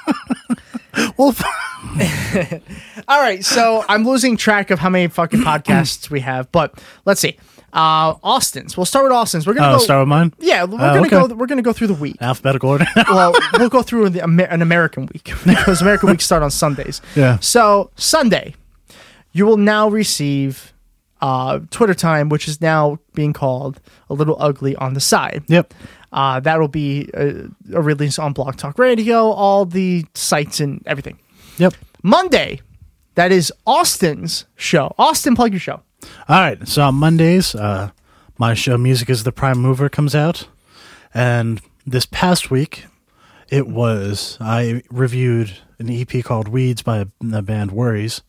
Speaker 6: that. Well,
Speaker 5: All right, so I'm losing track of how many fucking podcasts we have, but let's see. Uh, Austin's. We'll start with Austin's. We're gonna
Speaker 6: oh,
Speaker 5: go.
Speaker 6: start with mine.
Speaker 5: yeah, we're
Speaker 6: Oh,
Speaker 5: gonna
Speaker 6: okay.
Speaker 5: go. We're gonna go through the week.
Speaker 6: Alphabetical order.
Speaker 5: well, we'll go through the, Amer- an American week because American weeks start on Sundays.
Speaker 6: Yeah.
Speaker 5: So Sunday, you will now receive uh, Twitter time, which is now being called a little ugly on the side.
Speaker 6: yep.
Speaker 5: Uh, that'll be a, a release on Block Talk Radio, all the sites and everything.
Speaker 6: Yep.
Speaker 5: Monday, that is Austin's show. Austin, plug your show.
Speaker 6: All right. So on Mondays, uh, my show Music is the Prime Mover comes out. And this past week, it was, I reviewed an EP called Weeds by the band Worries.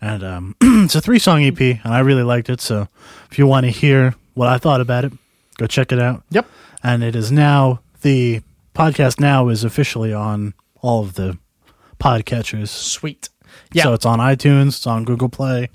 Speaker 6: And um, it's a three song EP, and I really liked it. So if you want to hear what I thought about it, go check it out.
Speaker 5: Yep.
Speaker 6: And it is now, the podcast now is officially on all of the podcatchers.
Speaker 5: Sweet. Yeah.
Speaker 6: So it's on iTunes, it's on Google Play.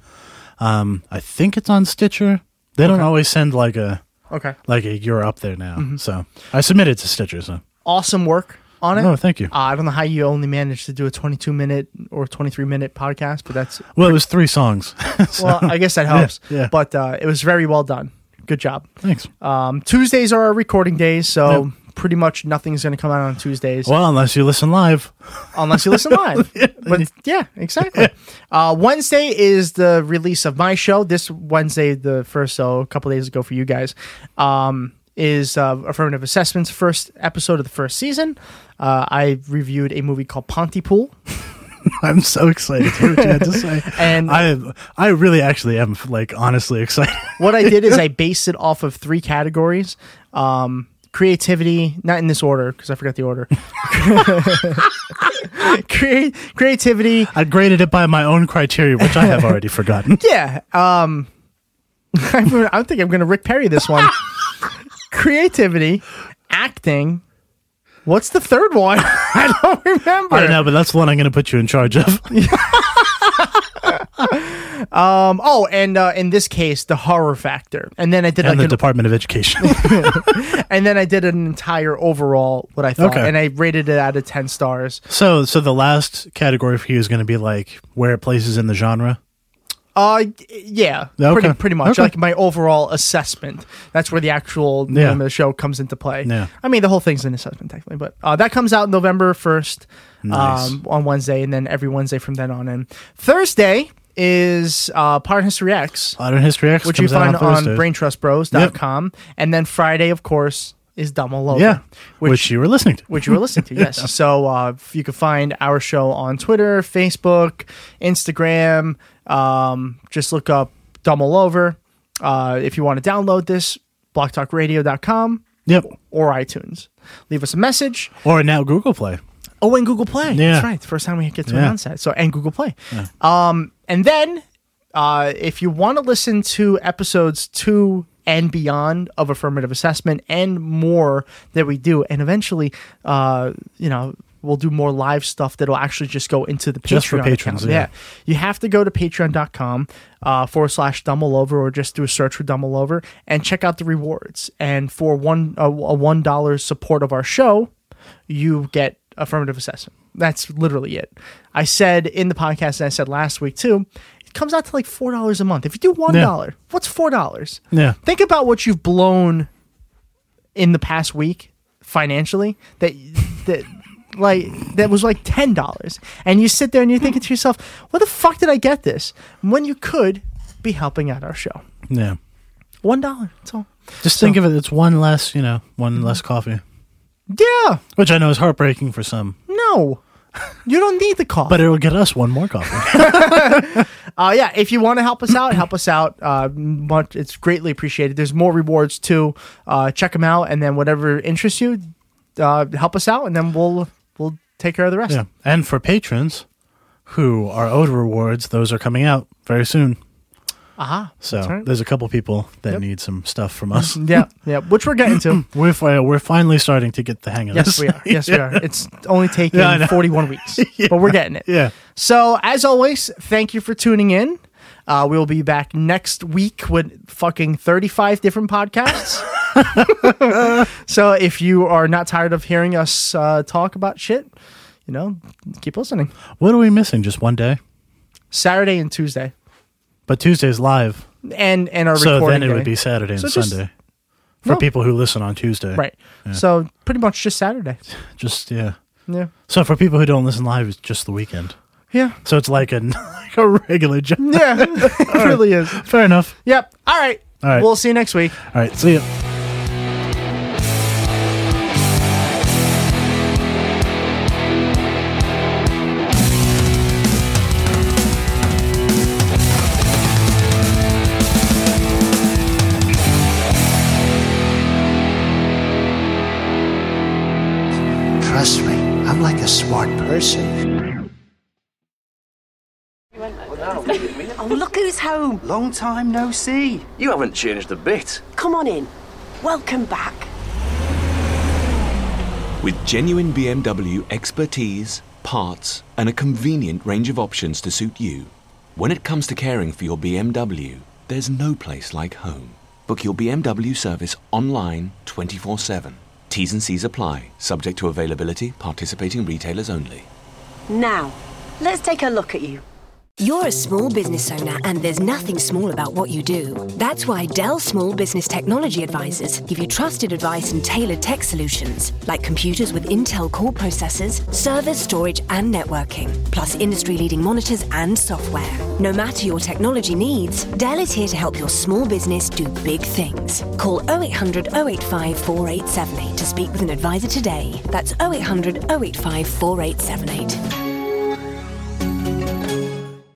Speaker 6: Um, I think it's on Stitcher. They don't always send like a
Speaker 5: okay.
Speaker 6: like a you're up there now.
Speaker 5: Mm-hmm.
Speaker 6: So I submitted to Stitcher. So
Speaker 5: Awesome work on it.
Speaker 6: no, thank you.
Speaker 5: Uh, I don't know how you only managed to do a 22 minute or 23 minute podcast, but that's
Speaker 6: well, it was three songs. So,
Speaker 5: well, I guess that helps.
Speaker 6: yeah.
Speaker 5: But uh, it was very well done. Good job.
Speaker 6: thanks.
Speaker 5: Um, Tuesdays are our recording days, so pretty much nothing's going to come out on Tuesdays.
Speaker 6: Well, unless you listen live.
Speaker 5: unless you listen live. but yeah, exactly. Uh, Wednesday is the release of my show. This Wednesday, the first, so a couple days ago for you guys, um, is uh, Affirmative Assessment's first episode of the first season. Uh, I reviewed a movie called Pontypool.
Speaker 6: I'm so excited to hear what you had to say.
Speaker 5: And
Speaker 6: I, I really actually am like honestly excited.
Speaker 5: what I did is I based it off of three categories. Um, creativity, not in this order because I forgot the order. Crea- creativity,
Speaker 6: I graded it by my own criteria, which I have already forgotten.
Speaker 5: Yeah. Um, I'm, gonna- I think I'm going to Rick Perry this one. Creativity, acting. What's the third one? I don't remember.
Speaker 6: I don't know, but that's the one I'm going to put you in charge of.
Speaker 5: Um, oh, and uh, in this case, the horror factor. And then I did
Speaker 6: and
Speaker 5: like
Speaker 6: the
Speaker 5: an,
Speaker 6: Department of Education.
Speaker 5: and then I did an entire overall what I thought,
Speaker 6: Okay.
Speaker 5: and I rated it out of ten stars.
Speaker 6: so, so the last category for you is going to be like where it places in the genre.
Speaker 5: Uh, yeah,
Speaker 6: Okay.
Speaker 5: pretty pretty much
Speaker 6: Okay.
Speaker 5: like my overall assessment. That's where the actual
Speaker 6: Yeah.
Speaker 5: name of the show comes into play.
Speaker 6: Yeah.
Speaker 5: I mean the whole thing's an assessment technically, but uh, that comes out November first,
Speaker 6: Nice.
Speaker 5: um, on Wednesday, and then every Wednesday from then on. And Thursday is uh, Part History X,
Speaker 6: Modern History X,
Speaker 5: which you
Speaker 6: comes
Speaker 5: find
Speaker 6: out on,
Speaker 5: on,
Speaker 6: Thursdays.
Speaker 5: BrainTrustBros.com, and then Friday, of course, is Dumb All Over.
Speaker 6: Yeah, which, you were listening to.
Speaker 5: which you were listening to. Yes. So uh, you can find our show on Twitter, Facebook, Instagram. Um, just look up Dumb All Over. Uh, if you want to download this, blocktalkradio.com
Speaker 6: Yep.
Speaker 5: or iTunes. Leave us a message.
Speaker 6: Or now Google Play.
Speaker 5: Oh, and Google Play.
Speaker 6: Yeah.
Speaker 5: That's right. The first time we get to
Speaker 6: Yeah.
Speaker 5: announce that. So, and Google Play. Um, and then uh, if you want to listen to episodes two and beyond of affirmative assessment and more that we do, and eventually, uh, you know, we'll do more live stuff that'll actually just go into the Patreon.
Speaker 6: Just for patrons,
Speaker 5: account.
Speaker 6: yeah.
Speaker 5: You have to go to patreon.com uh, forward slash dumble over or just do a search for dumble over and check out the rewards. And for one uh, a, a $1 support of our show, you get affirmative assessment. That's literally it. I said in the podcast, and I said last week too, it comes out to like four dollars a month. If you do one dollar, what's four dollars?
Speaker 6: Yeah.
Speaker 5: Think about what you've blown in the past week financially that that like that was like ten dollars, and you sit there and you're thinking to yourself, "What the fuck did I get this?" When you could be helping out our show,
Speaker 6: Yeah.
Speaker 5: one dollar. That's all.
Speaker 6: Just think of it. It's one less, you know,
Speaker 5: Mm-hmm.
Speaker 6: one less coffee,
Speaker 5: Yeah.
Speaker 6: which I know is heartbreaking for some,
Speaker 5: No. You don't need the call.
Speaker 6: but it'll get us one more coffee.
Speaker 5: Uh, yeah, if you want to help us out, help us out. Uh, much, it's greatly appreciated. There's more rewards too. Uh, check them out, and then whatever interests you, uh, help us out, and then we'll we'll take care of the rest.
Speaker 6: yeah. And for patrons who are owed rewards, those are coming out very soon.
Speaker 5: Aha.
Speaker 6: So
Speaker 5: Uh-huh. That's right. Mm-hmm.
Speaker 6: there's a couple people that need some stuff from us.
Speaker 5: Yeah, yeah. Which we're getting to.
Speaker 6: We're fi- we're finally starting to get the hang of
Speaker 5: Yes,
Speaker 6: this.
Speaker 5: we are. Yes, we are. It's only taken
Speaker 6: Yeah, I know.
Speaker 5: 41 weeks, but we're getting it.
Speaker 6: Yeah.
Speaker 5: So, as always, thank you for tuning in. Uh, we'll be back next week with fucking 35 different podcasts. so, if you are not tired of hearing us uh, talk about shit, you know, keep listening.
Speaker 6: What are we missing? Just one day,
Speaker 5: Saturday and Tuesday,
Speaker 6: but Tuesday's live,
Speaker 5: and and our
Speaker 6: so
Speaker 5: recording
Speaker 6: then it
Speaker 5: day.
Speaker 6: would be Saturday and
Speaker 5: So just-
Speaker 6: Sunday for
Speaker 5: No.
Speaker 6: people who listen on Tuesday.
Speaker 5: right. So, pretty much just Saturday.
Speaker 6: Just yeah.
Speaker 5: Yeah,
Speaker 6: So for people who don't listen live, it's just the weekend.
Speaker 5: yeah,
Speaker 6: So it's like a like a regular job.
Speaker 5: yeah. it really is.
Speaker 6: Fair enough.
Speaker 5: Yep. All right.
Speaker 6: All right.
Speaker 5: We'll see you next week.
Speaker 6: All right. See ya.
Speaker 8: Trust me, I'm like a smart person.
Speaker 10: Oh, look who's home.
Speaker 8: Long time no see.
Speaker 1: You haven't changed a bit.
Speaker 10: Come on in. Welcome back.
Speaker 11: With genuine BMW expertise, parts, and a convenient range of options to suit you. When it comes to caring for your BMW, there's no place like home. Book your BMW service online 24 7. T's and C's apply, subject to availability, participating retailers only.
Speaker 10: Now, let's take a look at you.
Speaker 1: You're a small business owner, and there's nothing small about what you do. That's why Dell Small Business Technology Advisors give you trusted advice and tailored tech solutions, like computers with Intel core processors, servers, storage, and networking, plus industry leading monitors and software. No matter your technology needs, Dell is here to help your small business do big things. Call 0800 085 4878 to speak with an advisor today. That's 0800 085 4878.